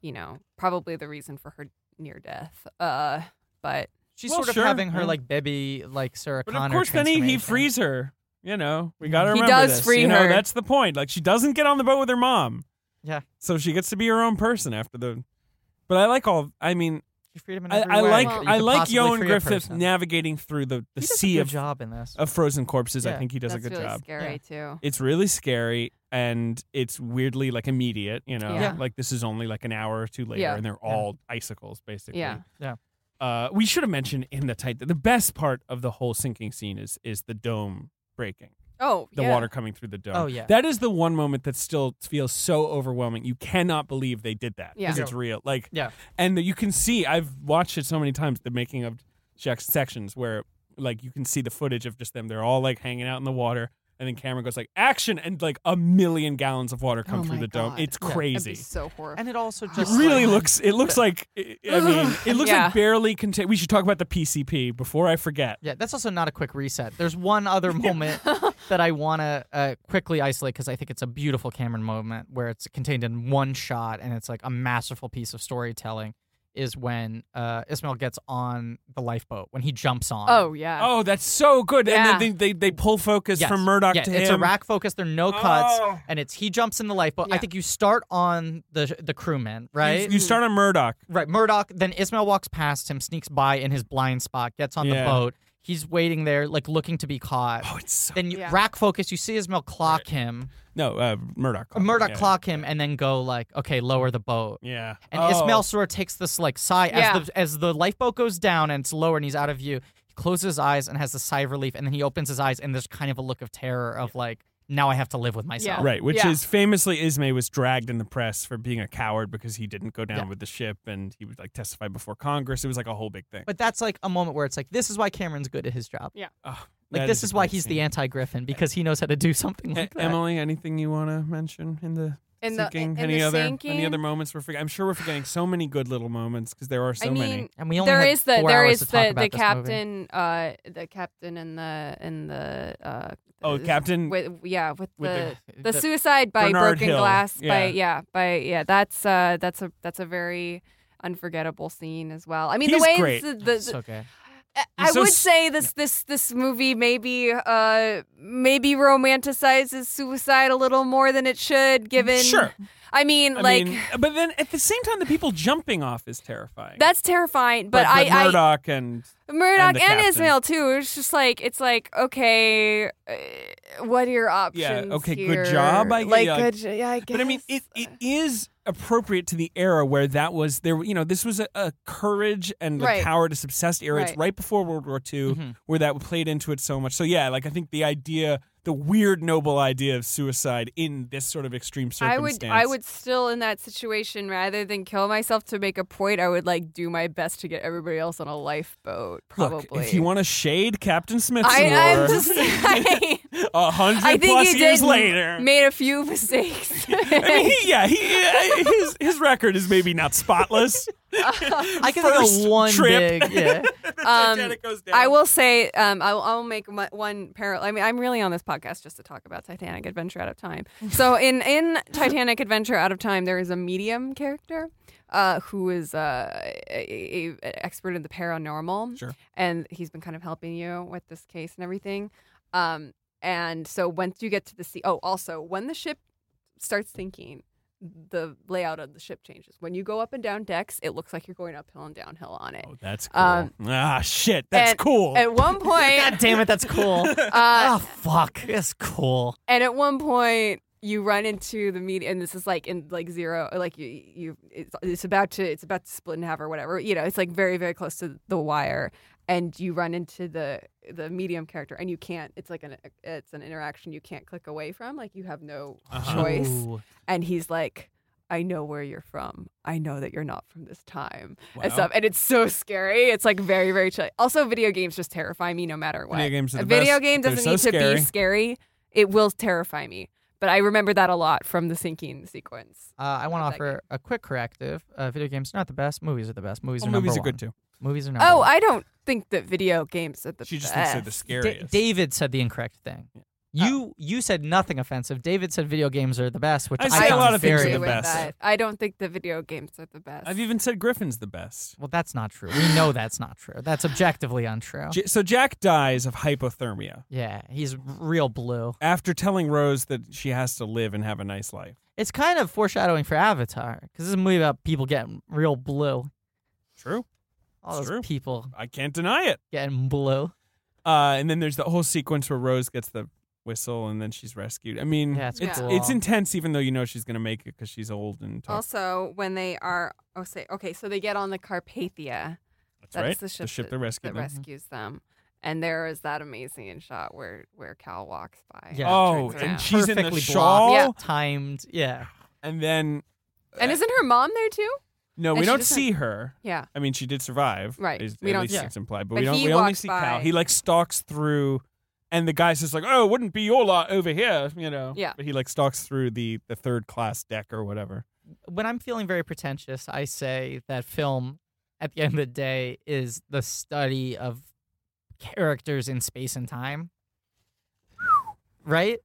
Speaker 5: you know, probably the reason for her near death. Uh but
Speaker 3: she's
Speaker 2: Well,
Speaker 3: sort of
Speaker 2: sure,
Speaker 3: having her
Speaker 2: yeah.
Speaker 3: like baby like Sarah
Speaker 2: But
Speaker 3: Connor Mm-hmm.
Speaker 2: of course, then he, he
Speaker 3: transformation.
Speaker 2: frees her. You know, we gotta
Speaker 5: He
Speaker 2: remember
Speaker 5: does
Speaker 2: this.
Speaker 5: free
Speaker 2: you know,
Speaker 5: her.
Speaker 2: That's the point. Like, she doesn't get on the boat with her mom.
Speaker 3: Yeah.
Speaker 2: So she gets to be her own person after the. But I like all. I mean,
Speaker 3: She freed him in
Speaker 2: I,
Speaker 3: every
Speaker 2: I
Speaker 3: way
Speaker 2: like
Speaker 3: that you
Speaker 2: I
Speaker 3: could
Speaker 2: like
Speaker 3: possibly
Speaker 2: Yoan
Speaker 3: free a
Speaker 2: Griffith
Speaker 3: person.
Speaker 2: navigating through the the
Speaker 3: He does a
Speaker 2: sea
Speaker 3: good
Speaker 2: of
Speaker 3: job in this.
Speaker 2: of frozen corpses. I
Speaker 3: Yeah.
Speaker 2: think he does
Speaker 5: that's
Speaker 2: a good
Speaker 5: really
Speaker 2: job.
Speaker 5: scary too.
Speaker 2: It's really scary and it's weirdly like immediate. You know,
Speaker 5: Yeah.
Speaker 2: like this is only like an hour or two later,
Speaker 5: Yeah.
Speaker 2: and they're all icicles basically.
Speaker 5: Yeah.
Speaker 3: Yeah.
Speaker 2: Uh, we should have mentioned in the tight. The best part of the whole sinking scene is is the dome breaking
Speaker 5: Oh
Speaker 2: the
Speaker 5: yeah.
Speaker 2: water coming through the dome.
Speaker 3: Oh, yeah.
Speaker 2: that is the one moment that still feels so overwhelming. You cannot believe they did that because
Speaker 5: Yeah.
Speaker 2: it's real. Like
Speaker 3: Yeah.
Speaker 2: and you can see I've watched it so many times the making of Jack's sections where like you can see the footage of just them. They're all like hanging out in the water. And then camera goes like action, and like a million gallons of water come
Speaker 5: Oh,
Speaker 2: through
Speaker 5: my
Speaker 2: the dome.
Speaker 5: God.
Speaker 2: It's
Speaker 3: Yeah.
Speaker 5: That'd be
Speaker 2: crazy.
Speaker 5: so horrible.
Speaker 3: And it also
Speaker 2: It
Speaker 3: just
Speaker 2: really
Speaker 3: like,
Speaker 2: looks. It looks like. I I mean, it looks
Speaker 5: Yeah.
Speaker 2: like barely contain. We should talk about the PCP before I forget.
Speaker 3: Yeah, that's also not a quick reset. There's one other moment that I want to uh, quickly isolate because I think it's a beautiful Cameron moment where it's contained in one shot and it's like a masterful piece of storytelling. Is when uh, Ismail gets on the lifeboat when he jumps on.
Speaker 5: oh yeah.
Speaker 2: Oh, that's so good.
Speaker 5: Yeah.
Speaker 2: And then they, they they pull focus
Speaker 3: Yes.
Speaker 2: from Murdoch
Speaker 3: yeah,
Speaker 2: to
Speaker 3: it's
Speaker 2: him.
Speaker 3: a rack focus. There are no cuts,
Speaker 2: Oh.
Speaker 3: and it's he jumps in the lifeboat. I
Speaker 5: Yeah.
Speaker 3: think you start on the the crewman, right?
Speaker 2: You, you start on Murdoch.
Speaker 3: Right, Murdoch. Then Ismail walks past him, sneaks by in his blind spot, gets on
Speaker 2: Yeah.
Speaker 3: the boat. He's waiting there, like looking to be caught.
Speaker 2: Oh, it's so
Speaker 3: then you
Speaker 5: Yeah.
Speaker 3: rack focus. You see Ismail clock him,
Speaker 2: no uh, Murdoch.
Speaker 3: uh, Murdoch
Speaker 2: Yeah.
Speaker 3: clock him, and then go like, okay, lower the boat.
Speaker 2: Yeah.
Speaker 3: And
Speaker 2: Oh.
Speaker 3: Ismail sort of takes this like sigh
Speaker 5: Yeah.
Speaker 3: as the as the lifeboat goes down and it's lower and he's out of view. He closes his eyes and has a sigh of relief, and then he opens his eyes and there's kind of a look of terror of like, now I have to live with myself.
Speaker 2: Right, which
Speaker 5: Yeah.
Speaker 2: is famously Ismay was dragged in the press for being a coward because he didn't go down
Speaker 3: Yeah.
Speaker 2: with the ship and he would like testify before Congress. It was like a whole big thing.
Speaker 3: But that's like a moment where it's like, this is why Cameron's good at his job.
Speaker 2: Oh,
Speaker 3: Like
Speaker 2: that
Speaker 3: this is, why
Speaker 2: great
Speaker 3: he's
Speaker 2: scene.
Speaker 3: the anti Griffin because he knows how to do something like uh,
Speaker 2: E-
Speaker 3: that.
Speaker 2: Emily, anything you want to mention in the
Speaker 5: In the
Speaker 2: sinking?
Speaker 5: in
Speaker 2: any
Speaker 5: the
Speaker 2: other
Speaker 5: sinking,
Speaker 2: any other moments we're forgetting? I'm sure we're forgetting so many good little moments because there are so
Speaker 5: I mean,
Speaker 2: many.
Speaker 3: and we only
Speaker 5: There
Speaker 3: had
Speaker 5: is the
Speaker 3: four
Speaker 5: there
Speaker 3: hours
Speaker 5: is
Speaker 3: to talk
Speaker 5: the
Speaker 3: about
Speaker 5: the
Speaker 3: this movie.
Speaker 5: captain uh the captain and the and the uh
Speaker 2: Oh,
Speaker 5: the-
Speaker 2: Captain
Speaker 5: with yeah with,
Speaker 2: with
Speaker 5: the,
Speaker 3: the-
Speaker 5: the
Speaker 3: the-
Speaker 5: suicide by
Speaker 2: Bernard
Speaker 5: broken
Speaker 2: Hill,
Speaker 5: glass
Speaker 2: yeah.
Speaker 5: by yeah by yeah that's uh that's a that's a very unforgettable scene as well. I mean
Speaker 2: He's
Speaker 5: the way
Speaker 2: great.
Speaker 5: the, the,
Speaker 3: It's okay.
Speaker 5: I-
Speaker 2: He's
Speaker 5: I
Speaker 2: so
Speaker 5: would
Speaker 2: s-
Speaker 5: say this this this movie maybe uh maybe romanticizes suicide a little more than it should given
Speaker 2: Sure.
Speaker 5: I mean
Speaker 2: I
Speaker 5: like
Speaker 2: mean, but then at the same time, the people jumping off is terrifying.
Speaker 5: that's terrifying,
Speaker 2: but,
Speaker 5: but, I, I
Speaker 2: Murdoch and
Speaker 5: Murdoch
Speaker 2: the
Speaker 5: and,
Speaker 2: captain.
Speaker 5: Ismail too. It's just like it's like okay, uh, what are your options?
Speaker 2: Yeah, okay, good
Speaker 5: here?
Speaker 2: job, I-
Speaker 5: like
Speaker 2: yeah,
Speaker 5: good, jo- yeah, I guess.
Speaker 2: But I mean, it, it is appropriate to the era where that was there. You know, this was a, a courage and the
Speaker 5: Right.
Speaker 2: cowardice obsessed era. It's
Speaker 5: Right.
Speaker 2: right before World War II,
Speaker 3: Mhm.
Speaker 2: where that played into it so much. So yeah, like I think the idea, the weird noble idea of suicide in this sort of extreme
Speaker 5: I
Speaker 2: circumstance.
Speaker 5: would, I would still in that situation rather than kill myself to make a point. I would like do my best to get everybody else on a lifeboat, probably.
Speaker 2: Look, if you want to shade Captain Smith's
Speaker 5: I,
Speaker 2: war,
Speaker 5: I'm just saying.
Speaker 2: a hundred
Speaker 5: I think
Speaker 2: plus
Speaker 5: he
Speaker 2: years
Speaker 5: did
Speaker 2: later.
Speaker 5: made a few mistakes.
Speaker 2: I mean, he, yeah, he, his his record is maybe not spotless.
Speaker 3: I can think
Speaker 2: First
Speaker 3: of one
Speaker 2: trip.
Speaker 3: big. Yeah.
Speaker 2: Titanic goes down.
Speaker 5: Um, I will say, um, I will, I will make my, one parallel. I mean, I'm really on this podcast just to talk about Titanic Adventure Out of Time. So in in Titanic Adventure Out of Time, there is a medium character uh, who is uh, a, a, a expert in the paranormal,
Speaker 2: Sure.
Speaker 5: and he's been kind of helping you with this case and everything. Um, and so once you get to the sea, oh, also when the ship starts sinking, the layout of the ship changes. When you go up and down decks, it looks like you're going uphill and downhill on it.
Speaker 2: Oh, that's cool.
Speaker 5: Um,
Speaker 2: ah, shit, that's
Speaker 5: and-
Speaker 2: cool.
Speaker 5: At one
Speaker 3: Oh, God
Speaker 5: point,
Speaker 3: damn it, that's cool.
Speaker 5: uh,
Speaker 3: oh fuck, that's cool.
Speaker 5: And at one point, you run into the media, and this is like in like zero, like you, you it's, it's about to, it's about to split in half or whatever. You know, it's like very, very close to the wire, and you run into the the medium character, and you can't. It's like an, it's an interaction you can't click away from. Like you have no
Speaker 2: Uh-huh.
Speaker 5: choice.
Speaker 3: Ooh.
Speaker 5: And he's like, I know where you're from. I know that you're not from this time
Speaker 6: Wow.
Speaker 5: and stuff. And it's so scary. It's like very, very chill. Also, video games just terrify me no matter what.
Speaker 2: Video games are
Speaker 5: a
Speaker 2: the
Speaker 5: video
Speaker 2: best.
Speaker 5: game
Speaker 2: They're
Speaker 5: doesn't
Speaker 2: so
Speaker 5: need to
Speaker 2: scary.
Speaker 5: be scary. It will terrify me. But I remember that a lot from the sinking sequence.
Speaker 3: Uh, I want to
Speaker 5: Love that
Speaker 3: offer a quick corrective. Uh, video games are not the best. Movies are the best. Movies
Speaker 2: Oh,
Speaker 3: are number
Speaker 2: movies are
Speaker 3: one.
Speaker 2: good too.
Speaker 3: Movies are number
Speaker 5: Oh,
Speaker 3: one.
Speaker 5: I don't think that video games are the
Speaker 2: She just thinks
Speaker 5: best.
Speaker 2: they're the
Speaker 3: Da-
Speaker 2: scariest.
Speaker 3: David said the incorrect thing. You
Speaker 5: Oh.
Speaker 3: you said nothing offensive. David said video games are the best, which
Speaker 2: I
Speaker 3: I,
Speaker 2: said a
Speaker 3: found
Speaker 2: lot of things
Speaker 3: very
Speaker 2: are the
Speaker 5: agree with
Speaker 2: best.
Speaker 5: that. I don't think the video games are the best.
Speaker 2: I've even said Griffin's the best.
Speaker 3: Well, that's not true. We know that's not true. That's objectively untrue.
Speaker 2: J- so Jack dies of hypothermia
Speaker 3: yeah, he's real blue.
Speaker 2: after telling Rose that she has to live and have a nice life.
Speaker 3: It's kind of foreshadowing for Avatar because this is a movie about people getting real blue.
Speaker 2: True.
Speaker 3: All
Speaker 2: It's
Speaker 3: those
Speaker 2: true.
Speaker 3: people
Speaker 2: I can't deny it.
Speaker 3: getting blue.
Speaker 2: Uh, and then there's the whole sequence where Rose gets the whistle and then she's rescued. I mean,
Speaker 3: Yeah, it's
Speaker 5: It's-
Speaker 3: cool.
Speaker 2: it's intense, even though you know she's going to make it because she's old and tough.
Speaker 5: also, when they are, oh, say, okay, so they get on the Carpathia.
Speaker 2: That's
Speaker 5: That's
Speaker 2: right.
Speaker 5: the ship,
Speaker 2: ship
Speaker 5: that,
Speaker 2: that rescued
Speaker 3: Mm-hmm.
Speaker 2: them.
Speaker 5: rescues them. And there is that amazing shot where where Cal walks by.
Speaker 3: Yeah.
Speaker 2: Oh,
Speaker 5: turns
Speaker 2: and
Speaker 5: around.
Speaker 2: she's in the
Speaker 3: Perfectly blocked.
Speaker 2: shawl,
Speaker 5: Yeah.
Speaker 3: timed. Yeah,
Speaker 2: and then
Speaker 5: and isn't her mom there too?
Speaker 2: no,
Speaker 5: And
Speaker 2: we
Speaker 5: she
Speaker 2: don't
Speaker 5: doesn't-
Speaker 2: see her.
Speaker 5: Yeah,
Speaker 2: I mean, she did survive.
Speaker 5: Right.
Speaker 2: is-
Speaker 5: We
Speaker 2: at
Speaker 5: don't
Speaker 2: least
Speaker 5: see
Speaker 2: it's implied, but,
Speaker 5: But
Speaker 2: we don't.
Speaker 5: he
Speaker 2: We only
Speaker 5: walks
Speaker 2: see Cal.
Speaker 5: by.
Speaker 2: He like stalks through, and the guy's just like, "Oh, wouldn't be your lot over here," you know.
Speaker 5: Yeah.
Speaker 2: But he like stalks through the the third class deck or whatever.
Speaker 3: when I'm feeling very pretentious, I say that film, at the end of the day, is the study of characters in space and time. Right?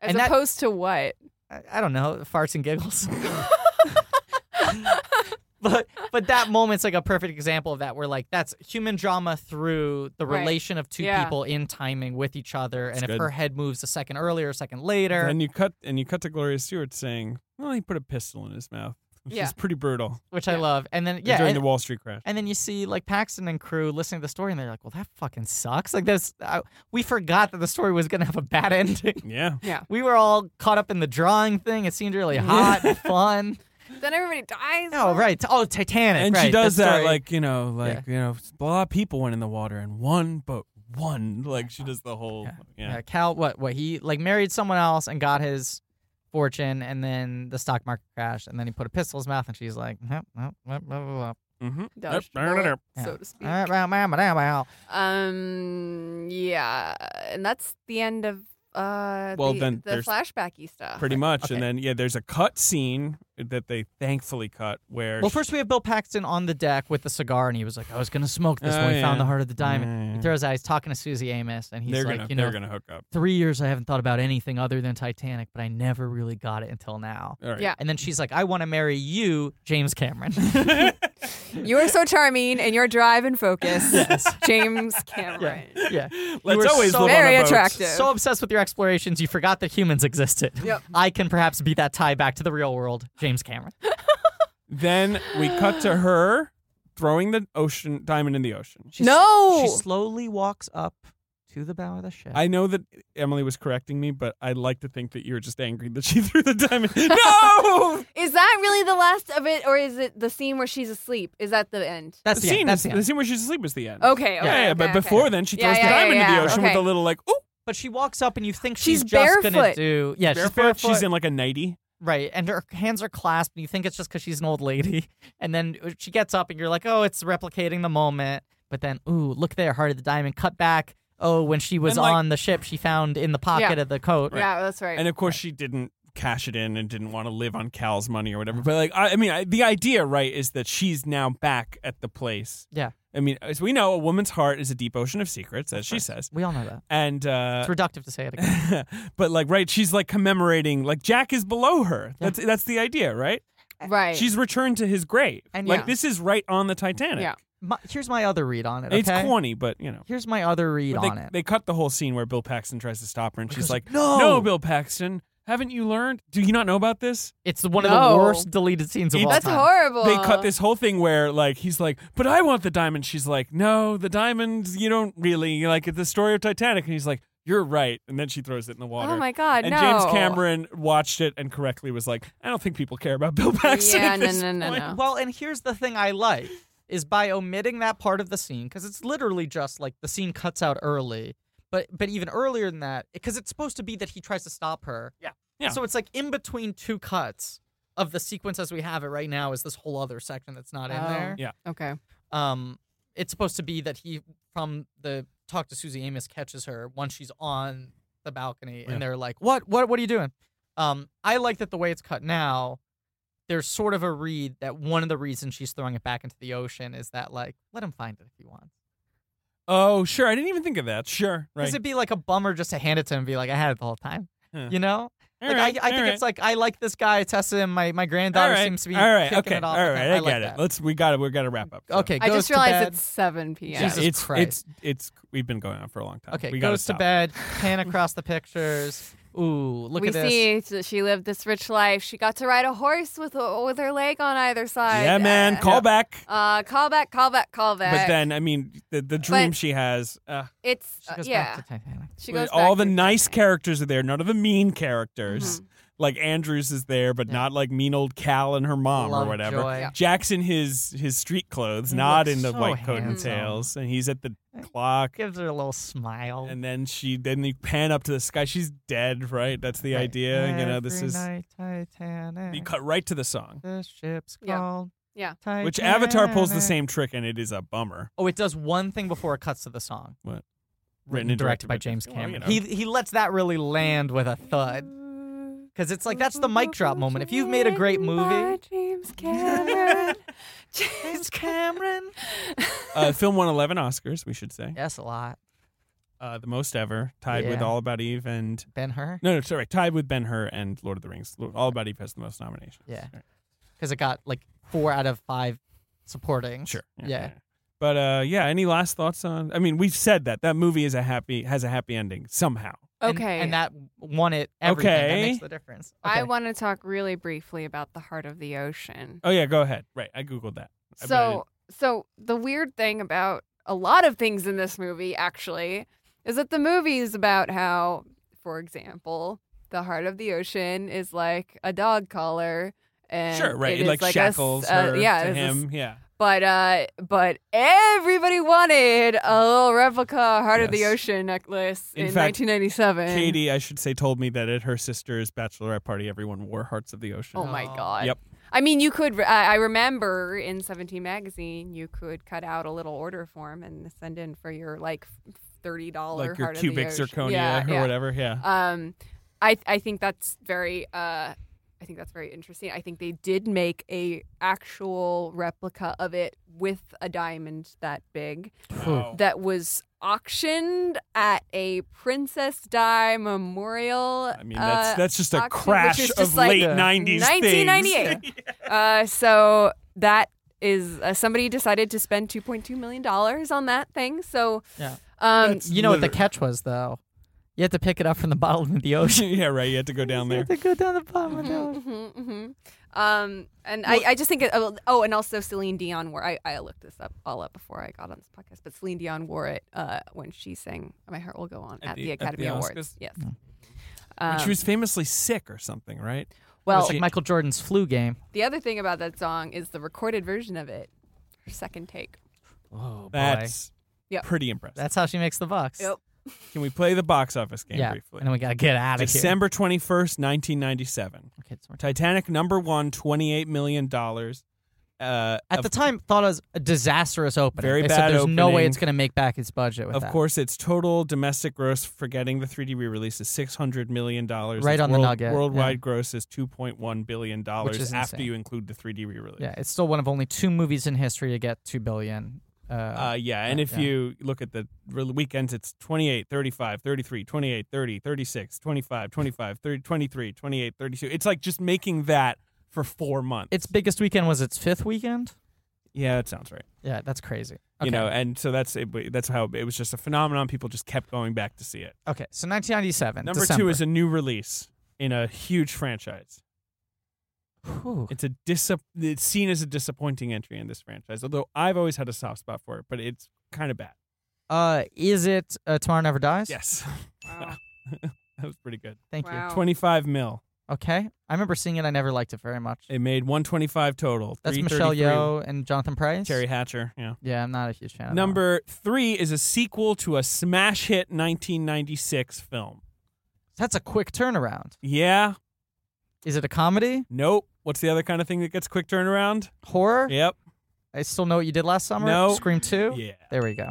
Speaker 5: as
Speaker 3: And that-
Speaker 5: opposed to what?
Speaker 3: I, I don't know, farts and giggles. but but that moment's like a perfect example of that where like that's human drama through the
Speaker 5: Right.
Speaker 3: relation of two
Speaker 5: Yeah.
Speaker 3: people in timing with each other and
Speaker 2: That's
Speaker 3: if
Speaker 2: good.
Speaker 3: her head moves a second earlier a second later
Speaker 2: And you cut and you cut to Gloria Stewart saying, "Well, he put a pistol in his mouth." Which
Speaker 5: Yeah.
Speaker 2: is pretty brutal.
Speaker 3: which I
Speaker 5: yeah.
Speaker 3: love and then yeah
Speaker 2: during
Speaker 3: and,
Speaker 2: the Wall Street crash.
Speaker 3: And then you see like Paxton and crew listening to the story, and they're like, "Well, that fucking sucks. Like, that's I, we forgot that the story was gonna have a bad ending.
Speaker 2: Yeah.
Speaker 3: We were all caught up in the drawing thing. It seemed really hot and fun.
Speaker 5: Then everybody dies.
Speaker 3: Oh, right. T- Oh, Titanic.
Speaker 2: and
Speaker 3: right,
Speaker 2: she does
Speaker 3: the
Speaker 2: that
Speaker 3: story.
Speaker 2: like you know like you know a lot of people went in the water and one but one like she does the whole yeah,
Speaker 3: Yeah, Cal. What? What? He like married someone else and got his fortune, and then the stock market crashed, and then he put a pistol in his mouth, and she's like, "Nope, nope, nope, nope, nope,
Speaker 2: Mm-hmm.
Speaker 5: Dodged a bullet, so to speak.
Speaker 3: nope, nope, nope, nope, nope."
Speaker 5: Um, yeah, and that's the end of uh.
Speaker 2: Well,
Speaker 5: the,
Speaker 2: then
Speaker 5: the
Speaker 2: there's
Speaker 5: flashbacky stuff.
Speaker 2: pretty much
Speaker 3: okay.
Speaker 2: and then yeah there's a cut scene that they thankfully cut where
Speaker 3: Well,
Speaker 2: she-
Speaker 3: first we have Bill Paxton on the deck with the cigar, and he was like, "I was gonna smoke this
Speaker 2: Oh,
Speaker 3: when we
Speaker 2: yeah.
Speaker 3: found the heart of the diamond."
Speaker 2: Yeah, yeah.
Speaker 3: He throws out. He's talking to Susie Amos, and he's
Speaker 2: they're
Speaker 3: like,
Speaker 2: gonna
Speaker 3: "You
Speaker 2: they're
Speaker 3: know,
Speaker 2: gonna hook up
Speaker 3: three years I haven't thought about anything other than Titanic, but I never really got it until now."
Speaker 2: all right
Speaker 5: Yeah.
Speaker 3: And then she's like, "I want to marry you, James Cameron."
Speaker 5: You are so charming, and your drive and focus, James Cameron.
Speaker 3: yeah, You
Speaker 2: let's
Speaker 3: were
Speaker 2: always
Speaker 3: so
Speaker 2: live
Speaker 5: very
Speaker 2: on a boat.
Speaker 5: attractive.
Speaker 3: so obsessed with your explorations, you forgot that humans existed.
Speaker 5: Yep.
Speaker 3: I can perhaps be that tie back to the real world, James Cameron.
Speaker 2: then we cut to her throwing the ocean diamond in the ocean
Speaker 3: She s-
Speaker 5: No!
Speaker 3: she slowly walks up to the bow of the ship.
Speaker 2: I know that Emily was correcting me, but I like to think that you were just angry that she threw the diamond. no,
Speaker 5: Is that really the last of it, or is it the scene where she's asleep? Is that the end?
Speaker 3: that's
Speaker 2: the
Speaker 3: the,
Speaker 2: scene.
Speaker 3: end. That's
Speaker 2: Is,
Speaker 3: the end.
Speaker 2: the scene where she's asleep is the end.
Speaker 5: Okay. okay
Speaker 2: yeah, yeah,
Speaker 5: okay,
Speaker 2: but
Speaker 5: okay.
Speaker 2: before then, she
Speaker 5: Yeah,
Speaker 2: throws
Speaker 5: yeah,
Speaker 2: the
Speaker 5: yeah,
Speaker 2: diamond in
Speaker 5: yeah,
Speaker 2: the ocean
Speaker 5: okay.
Speaker 2: with a little like, ooh,
Speaker 3: But she walks up, and you think she's,
Speaker 5: She's
Speaker 3: just gonna
Speaker 5: barefoot.
Speaker 3: do yeah, she's
Speaker 2: barefoot.
Speaker 3: barefoot.
Speaker 2: She's in like a nighty.
Speaker 3: right, and her hands are clasped, and you think it's just because she's an old lady. And then uh, she gets up, and you're like, oh, it's replicating the moment. But then, ooh, look there, heart of the diamond. Cut back. Oh, when she was
Speaker 2: And, like-
Speaker 3: on the ship, she found in the pocket
Speaker 5: Yeah.
Speaker 3: of the coat.
Speaker 5: Yeah, that's right.
Speaker 2: And of course, she didn't cash it in and didn't want to live on Cal's money or whatever. But like, I, I mean, I, the idea, right, is that she's now back at the place.
Speaker 3: Yeah.
Speaker 2: I mean, as we know, a woman's heart is a deep ocean of secrets, as she says.
Speaker 3: We all know that.
Speaker 2: And uh,
Speaker 3: It's reductive to say it again.
Speaker 2: but like, right, she's like commemorating. Like Jack is below her. That's that's the idea, right?
Speaker 5: right.
Speaker 2: She's returned to his grave.
Speaker 3: And
Speaker 2: like
Speaker 5: yeah.
Speaker 2: this is right on the Titanic.
Speaker 5: Yeah.
Speaker 3: My, here's my other read on it.
Speaker 2: It's
Speaker 3: okay?
Speaker 2: corny, but you know.
Speaker 3: Here's my other read
Speaker 2: But they,
Speaker 3: on it.
Speaker 2: they cut the whole scene where Bill Paxton tries to stop her, and she's like,
Speaker 3: "No!"
Speaker 2: no, Bill Paxton, haven't you learned? Do you not know about this?"
Speaker 3: it's one of
Speaker 5: No.
Speaker 3: the worst deleted scenes of
Speaker 2: It-
Speaker 3: all
Speaker 5: that's
Speaker 3: time.
Speaker 5: horrible.
Speaker 2: they cut this whole thing where like he's like, "But I want the diamond." She's like, "No, the diamond. You don't really You're like it's the story of Titanic." And he's like, "You're right." And then she throws it in the water.
Speaker 5: Oh my god!
Speaker 2: And
Speaker 5: no.
Speaker 2: James Cameron watched it and correctly was like, "I don't think people care about Bill Paxton."
Speaker 5: Yeah,
Speaker 2: at
Speaker 5: no,
Speaker 2: this
Speaker 5: no, no,
Speaker 2: point."
Speaker 5: no.
Speaker 3: Well, and here's the thing I like is by omitting that part of the scene because it's literally just like the scene cuts out early. But but even earlier than that, because it's supposed to be that he tries to stop her.
Speaker 2: Yeah.
Speaker 3: So it's like in between two cuts. of the sequence as we have it right now is this whole other section that's not in
Speaker 5: Oh.
Speaker 3: there.
Speaker 2: Yeah.
Speaker 5: Okay.
Speaker 3: Um, it's supposed to be that he from the talk to Susie Amos catches her once she's on the balcony,
Speaker 6: Yeah.
Speaker 3: and they're like, "What? What? What are you doing?" Um, I like that the way it's cut now. There's sort of a read that one of the reasons she's throwing it back into the ocean is that like, let him find it if he wants.
Speaker 2: Oh, sure. I didn't even think of that. Sure. Right.
Speaker 3: Because it'd be like a bummer just to hand it to him and be like, I had it the whole time.
Speaker 2: Huh.
Speaker 3: You know?
Speaker 2: All
Speaker 3: like
Speaker 2: right,
Speaker 3: I, I think
Speaker 2: all right.
Speaker 3: it's like I like this guy, Tessa him, my, my granddaughter
Speaker 2: All right,
Speaker 3: seems to be
Speaker 2: all right.
Speaker 3: kicking
Speaker 2: Okay.
Speaker 3: it off.
Speaker 2: all
Speaker 3: with him.
Speaker 2: right.
Speaker 3: I,
Speaker 2: I,
Speaker 3: like
Speaker 2: get
Speaker 3: that.
Speaker 2: it. Let's. We got to We got to wrap up. so.
Speaker 3: Okay,
Speaker 5: I
Speaker 3: goes
Speaker 5: just
Speaker 3: to
Speaker 5: realized
Speaker 3: bed.
Speaker 5: it's 7 p.m.
Speaker 3: Jesus
Speaker 2: it's
Speaker 3: Christ.
Speaker 2: it's it's we've been going on for a long time.
Speaker 3: Okay,
Speaker 2: we gotta
Speaker 3: goes to
Speaker 2: stop.
Speaker 3: bed, pan across the pictures. Ooh, look
Speaker 5: we
Speaker 3: at this.
Speaker 5: see that she lived this rich life. She got to ride a horse with with her leg on either side.
Speaker 2: Yeah, man.
Speaker 5: Uh,
Speaker 2: Call back.
Speaker 5: Uh, call back, call back, call back.
Speaker 2: But then, I mean, the, the dream
Speaker 5: But-
Speaker 2: she has. Uh,
Speaker 5: it's
Speaker 3: She
Speaker 5: uh,
Speaker 3: goes
Speaker 5: yeah.
Speaker 3: back to Titanic.
Speaker 5: she goes
Speaker 2: all
Speaker 5: back
Speaker 2: the
Speaker 5: to
Speaker 2: nice
Speaker 5: Titanic.
Speaker 2: characters are there. None of the mean characters. Like Andrews is there, but
Speaker 3: Yeah.
Speaker 2: not like mean old Cal and her mom
Speaker 3: Lovejoy.
Speaker 2: or whatever.
Speaker 5: Yeah.
Speaker 2: Jackson his his street clothes, not
Speaker 3: looks
Speaker 2: in the
Speaker 3: so
Speaker 2: white coat and
Speaker 3: handsome.
Speaker 2: tails, and he's at the clock.
Speaker 3: Gives her a little smile.
Speaker 2: And then she then you pan up to the sky. She's dead, right? That's the
Speaker 3: Right.
Speaker 2: idea. You know, this
Speaker 3: Every
Speaker 2: is
Speaker 3: night, Titanic.
Speaker 2: you cut right to the song,
Speaker 3: the ship's
Speaker 5: Yeah.
Speaker 3: called.
Speaker 5: Yeah.
Speaker 2: which Avatar pulls the
Speaker 3: Titanic.
Speaker 2: same trick, and it is a bummer.
Speaker 3: Oh, it does one thing before it cuts to the song.
Speaker 2: What?
Speaker 3: Written and directed by James
Speaker 2: Well, you
Speaker 3: Cameron.
Speaker 2: know.
Speaker 3: He he lets that really land with a thud. Cuz it's like that's the mic drop moment. If you've made a great movie,
Speaker 5: James Cameron.
Speaker 3: James Cameron.
Speaker 2: uh, film won 11 Oscars, we should say.
Speaker 3: Yes, a lot.
Speaker 2: Uh, the most ever, tied with
Speaker 3: Yeah.
Speaker 2: All About Eve and.
Speaker 3: Ben Hur.
Speaker 2: No, no, sorry, tied with Ben Hur and Lord of the Rings. Lo- All About Eve has the most nominations.
Speaker 3: Yeah.
Speaker 2: Right.
Speaker 3: Cuz it got like 4 out of 5 supporting.
Speaker 2: Sure.
Speaker 3: Yeah.
Speaker 2: But uh, yeah, any last thoughts on? I mean, we've said that that movie is a happy has a happy ending somehow.
Speaker 3: And-
Speaker 5: Okay.
Speaker 3: And, that won it everything. That
Speaker 2: Okay.
Speaker 3: makes the difference.
Speaker 5: I
Speaker 3: Okay.
Speaker 5: want to talk really briefly about the heart of the ocean.
Speaker 2: Oh yeah, go ahead. Right, I googled that. I bet
Speaker 5: So, so the weird thing about a lot of things in this movie actually is that the movie is about how, for example, the heart of the ocean is like a dog collar.
Speaker 2: it-
Speaker 5: And
Speaker 2: sure, right.
Speaker 5: it
Speaker 2: It,
Speaker 5: is
Speaker 2: like
Speaker 5: a s-
Speaker 2: shackles
Speaker 5: uh,
Speaker 2: her
Speaker 5: yeah,
Speaker 2: to
Speaker 5: it is a s-
Speaker 2: him. yeah,
Speaker 5: but uh, but everybody wanted a little replica heart of the
Speaker 2: Yes.
Speaker 5: ocean necklace
Speaker 2: In
Speaker 5: in,
Speaker 2: fact,
Speaker 5: 1997.
Speaker 2: Katie, I should say, told me that at her sister's bachelorette party, everyone wore Hearts of the Ocean.
Speaker 5: Oh my
Speaker 3: No.
Speaker 5: god.
Speaker 2: Yep.
Speaker 5: I mean, you could. I I remember in Seventeen magazine, you could cut out a little order form and send in for your like thirty dollar
Speaker 2: like your
Speaker 5: heart
Speaker 2: cubic
Speaker 5: of the ocean.
Speaker 2: zirconia
Speaker 5: yeah,
Speaker 2: or
Speaker 5: yeah.
Speaker 2: whatever. Yeah.
Speaker 5: Um, I I think that's very. Uh, I think that's very interesting. I think they did make a actual replica of it with a diamond that big
Speaker 2: Wow.
Speaker 5: that was auctioned at a Princess Di Memorial.
Speaker 2: I mean, that's
Speaker 5: uh,
Speaker 2: that's just a
Speaker 5: auction, which
Speaker 2: crash
Speaker 5: is
Speaker 2: of
Speaker 5: just like
Speaker 2: late
Speaker 5: Yeah.
Speaker 2: '90s
Speaker 5: 1998.
Speaker 2: things.
Speaker 5: Uh, so that is uh, somebody decided to spend 2.2 million dollars on that thing. So
Speaker 3: Yeah.
Speaker 5: um,
Speaker 2: That's
Speaker 3: You know what the
Speaker 2: literally-
Speaker 3: catch was though? You had to pick it up from the bottom of the ocean.
Speaker 2: yeah, right. You had to go down
Speaker 3: You
Speaker 2: there.
Speaker 3: had to go down the bottom of the ocean.
Speaker 5: mhm, mhm, mhm. Um, and I, I just think it, oh, oh, and also Celine Dion wore. I, I looked this up all up before I got on this podcast, but Celine Dion wore it uh, when she sang "My Heart Will Go On"
Speaker 2: At
Speaker 5: at,
Speaker 2: the-
Speaker 5: the,
Speaker 2: at the
Speaker 5: Academy
Speaker 2: Oscars?
Speaker 5: Awards. Yes.
Speaker 2: But
Speaker 5: Um,
Speaker 2: she was famously sick or something, right?
Speaker 5: well,
Speaker 3: it's like Michael Jordan's flu game.
Speaker 5: the other thing about that song is the recorded version of it, her second take.
Speaker 3: Oh,
Speaker 2: That's
Speaker 5: Yep.
Speaker 2: pretty impressive.
Speaker 3: That's how she makes the bucks.
Speaker 5: Yep.
Speaker 2: Can we play the box office game
Speaker 3: Yeah.
Speaker 2: briefly?
Speaker 3: And then we got to get out of here.
Speaker 2: December 21st, 1997.
Speaker 3: Okay, so we're t-
Speaker 2: Titanic number one, $28 million. Uh,
Speaker 3: At
Speaker 2: of,
Speaker 3: the time, thought it was a disastrous opening.
Speaker 2: Very
Speaker 3: they
Speaker 2: bad
Speaker 3: said there's no way
Speaker 2: opening.
Speaker 3: it's going to make back its budget with
Speaker 2: of
Speaker 3: that.
Speaker 2: course, its total domestic gross, forgetting the 3D re release, is $600 million.
Speaker 3: Right
Speaker 2: its
Speaker 3: on the
Speaker 2: world-
Speaker 3: nugget,
Speaker 2: Worldwide
Speaker 3: yeah.
Speaker 2: gross is $2.1 billion
Speaker 3: Which is
Speaker 2: after
Speaker 3: insane.
Speaker 2: you include the 3D re release.
Speaker 3: Yeah, it's still one of only two movies in history to get two billion. Uh,
Speaker 2: Uh, yeah, and
Speaker 3: Yeah,
Speaker 2: if
Speaker 3: yeah.
Speaker 2: you look at the re- weekends, it's 28, 35, 33, 28, 30, 36, 25, 25, 30, 23, 28, 32. It's like just making that for four months.
Speaker 3: its biggest weekend was its fifth weekend.
Speaker 2: yeah, that sounds right.
Speaker 3: Yeah, that's crazy. Okay.
Speaker 2: You know, and so that's it, that's how it was just a phenomenon. People just kept going back to see it.
Speaker 3: okay, so 1997.
Speaker 2: Number
Speaker 3: December.
Speaker 2: two is a new release in a huge franchise.
Speaker 3: Whew.
Speaker 2: It's a dis- it's seen as a disappointing entry in this franchise, although I've always had a soft spot for it, but it's kind of bad.
Speaker 3: Uh, is it uh, Tomorrow Never Dies?
Speaker 2: Yes, that was pretty good.
Speaker 3: Thank
Speaker 5: Wow.
Speaker 2: Twenty five mil.
Speaker 3: you. Okay, I remember seeing it. I never liked it very much.
Speaker 2: It made 125 total.
Speaker 3: That's Michelle
Speaker 2: 333
Speaker 3: Yeoh and Jonathan Price.
Speaker 2: Terry Hatcher. Yeah.
Speaker 3: Yeah, I'm not a huge fan. of that one.
Speaker 2: Number three is a sequel to a smash hit 1996 film.
Speaker 3: That's a quick turnaround.
Speaker 2: Yeah,
Speaker 3: Is it a comedy?
Speaker 2: Nope. What's the other kind of thing that gets quick turnaround?
Speaker 3: Horror?
Speaker 2: Yep.
Speaker 3: I still know what you did last summer.
Speaker 2: No.
Speaker 3: Scream two.
Speaker 2: Yeah.
Speaker 3: There we go.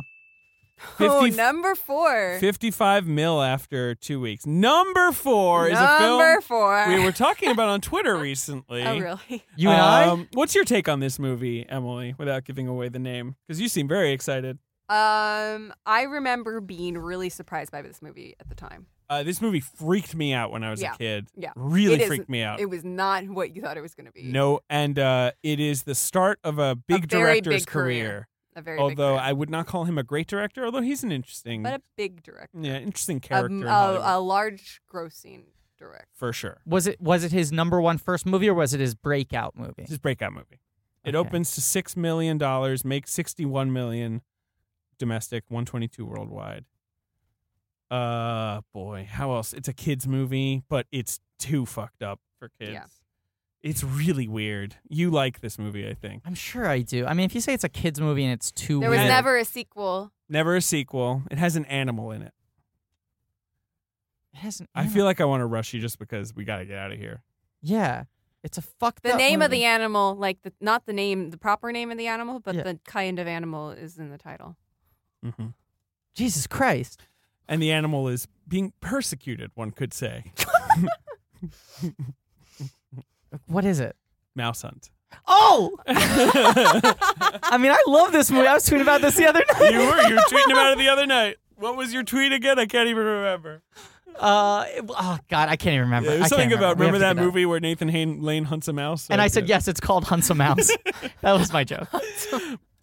Speaker 5: oh,
Speaker 2: 50
Speaker 5: number four.
Speaker 2: 55 mil after two weeks. Number four is a film
Speaker 5: number four.
Speaker 2: we were talking about on Twitter recently.
Speaker 5: oh, really?
Speaker 3: You and I.
Speaker 2: Um, What's your take on this movie, Emily, without giving away the name? Because you seem very excited.
Speaker 5: Um, I remember being really surprised by this movie at the time.
Speaker 2: Uh, this movie freaked me out when I was
Speaker 5: Yeah.
Speaker 2: a kid.
Speaker 5: Yeah.
Speaker 2: Really
Speaker 5: It is-
Speaker 2: freaked me out.
Speaker 5: It was not what you thought it was going to be.
Speaker 2: Uh, no, and uh, it is the start of a big
Speaker 5: very
Speaker 2: director's
Speaker 5: big career. a very big
Speaker 2: although
Speaker 5: director,
Speaker 2: I would not call him a great director, although he's an interesting,
Speaker 5: but a big director,
Speaker 2: yeah, interesting
Speaker 5: A-
Speaker 2: character in Hollywood,
Speaker 5: a, a large grossing director.
Speaker 2: for sure.
Speaker 3: Was it was it his number one first movie or was it his breakout movie?
Speaker 2: It's his breakout movie. It
Speaker 3: Okay.
Speaker 2: opens to six million dollars, makes sixty-one million domestic, one twenty-two worldwide. Uh, boy, how else? It's a kids' movie, but it's too fucked up for kids.
Speaker 5: Yeah.
Speaker 2: It's really weird. You like this movie, I think.
Speaker 3: I'm sure I do. I mean, if you say it's a kids movie and it's too
Speaker 5: There was
Speaker 2: Yeah.
Speaker 3: weird,
Speaker 5: never a sequel.
Speaker 2: Never a sequel. It has an animal in it.
Speaker 3: it hasn't-
Speaker 2: I feel like I want to rush you just because we got to get out of here.
Speaker 3: yeah, it's a fucked
Speaker 5: The
Speaker 3: up
Speaker 5: name of
Speaker 3: movie.
Speaker 5: the animal, like the not the name, the proper name of the animal, but
Speaker 3: Yeah.
Speaker 5: the kind of animal is in the title.
Speaker 2: hmm
Speaker 3: Jesus Christ.
Speaker 2: And the animal is being persecuted, one could say.
Speaker 3: What is it?
Speaker 2: Mouse hunt.
Speaker 3: Oh, I mean, I love this movie. I was tweeting about this the other night.
Speaker 2: you were you were tweeting about it the other night. What was your tweet again? I can't even remember.
Speaker 3: Uh, it- oh God, I can't even remember.
Speaker 2: Yeah, it
Speaker 3: I
Speaker 2: was
Speaker 3: can't
Speaker 2: something about
Speaker 3: We have
Speaker 2: remember
Speaker 3: to
Speaker 2: that
Speaker 3: get up.
Speaker 2: movie where Nathan Hain, Lane hunts a mouse.
Speaker 3: And I
Speaker 2: That's
Speaker 3: said
Speaker 2: it.
Speaker 3: yes. It's called Hunts a Mouse. that was my joke.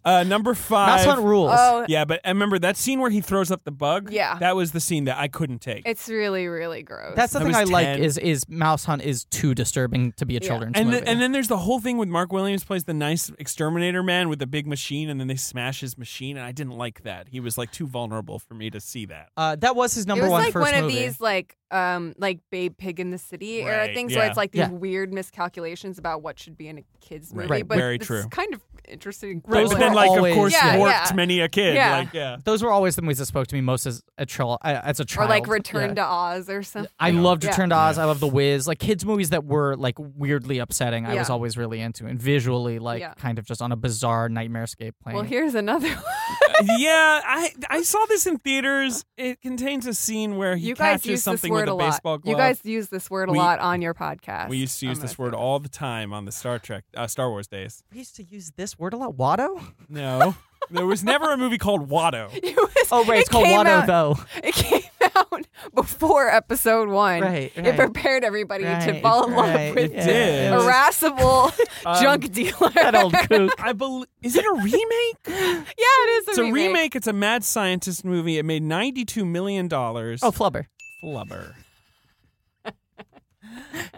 Speaker 2: Uh, number
Speaker 3: Mouse
Speaker 2: five.
Speaker 3: Hunt rules.
Speaker 5: Oh,
Speaker 2: yeah, but I remember that scene where he throws up the bug.
Speaker 5: Yeah.
Speaker 2: that was the scene that I couldn't take.
Speaker 5: it's really, really gross.
Speaker 3: That's the
Speaker 2: I
Speaker 3: thing
Speaker 2: was
Speaker 3: I like
Speaker 2: 10.
Speaker 3: is is Mouse Hunt is too disturbing to be a
Speaker 5: Yeah.
Speaker 3: children's
Speaker 2: and
Speaker 3: movie.
Speaker 2: the, and then there's the whole thing with Mark Williams plays the nice exterminator man with the big machine, and then they smash his machine, and I didn't like that. He was like too vulnerable for me to see that.
Speaker 3: uh, that was his number
Speaker 5: it was
Speaker 3: one
Speaker 5: like
Speaker 3: first
Speaker 5: one of
Speaker 3: movie.
Speaker 5: these like um like Babe Pig in the City
Speaker 2: Right,
Speaker 5: era things where
Speaker 2: yeah.
Speaker 5: it's like these
Speaker 3: Yeah.
Speaker 5: weird miscalculations about what should be in a kids movie.
Speaker 2: Right,
Speaker 5: But
Speaker 2: very
Speaker 5: it's
Speaker 2: true.
Speaker 5: kind of interesting.
Speaker 3: Right,
Speaker 2: Those have
Speaker 3: but
Speaker 5: Well,
Speaker 2: been like,
Speaker 3: always-
Speaker 2: of course,
Speaker 5: Yeah,
Speaker 2: warped
Speaker 5: yeah.
Speaker 2: many a kid.
Speaker 5: Yeah.
Speaker 2: Like, yeah.
Speaker 3: Those were always the movies that spoke to me most as a child. uh, As a
Speaker 5: or
Speaker 3: child,
Speaker 5: like Return
Speaker 3: Yeah.
Speaker 5: to Oz or something.
Speaker 3: I loved
Speaker 5: Yeah.
Speaker 3: Return to Oz. I love The Wiz. Like kids' movies that were like weirdly upsetting. I was
Speaker 5: Yeah.
Speaker 3: always really into and visually like
Speaker 5: Yeah.
Speaker 3: kind of just on a bizarre nightmarescape plane.
Speaker 5: Well, here's another one.
Speaker 2: yeah, I I saw this in theaters. It contains a scene where he
Speaker 5: you guys
Speaker 2: catches
Speaker 5: use this
Speaker 2: something
Speaker 5: word
Speaker 2: with a,
Speaker 5: a lot.
Speaker 2: baseball glove.
Speaker 5: You guys use this word a
Speaker 2: We-
Speaker 5: lot on your podcast.
Speaker 2: we used to use this word all the time on the Star Trek, uh, Star Wars days.
Speaker 3: we used to use this word a lot. Watto.
Speaker 2: No, there was never a movie called Watto.
Speaker 5: It was,
Speaker 3: Oh right,
Speaker 5: it
Speaker 3: it's called
Speaker 5: came
Speaker 3: Watto
Speaker 5: out-
Speaker 3: though.
Speaker 5: It came out before episode one.
Speaker 3: Right,
Speaker 5: It
Speaker 3: right.
Speaker 5: prepared everybody to
Speaker 3: Right,
Speaker 5: fall in
Speaker 3: right,
Speaker 5: love with
Speaker 3: yeah.
Speaker 2: did.
Speaker 5: the irascible
Speaker 2: Um,
Speaker 5: junk dealer.
Speaker 3: That old kook.
Speaker 2: I believe is it a remake?
Speaker 5: yeah, it is.
Speaker 2: it's
Speaker 5: a
Speaker 2: a remake. It's a mad scientist movie. It made ninety two million dollars.
Speaker 3: Oh, Flubber.
Speaker 2: flubber!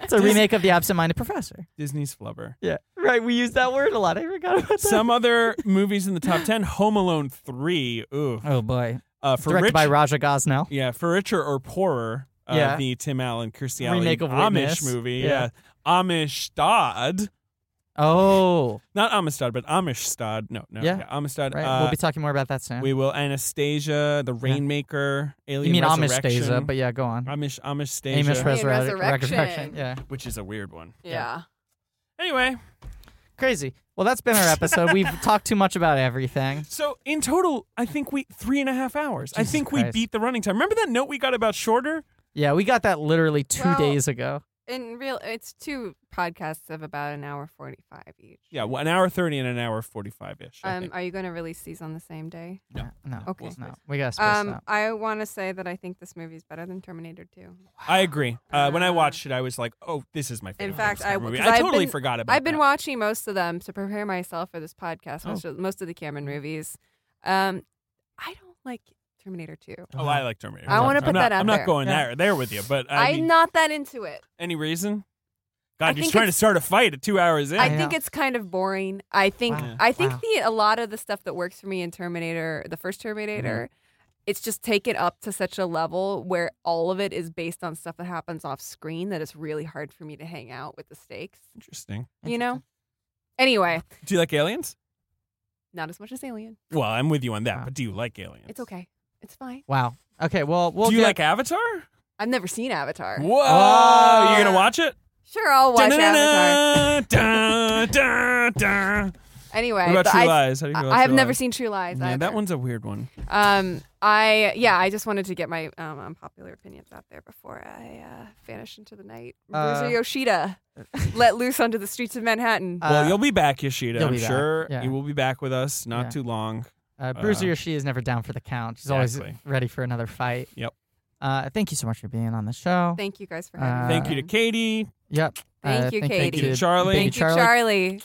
Speaker 3: It's a remake of The Absent-Minded Professor.
Speaker 2: Disney's flubber.
Speaker 3: Yeah, right. We use that word a lot. I forgot about that.
Speaker 2: Some other movies in the top ten: Home Alone three. Ooh,
Speaker 3: oh boy,
Speaker 2: uh, for
Speaker 3: directed
Speaker 2: Rich,
Speaker 3: by Raja Gosnell.
Speaker 2: Yeah, for richer or poorer, uh,
Speaker 3: Yeah.
Speaker 2: the Tim Allen, Kirstie Alley
Speaker 3: Remake of
Speaker 2: Amish
Speaker 3: Witness.
Speaker 2: movie.
Speaker 3: Yeah.
Speaker 2: Yeah. Amistad.
Speaker 3: Oh,
Speaker 2: Not Amistad, but Amistad. No, no.
Speaker 3: Yeah.
Speaker 2: Amistad.
Speaker 3: right.
Speaker 2: uh,
Speaker 3: we'll be talking more about that soon.
Speaker 2: we will. Anastasia, The Rainmaker, Alien
Speaker 3: you mean
Speaker 2: Resurrection.
Speaker 3: Amishtasia, but yeah, go on.
Speaker 2: Amish, Amishtasia,
Speaker 3: Amish Resur-
Speaker 5: Alien Resurrection.
Speaker 3: Yeah,
Speaker 2: which is a weird one.
Speaker 5: Yeah.
Speaker 2: Anyway,
Speaker 3: crazy. Well, that's been our episode. We've talked too much about everything.
Speaker 2: so in total, I think we three and a half hours. I
Speaker 3: Jesus
Speaker 2: think we
Speaker 3: Christ.
Speaker 2: beat the running time. Remember that note we got about shorter?
Speaker 3: Yeah, we got that literally two
Speaker 5: Well-
Speaker 3: days ago.
Speaker 5: In real, it's two podcasts of about an hour forty-five each.
Speaker 2: Yeah, well, an hour thirty and an hour forty-five ish. I
Speaker 5: Um,
Speaker 2: think.
Speaker 5: are you going to release these on the same day?
Speaker 3: No, no,
Speaker 5: Okay.
Speaker 3: no. We got to space it
Speaker 5: Um,
Speaker 3: out.
Speaker 5: I want to say that I think this movie is better than Terminator Two.
Speaker 2: I agree. Uh, when I
Speaker 5: Uh,
Speaker 2: watched it, I was like, "Oh, this is my favorite."
Speaker 5: In fact,
Speaker 2: Star
Speaker 5: I,
Speaker 2: movie.
Speaker 5: 'cause
Speaker 2: I
Speaker 5: I've
Speaker 2: totally
Speaker 5: been-
Speaker 2: forgot about.
Speaker 5: I've been
Speaker 2: that. Oh.
Speaker 5: watching most of them to prepare myself for this podcast. Most, of, most of the Cameron movies. Um, I don't like Terminator Two.
Speaker 2: Oh, I like Terminator.
Speaker 5: I wanna
Speaker 2: I'm
Speaker 5: put
Speaker 2: not-
Speaker 5: that out
Speaker 2: I'm not
Speaker 5: there.
Speaker 2: going
Speaker 3: Yeah.
Speaker 2: there there with you, but I,
Speaker 5: I'm
Speaker 2: mean,
Speaker 5: not that into it.
Speaker 2: any reason.
Speaker 5: I
Speaker 2: God, you're
Speaker 5: think
Speaker 2: trying to
Speaker 5: it's-
Speaker 2: start a fight at two hours in.
Speaker 5: I
Speaker 3: Yeah.
Speaker 5: think it's kind of boring. I think
Speaker 3: Wow.
Speaker 5: I think
Speaker 3: Wow.
Speaker 5: the a lot of the stuff that works for me in Terminator, the first Terminator, it's just taken up to such a level where all of it is based on stuff that happens off screen that it's really hard for me to hang out with the stakes.
Speaker 2: Interesting.
Speaker 5: You know. Anyway,
Speaker 2: Do you like aliens?
Speaker 5: not as much as Alien.
Speaker 2: Well, I'm with you on that,
Speaker 3: Wow.
Speaker 2: but do you like aliens?
Speaker 5: It's okay. It's fine.
Speaker 3: Wow. Okay. Well, we'll
Speaker 2: do you
Speaker 3: get-
Speaker 2: like Avatar?
Speaker 5: I've never seen Avatar.
Speaker 3: Oh.
Speaker 2: Whoa! You're gonna watch it?
Speaker 5: Sure, I'll watch Avatar.
Speaker 2: Da, da, da.
Speaker 5: Anyway,
Speaker 2: What about
Speaker 5: but
Speaker 2: True
Speaker 5: I,
Speaker 2: Lies? How do you feel about
Speaker 5: I have
Speaker 2: True
Speaker 5: never
Speaker 2: Lies?
Speaker 5: seen True Lies.
Speaker 2: Yeah, that
Speaker 5: either.
Speaker 2: one's a weird one.
Speaker 5: Um, I yeah, I just wanted to get my um, unpopular opinions out there before I uh, vanish into the night.
Speaker 3: Uh,
Speaker 5: Bruiser Yoshida, let loose onto the streets of Manhattan.
Speaker 2: well,
Speaker 3: Uh,
Speaker 2: you'll be back, Yoshida.
Speaker 3: you'll
Speaker 2: I'm
Speaker 3: be back.
Speaker 2: sure
Speaker 3: Yeah.
Speaker 2: you will be back with us. Not
Speaker 3: Yeah.
Speaker 2: too long.
Speaker 3: Uh, Bruiser
Speaker 2: Uh,
Speaker 3: Yoshi is never down for the count. She's always
Speaker 2: Exactly.
Speaker 3: ready for another fight.
Speaker 2: Yep.
Speaker 3: Uh, thank you so much for being on the show.
Speaker 5: Thank you guys for
Speaker 3: Uh,
Speaker 5: having me.
Speaker 2: Thank you to Katie.
Speaker 3: yep. Uh,
Speaker 5: Thank you,
Speaker 2: Thank you
Speaker 5: Katie.
Speaker 2: to Charlie.
Speaker 3: Thank
Speaker 5: Thank
Speaker 3: you,
Speaker 5: you,
Speaker 3: Charlie.
Speaker 5: Charlie.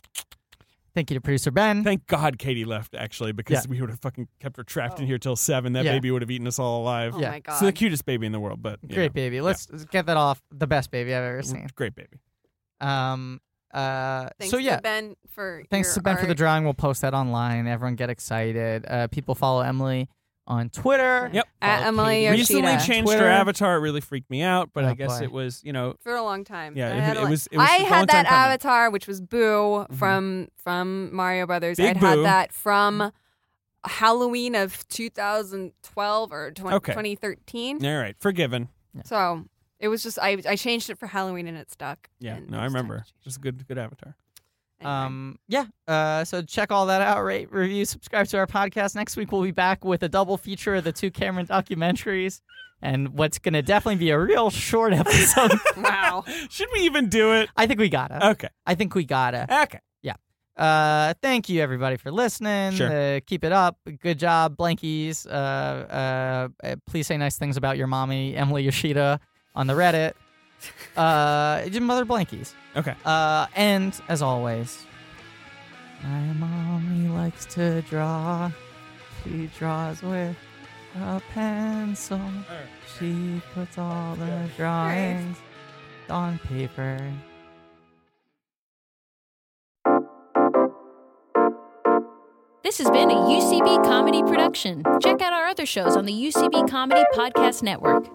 Speaker 3: Thank you to producer Ben.
Speaker 2: Thank God Katie left, actually, because
Speaker 3: Yeah.
Speaker 2: we would have fucking kept her trapped in here till seven. That
Speaker 3: Yeah.
Speaker 2: baby would have eaten us all alive.
Speaker 5: Oh
Speaker 3: Yeah.
Speaker 5: my
Speaker 2: It's the
Speaker 5: god.
Speaker 2: cutest baby in the world, but you
Speaker 3: Great
Speaker 2: know, Mm,
Speaker 3: baby. Let's get that off. The best baby I've ever seen.
Speaker 2: great baby.
Speaker 3: Um. Uh.
Speaker 5: Thanks
Speaker 3: so yeah.
Speaker 5: to Ben for
Speaker 3: Thanks
Speaker 5: your
Speaker 3: to Ben for the
Speaker 5: art.
Speaker 3: drawing. We'll post that online. Everyone get excited. Uh, people follow Emily on Twitter.
Speaker 2: Yep.
Speaker 5: At
Speaker 3: Follow
Speaker 5: Emily
Speaker 3: Katie.
Speaker 5: Yoshida.
Speaker 2: Recently
Speaker 5: Yoshida.
Speaker 2: changed
Speaker 3: Twitter.
Speaker 2: her avatar. It really freaked me out, but
Speaker 3: Oh,
Speaker 2: I guess
Speaker 3: boy.
Speaker 2: it was, you know,
Speaker 5: for a long time.
Speaker 2: Yeah,
Speaker 5: I
Speaker 2: it-
Speaker 5: had, a
Speaker 2: it
Speaker 5: lo-
Speaker 2: was- it was
Speaker 5: I
Speaker 2: a long
Speaker 5: had that
Speaker 2: time coming. Mm-hmm.
Speaker 5: avatar, which was Boo from from Mario Brothers.
Speaker 2: Big
Speaker 5: I'd
Speaker 2: Boo.
Speaker 5: had that from Halloween of 2012 or 20,
Speaker 2: Okay.
Speaker 5: 2013.
Speaker 2: all right, forgiven.
Speaker 5: So it was just I I changed it for Halloween and it stuck.
Speaker 2: Yeah,
Speaker 5: And
Speaker 2: no,
Speaker 5: it
Speaker 2: I
Speaker 5: was time
Speaker 2: remember.
Speaker 5: to change
Speaker 2: Just a good, good avatar.
Speaker 5: it. Anyway.
Speaker 3: Um, yeah. Uh, so check all that out. Rate, review, subscribe to our podcast. Next week, we'll be back with a double feature of the two Cameron documentaries and what's going to definitely be a real short episode.
Speaker 5: wow.
Speaker 2: Should we even do it?
Speaker 3: I think we got to
Speaker 2: Okay,
Speaker 3: I think we got to
Speaker 2: okay.
Speaker 3: Uh, thank you, everybody, for listening.
Speaker 2: Sure.
Speaker 3: Uh, keep it up. Good job, Blankies. Uh, uh, uh, please say nice things about your mommy, Emily Yoshida, on the Reddit. Uh, your mother Blankies.
Speaker 2: Okay.
Speaker 3: Uh, and as always, my mommy likes to draw. She draws with a pencil. She puts all the drawings on paper.
Speaker 7: This has been a UCB comedy production. Check out our other shows on the UCB Comedy Podcast Network.